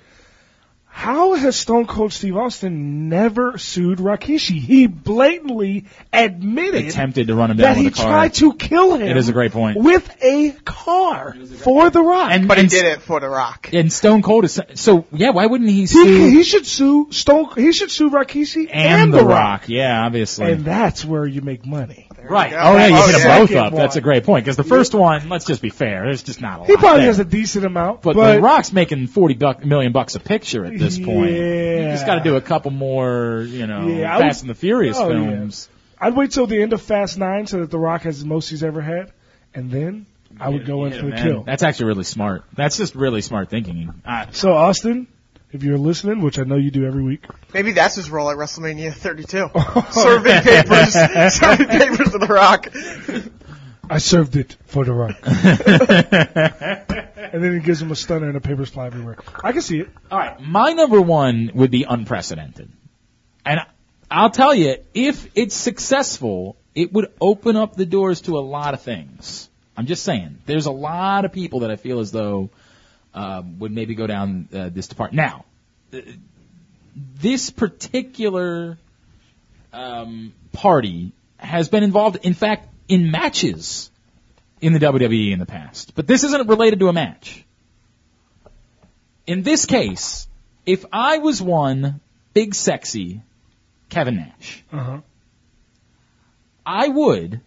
[SPEAKER 1] How has Stone Cold Steve Austin never sued Rakishi? He blatantly admitted
[SPEAKER 2] Attempted to run him down
[SPEAKER 1] that
[SPEAKER 2] with
[SPEAKER 1] he
[SPEAKER 2] a car.
[SPEAKER 1] tried to kill him.
[SPEAKER 2] It is a great point.
[SPEAKER 1] With a car for The Rock.
[SPEAKER 2] And
[SPEAKER 3] But he
[SPEAKER 2] and,
[SPEAKER 3] did it for The Rock.
[SPEAKER 2] and Stone Cold is so yeah. Why wouldn't he
[SPEAKER 1] he,
[SPEAKER 2] sue
[SPEAKER 1] he should sue Stone. He should sue Rakishi
[SPEAKER 2] and,
[SPEAKER 1] and,
[SPEAKER 2] the Rock? Yeah, obviously.
[SPEAKER 1] And that's where you make money.
[SPEAKER 2] Right.
[SPEAKER 3] go.
[SPEAKER 2] Oh yeah, you
[SPEAKER 3] Oh,
[SPEAKER 2] hit them
[SPEAKER 1] yeah.
[SPEAKER 2] both
[SPEAKER 1] Second
[SPEAKER 2] up. That's a
[SPEAKER 1] one.
[SPEAKER 2] great point because the first one, let's just be fair, there's just not a lot.
[SPEAKER 1] He probably
[SPEAKER 2] there.
[SPEAKER 1] has a decent amount,
[SPEAKER 2] But,
[SPEAKER 1] but,
[SPEAKER 2] The Rock's making forty buck, million bucks a picture at this point. You just
[SPEAKER 1] Yeah.
[SPEAKER 2] got to do a couple more, you know,
[SPEAKER 1] Yeah, I
[SPEAKER 2] Fast
[SPEAKER 1] would-
[SPEAKER 2] and the Furious
[SPEAKER 1] oh, yeah.
[SPEAKER 2] films.
[SPEAKER 1] I'd wait till the end of Fast Nine so that The Rock has the most he's ever had, and then I would go in for the
[SPEAKER 2] Man,
[SPEAKER 1] kill.
[SPEAKER 2] That's actually really smart. That's just really smart thinking. I,
[SPEAKER 1] So Austin, if you're listening, which I know you do every week,
[SPEAKER 3] Maybe that's his role at WrestleMania 32. serving papers, serving papers to The Rock.
[SPEAKER 1] I served it for The Rock, and then he gives him a stunner and a papers fly everywhere. I can see it.
[SPEAKER 2] All right, my number one would be unprecedented, and I'll tell you, if it's successful, it would open up the doors to a lot of things. I'm just saying, there's a lot of people that I feel as though um, would maybe go down uh, this department. Now, uh, this particular um, party has been involved, in fact, in matches in the WWE in the past, but this isn't related to a match in this case, if I was one big sexy Kevin Nash,
[SPEAKER 1] Uh-huh.
[SPEAKER 2] I would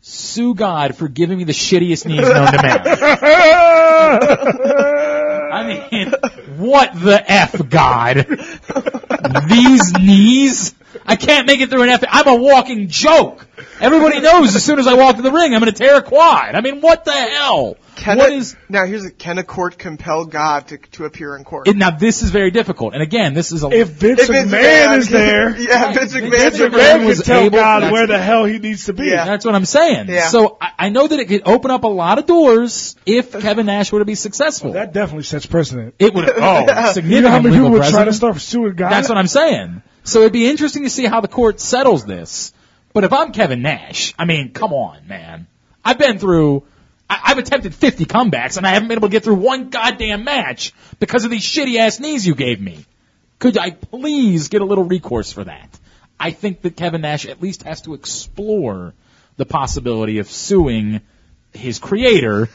[SPEAKER 2] sue God for giving me the shittiest knees known to man. I mean, what the F, God? These knees? I can't make it through an F. I'm a walking joke. Everybody knows as soon as I walk to the ring, I'm going to tear a quad. I mean, what the hell?
[SPEAKER 3] Can
[SPEAKER 2] what
[SPEAKER 3] a,
[SPEAKER 2] is
[SPEAKER 3] now here's a, can a court compel God to, to appear in court?
[SPEAKER 2] it, now? This is very difficult. And again, this is a
[SPEAKER 1] If Vince
[SPEAKER 3] If
[SPEAKER 1] McMahon
[SPEAKER 3] Vince McMahon
[SPEAKER 1] is
[SPEAKER 3] can-
[SPEAKER 1] there,
[SPEAKER 3] Yeah, Vince
[SPEAKER 2] Vince
[SPEAKER 1] Vince
[SPEAKER 3] McMahon's
[SPEAKER 2] McMahon
[SPEAKER 3] in court.
[SPEAKER 1] McMahon
[SPEAKER 2] was
[SPEAKER 1] can tell
[SPEAKER 2] able-
[SPEAKER 1] God
[SPEAKER 2] that's-
[SPEAKER 1] where the hell he needs to be.
[SPEAKER 3] Yeah.
[SPEAKER 2] That's what I'm saying.
[SPEAKER 3] Yeah.
[SPEAKER 2] So I, I know that it could open up a lot of doors if Kevin Nash were to be successful.
[SPEAKER 1] That definitely sets precedent.
[SPEAKER 2] it would oh significantly
[SPEAKER 1] You know how many people
[SPEAKER 2] legal
[SPEAKER 1] would try to
[SPEAKER 2] precedent.
[SPEAKER 1] start suing God?
[SPEAKER 2] That's what I'm saying. So it'd be interesting to see how the court settles this. But if I'm Kevin Nash, I mean, come on, man. I've been through. I, I've attempted 50 comebacks and I haven't been able to get through one goddamn match because of these shitty ass knees you gave me. Could I please get a little recourse for that? I think that Kevin Nash at least has to explore the possibility of suing his creator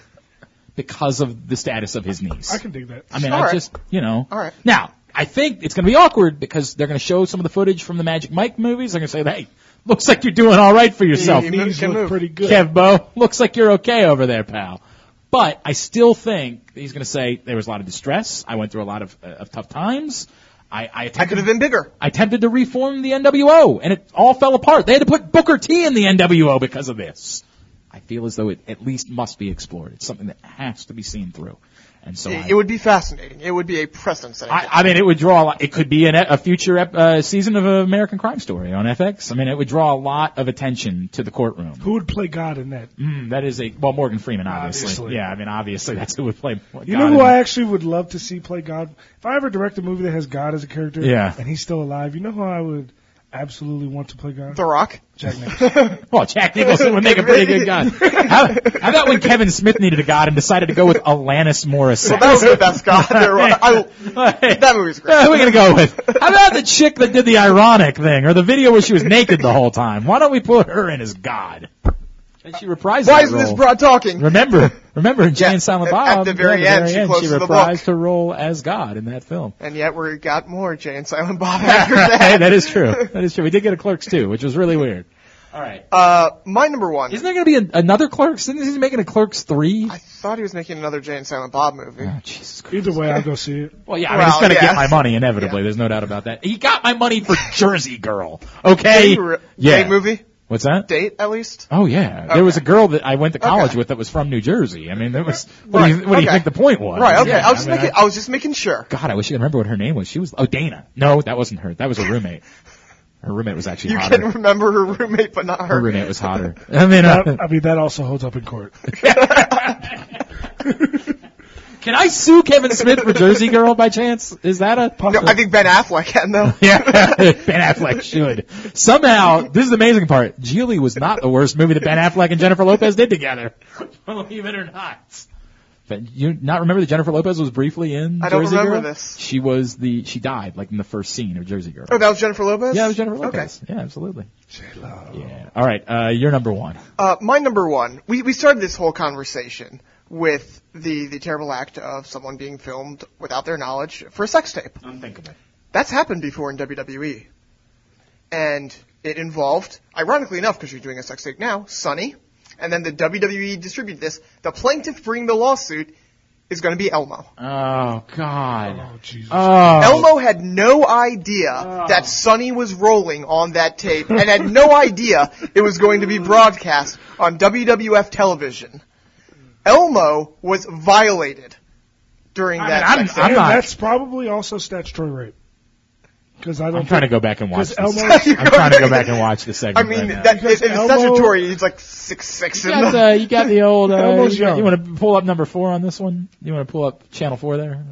[SPEAKER 2] because of the status of his knees.
[SPEAKER 1] I can dig that.
[SPEAKER 2] I mean, I
[SPEAKER 3] All right.
[SPEAKER 2] just, you know.
[SPEAKER 3] All right.
[SPEAKER 2] Now, I think it's going to be awkward because they're going to show some of the footage from the Magic Mike movies. They're going to say, hey, looks like you're doing all right for yourself,
[SPEAKER 1] Your knees
[SPEAKER 3] can
[SPEAKER 1] look
[SPEAKER 3] move.
[SPEAKER 1] pretty good.
[SPEAKER 2] Kev Bo. Looks like you're okay over there, pal. But I still think he's going to say there was a lot of distress. I went through a lot of, uh, of tough times. I, I,
[SPEAKER 3] I
[SPEAKER 2] attempted,
[SPEAKER 3] could have been bigger.
[SPEAKER 2] I attempted to reform the NWO, and it all fell apart. They had to put Booker T in the NWO because of this. I feel as though it at least must be explored. It's something that has to be seen through. And so I,
[SPEAKER 3] It, it would be fascinating. It would be a precedent setting.
[SPEAKER 2] I, I mean, it would draw a lot. It could be an, a future ep, uh, season of American Crime Story on FX. I mean, it would draw a lot of attention to the courtroom.
[SPEAKER 1] Who would play God in that?
[SPEAKER 2] Mm, that is a well, Morgan Freeman, obviously.
[SPEAKER 1] Obviously.
[SPEAKER 2] Yeah, I mean, obviously that's who would play. God
[SPEAKER 1] You know
[SPEAKER 2] in-
[SPEAKER 1] who I actually would love to see play God? If I ever direct a movie that has God as a character
[SPEAKER 2] Yeah.
[SPEAKER 1] and he's still alive, you know who I would absolutely want to play God?
[SPEAKER 3] the Rock.
[SPEAKER 1] Jack Nicholson.
[SPEAKER 2] Well, Jack Nicholson would make a pretty good God. How, how about when Kevin Smith needed a God and decided to go with Alanis Morissette?
[SPEAKER 3] That was the best God there was. I, that movie's great.
[SPEAKER 2] Uh, Who are we gonna go with? How about the chick that did the ironic thing, or the video where she was naked the whole time? Why don't we put her in as God? And she reprises.
[SPEAKER 3] Why
[SPEAKER 2] that
[SPEAKER 3] isn't this
[SPEAKER 2] role.
[SPEAKER 3] broad talking?
[SPEAKER 2] Remember, remember in Jay
[SPEAKER 3] Yeah,
[SPEAKER 2] and Silent
[SPEAKER 3] at-
[SPEAKER 2] Bob
[SPEAKER 3] at the very
[SPEAKER 2] yeah,
[SPEAKER 3] end, she closes the book.
[SPEAKER 2] reprised her role as God in that film.
[SPEAKER 3] And yet we got more Jay and Silent Bob after
[SPEAKER 2] hey,
[SPEAKER 3] that.
[SPEAKER 2] that is true. That is true. We did get a Clerks too, which was really weird. All right.
[SPEAKER 3] Uh, my number one.
[SPEAKER 2] Isn't there going to be an another Clerks? Isn't he making a Clerks three?
[SPEAKER 3] I thought he was making another Jay and Silent Bob movie.
[SPEAKER 2] Oh, Jesus Christ.
[SPEAKER 1] Either way, I'll go see it.
[SPEAKER 2] Well, yeah, I mean,
[SPEAKER 3] Well,
[SPEAKER 2] it's going to
[SPEAKER 3] yeah.
[SPEAKER 2] get my money inevitably. There's no doubt about that. He got my money for Jersey Girl. Okay.
[SPEAKER 3] Date re-
[SPEAKER 2] yeah.
[SPEAKER 3] date movie?
[SPEAKER 2] What's that?
[SPEAKER 3] Date, at least?
[SPEAKER 2] Oh yeah, there was a girl that I went to college
[SPEAKER 3] Okay.
[SPEAKER 2] with that was from New Jersey. I mean, that was what, do, you,
[SPEAKER 3] Right,
[SPEAKER 2] what do you
[SPEAKER 3] okay.
[SPEAKER 2] think the point was?
[SPEAKER 3] Right, okay.
[SPEAKER 2] Yeah,
[SPEAKER 3] I was just
[SPEAKER 2] mean,
[SPEAKER 3] making, I was just making sure.
[SPEAKER 2] God, I wish I could remember what her name was. She was oh Dana. No, that wasn't her. That was her roommate. Her roommate was actually
[SPEAKER 3] You
[SPEAKER 2] hotter.
[SPEAKER 3] can remember her roommate, but not
[SPEAKER 2] her
[SPEAKER 3] her.
[SPEAKER 2] roommate was hotter. I mean,
[SPEAKER 1] I,
[SPEAKER 2] uh,
[SPEAKER 1] I mean, that also holds up in court.
[SPEAKER 2] can I sue Kevin Smith for Jersey Girl by chance? Is that a
[SPEAKER 3] No, I think Ben Affleck had though.
[SPEAKER 2] Yeah, Ben Affleck should. Somehow, this is the amazing part. Julie was not the worst movie that Ben Affleck and Jennifer Lopez did together. Believe it or not. You not remember that Jennifer Lopez was briefly in
[SPEAKER 3] I don't
[SPEAKER 2] Jersey
[SPEAKER 3] remember
[SPEAKER 2] Girl?
[SPEAKER 3] this.
[SPEAKER 2] She was the she died like in the first scene of Jersey Girl.
[SPEAKER 3] Oh, that was Jennifer Lopez?
[SPEAKER 2] Yeah, it was Jennifer
[SPEAKER 3] Okay.
[SPEAKER 2] Lopez. Yeah, absolutely. Yeah. All right, uh, you're number one.
[SPEAKER 3] Uh, my number one, we, we started this whole conversation with the, the terrible act of someone being filmed without their knowledge for a sex tape.
[SPEAKER 2] Unthinkable.
[SPEAKER 3] That's happened before in WWE. And it involved, ironically enough, because you're doing a sex tape now, Sonny, and then the WWE distributed this. The plaintiff bringing the lawsuit is going to be Elmo.
[SPEAKER 2] Oh God.
[SPEAKER 1] Oh, Jesus.
[SPEAKER 2] Oh.
[SPEAKER 3] Elmo had no idea that Sonny was rolling on that tape and had no idea it was going to be broadcast on WWF television. Elmo was violated during that.
[SPEAKER 2] I'm-
[SPEAKER 3] sex
[SPEAKER 2] I'm
[SPEAKER 1] And
[SPEAKER 2] not-
[SPEAKER 1] That's probably also statutory rape. Because I don't
[SPEAKER 2] I'm trying to go back and watch.
[SPEAKER 1] because
[SPEAKER 2] This.
[SPEAKER 1] Elmo.
[SPEAKER 3] act. You're
[SPEAKER 2] I'm trying to
[SPEAKER 3] going-
[SPEAKER 2] go back and watch the
[SPEAKER 3] I
[SPEAKER 2] segment.
[SPEAKER 3] mean,
[SPEAKER 2] right now.
[SPEAKER 3] that, if, if it's
[SPEAKER 1] Elmo-
[SPEAKER 3] statutory, it's like six six
[SPEAKER 2] You
[SPEAKER 3] in
[SPEAKER 2] got,
[SPEAKER 3] the.
[SPEAKER 2] uh, you got the old. Uh,
[SPEAKER 1] Elmo's
[SPEAKER 2] you,
[SPEAKER 1] young.
[SPEAKER 2] want to pull up number four on this one? You want to pull up channel four there?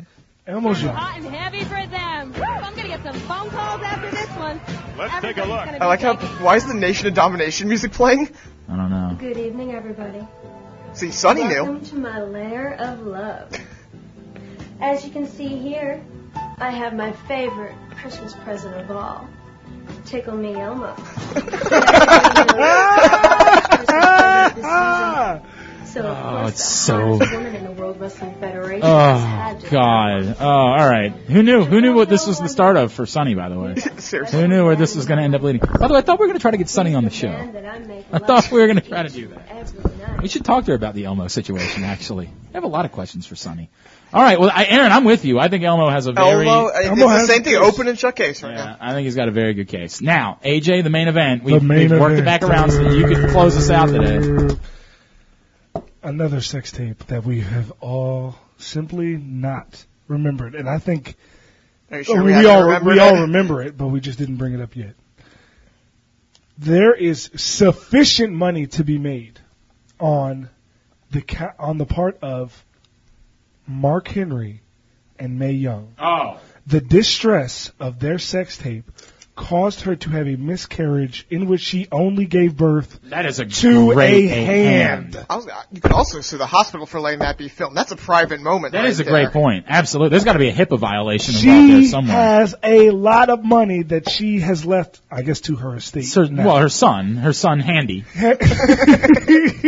[SPEAKER 1] Elmo's young.
[SPEAKER 10] Hot and heavy for them. Woo, I'm gonna get some phone calls after this one.
[SPEAKER 7] Let's take a
[SPEAKER 10] Everybody's
[SPEAKER 7] look.
[SPEAKER 10] gonna be
[SPEAKER 3] I like how.
[SPEAKER 10] begging.
[SPEAKER 3] Why is the Nation of Domination music playing?
[SPEAKER 2] I don't know.
[SPEAKER 10] Good evening, everybody.
[SPEAKER 3] See, Sonny knew.
[SPEAKER 10] Welcome to my lair of love. As you can see here, I have my favorite Christmas present of all. Tickle Me Elmo.
[SPEAKER 1] Ah!
[SPEAKER 10] So of
[SPEAKER 2] Oh,
[SPEAKER 10] course,
[SPEAKER 2] it's
[SPEAKER 10] the
[SPEAKER 2] so-
[SPEAKER 10] hottest woman in the World Wrestling Federation has
[SPEAKER 2] Oh
[SPEAKER 10] had to-
[SPEAKER 2] God. Oh, all right. Who knew? Who knew what this was the start of for Sonny? By the way,
[SPEAKER 3] Seriously.
[SPEAKER 2] who knew where this was going to end up leading? By the way, I thought we were going to try to get Sonny on the
[SPEAKER 10] He's
[SPEAKER 2] show.
[SPEAKER 10] man that I make
[SPEAKER 2] I thought we were going to try to
[SPEAKER 10] each
[SPEAKER 2] do that.
[SPEAKER 10] and every night.
[SPEAKER 2] We should talk to her about the Elmo situation. Actually, I have a lot of questions for Sonny. All right. Well, I, Aaron, I'm with you. I think Elmo has a very.
[SPEAKER 3] Elmo, uh, it's
[SPEAKER 1] Elmo
[SPEAKER 3] the
[SPEAKER 1] has
[SPEAKER 3] same thing.
[SPEAKER 1] this.
[SPEAKER 3] Open and shut case right
[SPEAKER 2] Yeah,
[SPEAKER 3] now.
[SPEAKER 2] I think he's got a very good case. Now, AJ, the main event. We've,
[SPEAKER 1] The main
[SPEAKER 2] we've worked it
[SPEAKER 1] event.
[SPEAKER 2] back around so that you could close us out today.
[SPEAKER 1] Another sex tape that we have all simply not remembered, and I think
[SPEAKER 3] Are you
[SPEAKER 1] I
[SPEAKER 3] sure
[SPEAKER 1] mean,
[SPEAKER 3] we,
[SPEAKER 1] Oh, we,
[SPEAKER 3] haven't
[SPEAKER 1] all
[SPEAKER 3] remembered
[SPEAKER 1] we
[SPEAKER 3] it?
[SPEAKER 1] all remember it, but we just didn't bring it up yet. There is sufficient money to be made on the ca- on the part of Mark Henry and Mae Young.
[SPEAKER 2] Oh.
[SPEAKER 1] The distress of their sex tape caused her to have a miscarriage in which she only gave birth
[SPEAKER 2] That is a
[SPEAKER 1] to
[SPEAKER 2] great
[SPEAKER 1] a hand.
[SPEAKER 3] I was, uh, you could also sue the hospital for letting that be filmed. That's a private moment.
[SPEAKER 2] That
[SPEAKER 3] right
[SPEAKER 2] is a
[SPEAKER 3] there.
[SPEAKER 2] great point. Absolutely. There's got to be a HIPAA violation involved there
[SPEAKER 1] She
[SPEAKER 2] somewhere.
[SPEAKER 1] has a lot of money that she has left, I guess, to her estate.
[SPEAKER 2] Sir,
[SPEAKER 1] now.
[SPEAKER 2] well, her son, her son Handy. Who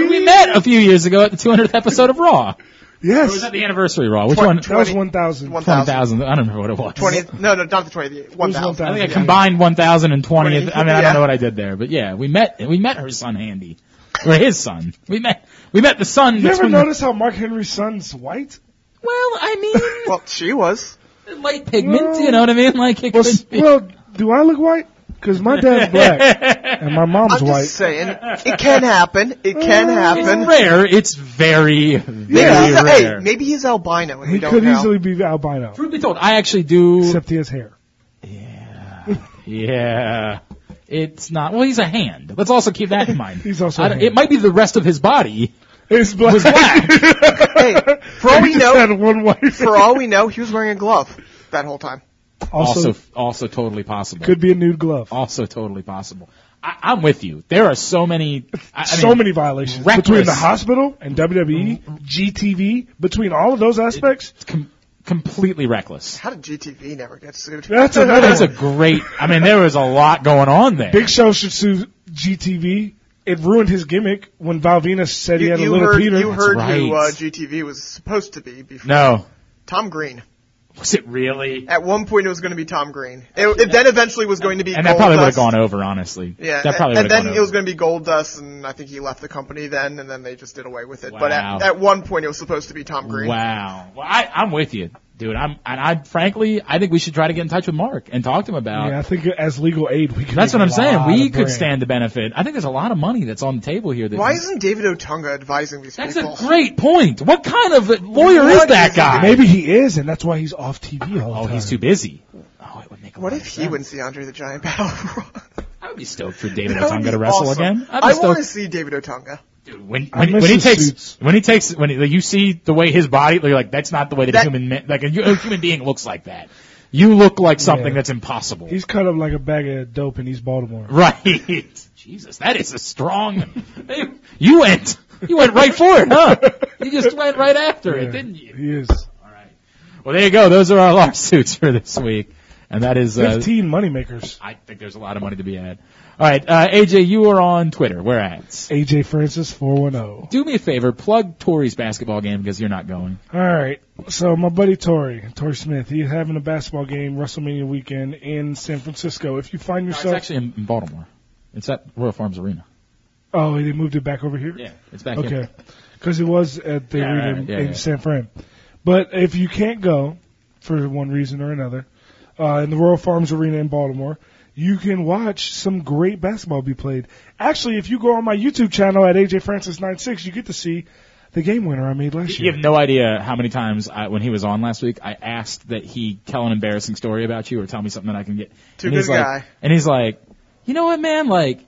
[SPEAKER 2] we met a few years ago at the 200th episode of Raw. It
[SPEAKER 1] yes,
[SPEAKER 2] was at the anniversary Raw. Which
[SPEAKER 3] Twen-
[SPEAKER 2] one?
[SPEAKER 1] that was
[SPEAKER 3] 20
[SPEAKER 1] one thousand.
[SPEAKER 2] 20,000. I don't remember what it was.
[SPEAKER 3] 20, no, no, not the 20, the 1,000.
[SPEAKER 2] I think I
[SPEAKER 1] 1,000.
[SPEAKER 2] combined 1,000 and 20. I mean, I
[SPEAKER 3] Yeah.
[SPEAKER 2] don't know what I did there, but yeah, we met, we met her son Handy. Or his son. We met, we met the son.
[SPEAKER 1] You ever
[SPEAKER 2] between-
[SPEAKER 1] notice how Mark Henry's son's white?
[SPEAKER 2] Well, I
[SPEAKER 3] Well, she was.
[SPEAKER 2] mean, light pigment, you know what I mean? Like, it
[SPEAKER 1] Well,
[SPEAKER 2] could
[SPEAKER 1] s-
[SPEAKER 2] be.
[SPEAKER 1] well do I look white? Because my dad's black and my Uh, mom's
[SPEAKER 3] I'm
[SPEAKER 1] white.
[SPEAKER 3] just saying, it can happen. It can
[SPEAKER 2] It's
[SPEAKER 3] happen.
[SPEAKER 2] rare. It's very, very
[SPEAKER 3] Yeah, hey,
[SPEAKER 2] rare.
[SPEAKER 3] maybe he's albino and
[SPEAKER 1] he
[SPEAKER 3] we don't
[SPEAKER 1] could
[SPEAKER 3] know.
[SPEAKER 1] easily be albino,
[SPEAKER 2] Truth be told, I actually do.
[SPEAKER 1] except he has hair.
[SPEAKER 2] Yeah. It's not. Well, he's a hand. Let's also keep that in mind.
[SPEAKER 1] He's also
[SPEAKER 2] I
[SPEAKER 1] a
[SPEAKER 2] don't-
[SPEAKER 1] hand.
[SPEAKER 2] It might be the rest of his body
[SPEAKER 1] He's black.
[SPEAKER 2] was black.
[SPEAKER 3] Hey, for all
[SPEAKER 1] He
[SPEAKER 3] we
[SPEAKER 1] just
[SPEAKER 3] know,
[SPEAKER 1] had one white.
[SPEAKER 3] for all we know, he was wearing a glove that whole time.
[SPEAKER 1] also,
[SPEAKER 2] also, also totally possible.
[SPEAKER 1] could be a nude glove.
[SPEAKER 2] also totally possible. I, I'm with you. There are so many. I, I
[SPEAKER 1] so
[SPEAKER 2] mean,
[SPEAKER 1] many violations
[SPEAKER 2] reckless-
[SPEAKER 1] between the hospital and E, WWE, GTV. Between all of those aspects,
[SPEAKER 2] Com- completely reckless.
[SPEAKER 3] How did GTV never get sued?
[SPEAKER 1] that's another.
[SPEAKER 2] That's a
[SPEAKER 1] one.
[SPEAKER 2] great. I mean, there was a lot going on there.
[SPEAKER 1] Big Show should sue GTV. It ruined his gimmick when Valvina said he
[SPEAKER 3] You,
[SPEAKER 1] had
[SPEAKER 3] you
[SPEAKER 1] a little
[SPEAKER 3] heard,
[SPEAKER 1] Peter.
[SPEAKER 3] you heard who
[SPEAKER 2] right.
[SPEAKER 3] uh, GTV was supposed to be before.
[SPEAKER 2] no.
[SPEAKER 3] Tom Green.
[SPEAKER 2] Was it really?
[SPEAKER 3] At one point, it was going to be Tom Green. It, it then eventually was going to be
[SPEAKER 2] And that
[SPEAKER 3] Gold
[SPEAKER 2] probably would have
[SPEAKER 3] Dust.
[SPEAKER 2] gone over, honestly.
[SPEAKER 3] Yeah,
[SPEAKER 2] That probably
[SPEAKER 3] and,
[SPEAKER 2] would
[SPEAKER 3] then
[SPEAKER 2] have gone
[SPEAKER 3] it was
[SPEAKER 2] over.
[SPEAKER 3] going to be Gold Dust, and I think he left the company then, and then they just did away with it. But
[SPEAKER 2] Wow.
[SPEAKER 3] at, at one point, it was supposed to be Tom Green.
[SPEAKER 2] Wow. Well, I, I'm with you, dude. I'm and I frankly, I think we should try to get in touch with Mark and talk to him about.
[SPEAKER 1] yeah, I think as legal aid, we could.
[SPEAKER 2] That's
[SPEAKER 1] make
[SPEAKER 2] what I'm
[SPEAKER 1] a
[SPEAKER 2] saying.
[SPEAKER 1] lot
[SPEAKER 2] We
[SPEAKER 1] of
[SPEAKER 2] could
[SPEAKER 1] bread.
[SPEAKER 2] stand to benefit. I think there's a lot of money that's on the table here. That
[SPEAKER 3] Why isn't David Otunga advising these
[SPEAKER 2] that's
[SPEAKER 3] people?
[SPEAKER 2] a great point. What kind of lawyer is
[SPEAKER 3] What
[SPEAKER 2] that
[SPEAKER 3] is
[SPEAKER 2] guy?
[SPEAKER 1] Maybe he is, and that's why he's off TV all the
[SPEAKER 2] Oh,
[SPEAKER 1] time.
[SPEAKER 2] he's too busy. Oh, it would make a
[SPEAKER 3] what
[SPEAKER 2] lot
[SPEAKER 3] if
[SPEAKER 2] of
[SPEAKER 3] he
[SPEAKER 2] sense.
[SPEAKER 3] wins the Andre the Giant Battle Royal?
[SPEAKER 2] I would be stoked for David
[SPEAKER 3] That would
[SPEAKER 2] Otunga
[SPEAKER 3] be
[SPEAKER 2] to wrestle
[SPEAKER 3] awesome.
[SPEAKER 2] again. I'd be
[SPEAKER 3] I want to
[SPEAKER 2] stoked.
[SPEAKER 3] see David Otunga.
[SPEAKER 2] Dude, when
[SPEAKER 1] I
[SPEAKER 2] when,
[SPEAKER 1] miss
[SPEAKER 2] when he
[SPEAKER 1] his
[SPEAKER 2] takes
[SPEAKER 1] suits.
[SPEAKER 2] when he takes when he, like, you see the way his body like, like that's not the way that, a
[SPEAKER 3] That-
[SPEAKER 2] human ma- like a, hu- a human being looks like that. You look like something
[SPEAKER 1] Yeah.
[SPEAKER 2] that's impossible.
[SPEAKER 1] He's cut up like a bag of dope in East Baltimore.
[SPEAKER 2] right. Jesus, that is a strong. you went You went right for it, huh? You just went right after it, didn't you?
[SPEAKER 1] He is.
[SPEAKER 2] Well, there you go. Those are our lawsuits for this week, and that is uh,
[SPEAKER 1] 15 moneymakers.
[SPEAKER 2] I think there's a lot of money to be had. All right, uh, AJ, you are on Twitter. Where at?
[SPEAKER 1] AJ Francis 410.
[SPEAKER 2] Do me a favor, plug Tori's basketball game because you're not going.
[SPEAKER 1] All right. So my buddy Tori, Tori Smith, he's having a basketball game WrestleMania weekend in San Francisco. If you find
[SPEAKER 2] No, it's
[SPEAKER 1] yourself,
[SPEAKER 2] actually in, in Baltimore. It's at Royal Farms Arena.
[SPEAKER 1] oh, they moved it back over here.
[SPEAKER 2] Yeah, it's back
[SPEAKER 1] Okay.
[SPEAKER 2] here.
[SPEAKER 1] Because it was at the
[SPEAKER 2] Yeah,
[SPEAKER 1] arena
[SPEAKER 2] right,
[SPEAKER 1] in,
[SPEAKER 2] yeah,
[SPEAKER 1] in
[SPEAKER 2] yeah.
[SPEAKER 1] San Fran. But if you can't go for one reason or another, uh, in the Royal Farms Arena in Baltimore, you can watch some great basketball be played. Actually, if you go on my YouTube channel at AJ Francis 96, you get to see the game winner I made last
[SPEAKER 2] You
[SPEAKER 1] year.
[SPEAKER 2] have no idea how many times I, when he was on last week, I asked that he tell an embarrassing story about you or tell me something that I can get.
[SPEAKER 3] Too
[SPEAKER 2] and he's
[SPEAKER 3] good
[SPEAKER 2] like,
[SPEAKER 3] guy.
[SPEAKER 2] And he's like, you know what, man? Like,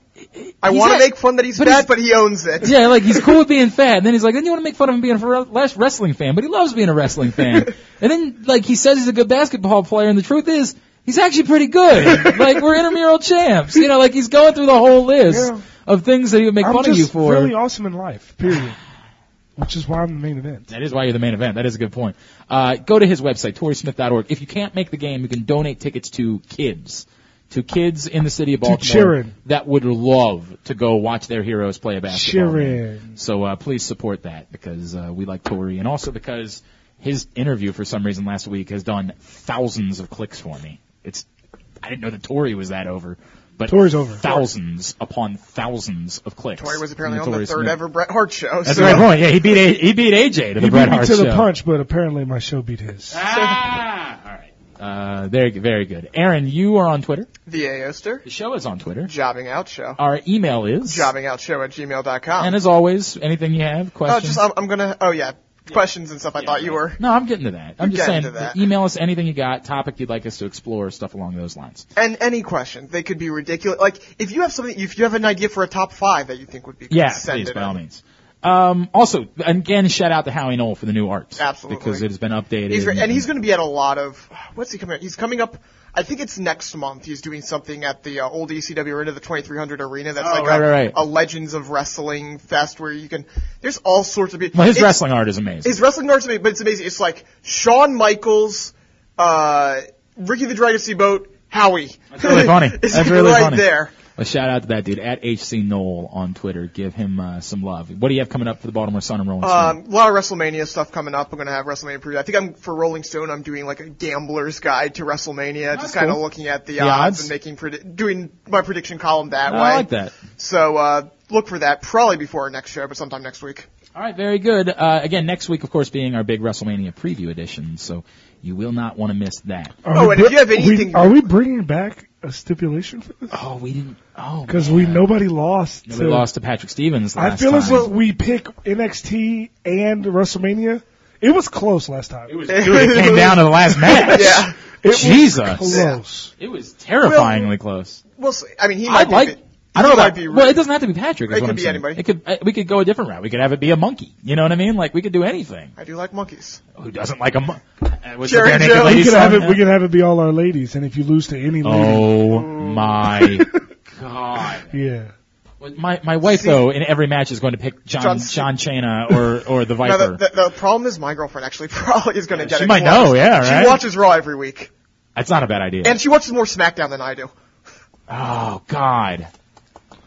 [SPEAKER 3] I
[SPEAKER 2] he's
[SPEAKER 3] want to
[SPEAKER 2] at-
[SPEAKER 3] make fun that he's
[SPEAKER 2] but
[SPEAKER 3] fat,
[SPEAKER 2] he's-
[SPEAKER 3] but he owns it.
[SPEAKER 2] Yeah, like he's cool with being fat, and then he's like, then you want to make fun of him being a re- less wrestling fan, but he loves being a wrestling fan. and then like he says he's a good basketball player, and the truth is he's actually pretty good. like we're intramural champs, you know. Like he's going through the whole list
[SPEAKER 1] Yeah.
[SPEAKER 2] of things that he would make
[SPEAKER 1] I'm
[SPEAKER 2] fun
[SPEAKER 1] just
[SPEAKER 2] of you for.
[SPEAKER 1] really awesome in life, period. Which is why I'm the main event.
[SPEAKER 2] That is why you're the main event. That is a good point. Uh, go to his website, torrysmith.org. If you can't make the game, you can donate tickets to kids. To kids in the city of
[SPEAKER 1] To
[SPEAKER 2] Baltimore
[SPEAKER 1] children.
[SPEAKER 2] that would love to go watch their heroes play a basketball. game.
[SPEAKER 1] Sharon.
[SPEAKER 2] So uh, please support that because uh, we like Tori, and also because his interview for some reason last week has done thousands of clicks for me. It's I didn't know that Tori was that over, but
[SPEAKER 1] Tori's over.
[SPEAKER 2] thousands upon thousands of clicks.
[SPEAKER 3] Tori was apparently
[SPEAKER 2] the
[SPEAKER 3] on the
[SPEAKER 2] Torrey
[SPEAKER 3] third
[SPEAKER 2] Smith.
[SPEAKER 3] ever Bret Hart show.
[SPEAKER 2] That's
[SPEAKER 3] so.
[SPEAKER 2] the right point. Yeah, he beat a- he beat
[SPEAKER 1] He
[SPEAKER 2] AJ to the
[SPEAKER 1] beat
[SPEAKER 2] Bret
[SPEAKER 1] me
[SPEAKER 2] Hart
[SPEAKER 1] to
[SPEAKER 2] show.
[SPEAKER 1] the punch, but apparently my show beat his.
[SPEAKER 2] Ah! All right. Uh, there, very good. Aaron, you are on Twitter.
[SPEAKER 3] The Aoster.
[SPEAKER 2] The show is on Twitter.
[SPEAKER 3] Jobbing Out Show.
[SPEAKER 2] Our email is.
[SPEAKER 3] Jobbing Out Show at gmail.com.
[SPEAKER 2] And as always, anything you have,
[SPEAKER 3] oh,
[SPEAKER 2] questions.
[SPEAKER 3] just, I'm, I'm going to, oh yeah, questions and stuff. I thought you were.
[SPEAKER 2] no, I'm getting to that. I'm
[SPEAKER 3] You're
[SPEAKER 2] just saying,
[SPEAKER 3] getting to that.
[SPEAKER 2] email us anything you got, topic you'd like us to explore, stuff along those lines.
[SPEAKER 3] And any question. They could be ridiculous. Like, if you have something, if you have an idea for a top five that you think would be good,
[SPEAKER 2] Yeah,
[SPEAKER 3] send
[SPEAKER 2] please,
[SPEAKER 3] it
[SPEAKER 2] by
[SPEAKER 3] in.
[SPEAKER 2] all means. Um, also, again, shout out to Howie Knoll for the new art.
[SPEAKER 3] Absolutely.
[SPEAKER 2] Because it has been updated.
[SPEAKER 3] He's re- and he's going to be at a lot of what's he coming? He's coming up. I think it's next month. He's doing something at the uh, old ECW arena, the 2300 arena. That's
[SPEAKER 2] Oh,
[SPEAKER 3] like
[SPEAKER 2] right,
[SPEAKER 3] a,
[SPEAKER 2] right, right.
[SPEAKER 3] a Legends of Wrestling fest where you can. There's all sorts of. be-
[SPEAKER 2] well, his
[SPEAKER 3] it's-
[SPEAKER 2] wrestling art is amazing.
[SPEAKER 3] His wrestling art's amazing, but it's amazing. It's like Shawn Michaels, uh, Ricky the Dragon Steamboat, Howie. That's
[SPEAKER 2] really funny.
[SPEAKER 3] it's
[SPEAKER 2] That's really
[SPEAKER 3] right
[SPEAKER 2] funny.
[SPEAKER 3] there.
[SPEAKER 2] A shout out to that dude at HC Knoll on Twitter. Give him uh, some love. What do you have coming up for the Baltimore Sun and Rolling Stone?
[SPEAKER 3] Um, a lot of WrestleMania stuff coming up. I'm gonna have WrestleMania preview. I think I'm for Rolling Stone. I'm doing like a gambler's guide to WrestleMania, just kind of
[SPEAKER 2] cool.
[SPEAKER 3] looking at the,
[SPEAKER 2] The
[SPEAKER 3] odds,
[SPEAKER 2] odds?
[SPEAKER 3] and making predi- doing my prediction column that
[SPEAKER 2] I
[SPEAKER 3] way.
[SPEAKER 2] like that.
[SPEAKER 3] So uh, look for that probably before our next show, but sometime next week.
[SPEAKER 2] All right, very good. Uh, again, next week, of course, being our big WrestleMania preview edition, so you will not want to miss that.
[SPEAKER 1] Are
[SPEAKER 3] Oh,
[SPEAKER 1] we
[SPEAKER 3] and if
[SPEAKER 1] br-
[SPEAKER 3] you have
[SPEAKER 1] we-
[SPEAKER 3] anything-
[SPEAKER 1] are we bringing back a stipulation for this?
[SPEAKER 2] Oh, we didn't. Oh,
[SPEAKER 1] Because
[SPEAKER 2] man.
[SPEAKER 1] we nobody lost.
[SPEAKER 2] Nobody
[SPEAKER 1] to-
[SPEAKER 2] lost to Patrick Stevens.
[SPEAKER 1] I
[SPEAKER 2] Last
[SPEAKER 1] feel
[SPEAKER 2] time.
[SPEAKER 1] as if we pick NXT and WrestleMania. It was close last time. It was
[SPEAKER 2] Dude, it came down to the last match.
[SPEAKER 3] Yeah.
[SPEAKER 2] Jesus,
[SPEAKER 1] close.
[SPEAKER 2] it was terrifyingly close.
[SPEAKER 3] We'll see. I mean, he
[SPEAKER 2] I
[SPEAKER 3] might
[SPEAKER 2] like.
[SPEAKER 3] be.
[SPEAKER 2] I don't know.
[SPEAKER 3] might
[SPEAKER 2] About,
[SPEAKER 3] be
[SPEAKER 2] well, it
[SPEAKER 3] rude.
[SPEAKER 2] doesn't have to be Patrick. is
[SPEAKER 3] It
[SPEAKER 2] what
[SPEAKER 3] could
[SPEAKER 2] I'm
[SPEAKER 3] be
[SPEAKER 2] saying.
[SPEAKER 3] anybody.
[SPEAKER 2] It could. uh, We could go a different route. We could have it be a monkey. You know what I mean? Like we could do anything.
[SPEAKER 3] I do like monkeys.
[SPEAKER 2] Who doesn't like a monkey?
[SPEAKER 3] Jerry Jones.
[SPEAKER 1] We could have it. We could have it be all our ladies, and if you lose to any lady,
[SPEAKER 2] Oh my god.
[SPEAKER 1] yeah.
[SPEAKER 2] My my wife though in every match is going to pick John
[SPEAKER 3] John-
[SPEAKER 2] John Chena or or the
[SPEAKER 3] Now,
[SPEAKER 2] Viper.
[SPEAKER 3] the, the, the problem is my girlfriend actually probably is gonna get
[SPEAKER 2] she
[SPEAKER 3] it.
[SPEAKER 2] might
[SPEAKER 3] close.
[SPEAKER 2] know, yeah, right?
[SPEAKER 3] She watches Raw every week,
[SPEAKER 2] That's not a bad idea.
[SPEAKER 3] and she watches more SmackDown than I do.
[SPEAKER 2] oh god.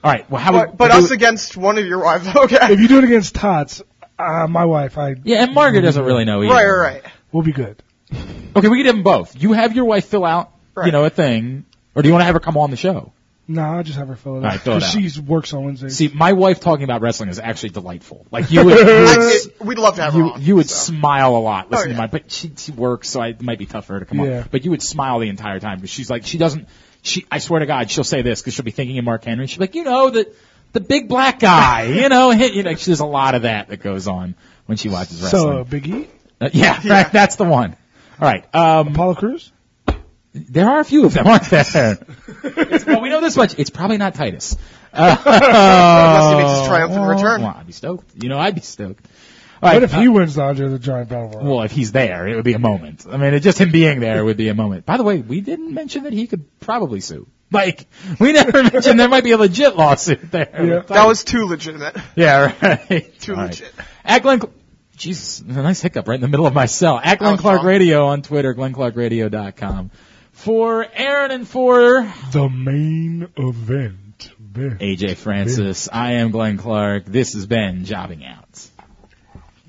[SPEAKER 2] All right. Well, how
[SPEAKER 3] But,
[SPEAKER 2] we-
[SPEAKER 3] but
[SPEAKER 2] do-
[SPEAKER 3] us against one of your wives, okay?
[SPEAKER 1] If you do it against Tots, uh, my wife, I
[SPEAKER 2] Yeah, and Margaret doesn't really know either.
[SPEAKER 3] Right, right, right.
[SPEAKER 1] will be good.
[SPEAKER 2] Okay, we could have them both. You have your wife fill out, you
[SPEAKER 3] Right.
[SPEAKER 2] know, a thing, or do you want to have her come on the show?
[SPEAKER 1] No, I'll just have her fill it
[SPEAKER 2] All right,
[SPEAKER 1] out.
[SPEAKER 2] fill it
[SPEAKER 1] 'Cause
[SPEAKER 2] out.
[SPEAKER 1] She works on Wednesdays.
[SPEAKER 2] See, my wife talking about wrestling is actually delightful. Like you would, you
[SPEAKER 3] I,
[SPEAKER 2] would, s-
[SPEAKER 3] it, we'd love to have her
[SPEAKER 2] you,
[SPEAKER 3] on.
[SPEAKER 2] you would
[SPEAKER 3] so. Oh,
[SPEAKER 2] smile a lot listening
[SPEAKER 3] yeah.
[SPEAKER 2] to my, but she, she works, so I, it might be tough for her to come
[SPEAKER 1] Yeah.
[SPEAKER 2] on. But you would smile the entire time because she's like, she doesn't, she, I swear to God, she'll say this because she'll be thinking of Mark Henry. She'll be like, you know, the, the big black guy, you know, hit, you know, she- there's a lot of that that goes on when she watches
[SPEAKER 1] so
[SPEAKER 3] um,
[SPEAKER 2] wrestling.
[SPEAKER 1] uh, Big E,
[SPEAKER 2] Uh, yeah, right, that's the one. All right, um,
[SPEAKER 1] Apollo Cruz.
[SPEAKER 2] there are a few of them, aren't there? It's- well, we know this much. It's probably not Titus. Uh,
[SPEAKER 3] Unless he makes his triumphant return.
[SPEAKER 2] Oh, Well, I'd be stoked. You know, I'd be stoked. All right,
[SPEAKER 1] What if
[SPEAKER 2] uh,
[SPEAKER 1] he wins the Andre the Giant Battle Royal?
[SPEAKER 2] Well, if he's there, it would be a moment. I mean, it, just him being there would be a moment. By the way, we didn't mention that he could probably sue. Like, we never mentioned there might be a legit lawsuit there.
[SPEAKER 3] That was too legitimate.
[SPEAKER 2] Yeah, right.
[SPEAKER 3] Too
[SPEAKER 2] All right.
[SPEAKER 3] legit.
[SPEAKER 2] At Glenn, Cl- Jesus, a nice hiccup right in the middle of my cell. At Glenn
[SPEAKER 3] was
[SPEAKER 2] Clark
[SPEAKER 3] wrong.
[SPEAKER 2] Radio on Twitter, glennclarkradio.com. For Aaron and for
[SPEAKER 1] The main event. Ben.
[SPEAKER 2] AJ Francis, I am Glenn Clark. This has been Jobbing Out.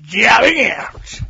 [SPEAKER 9] Jabbing out.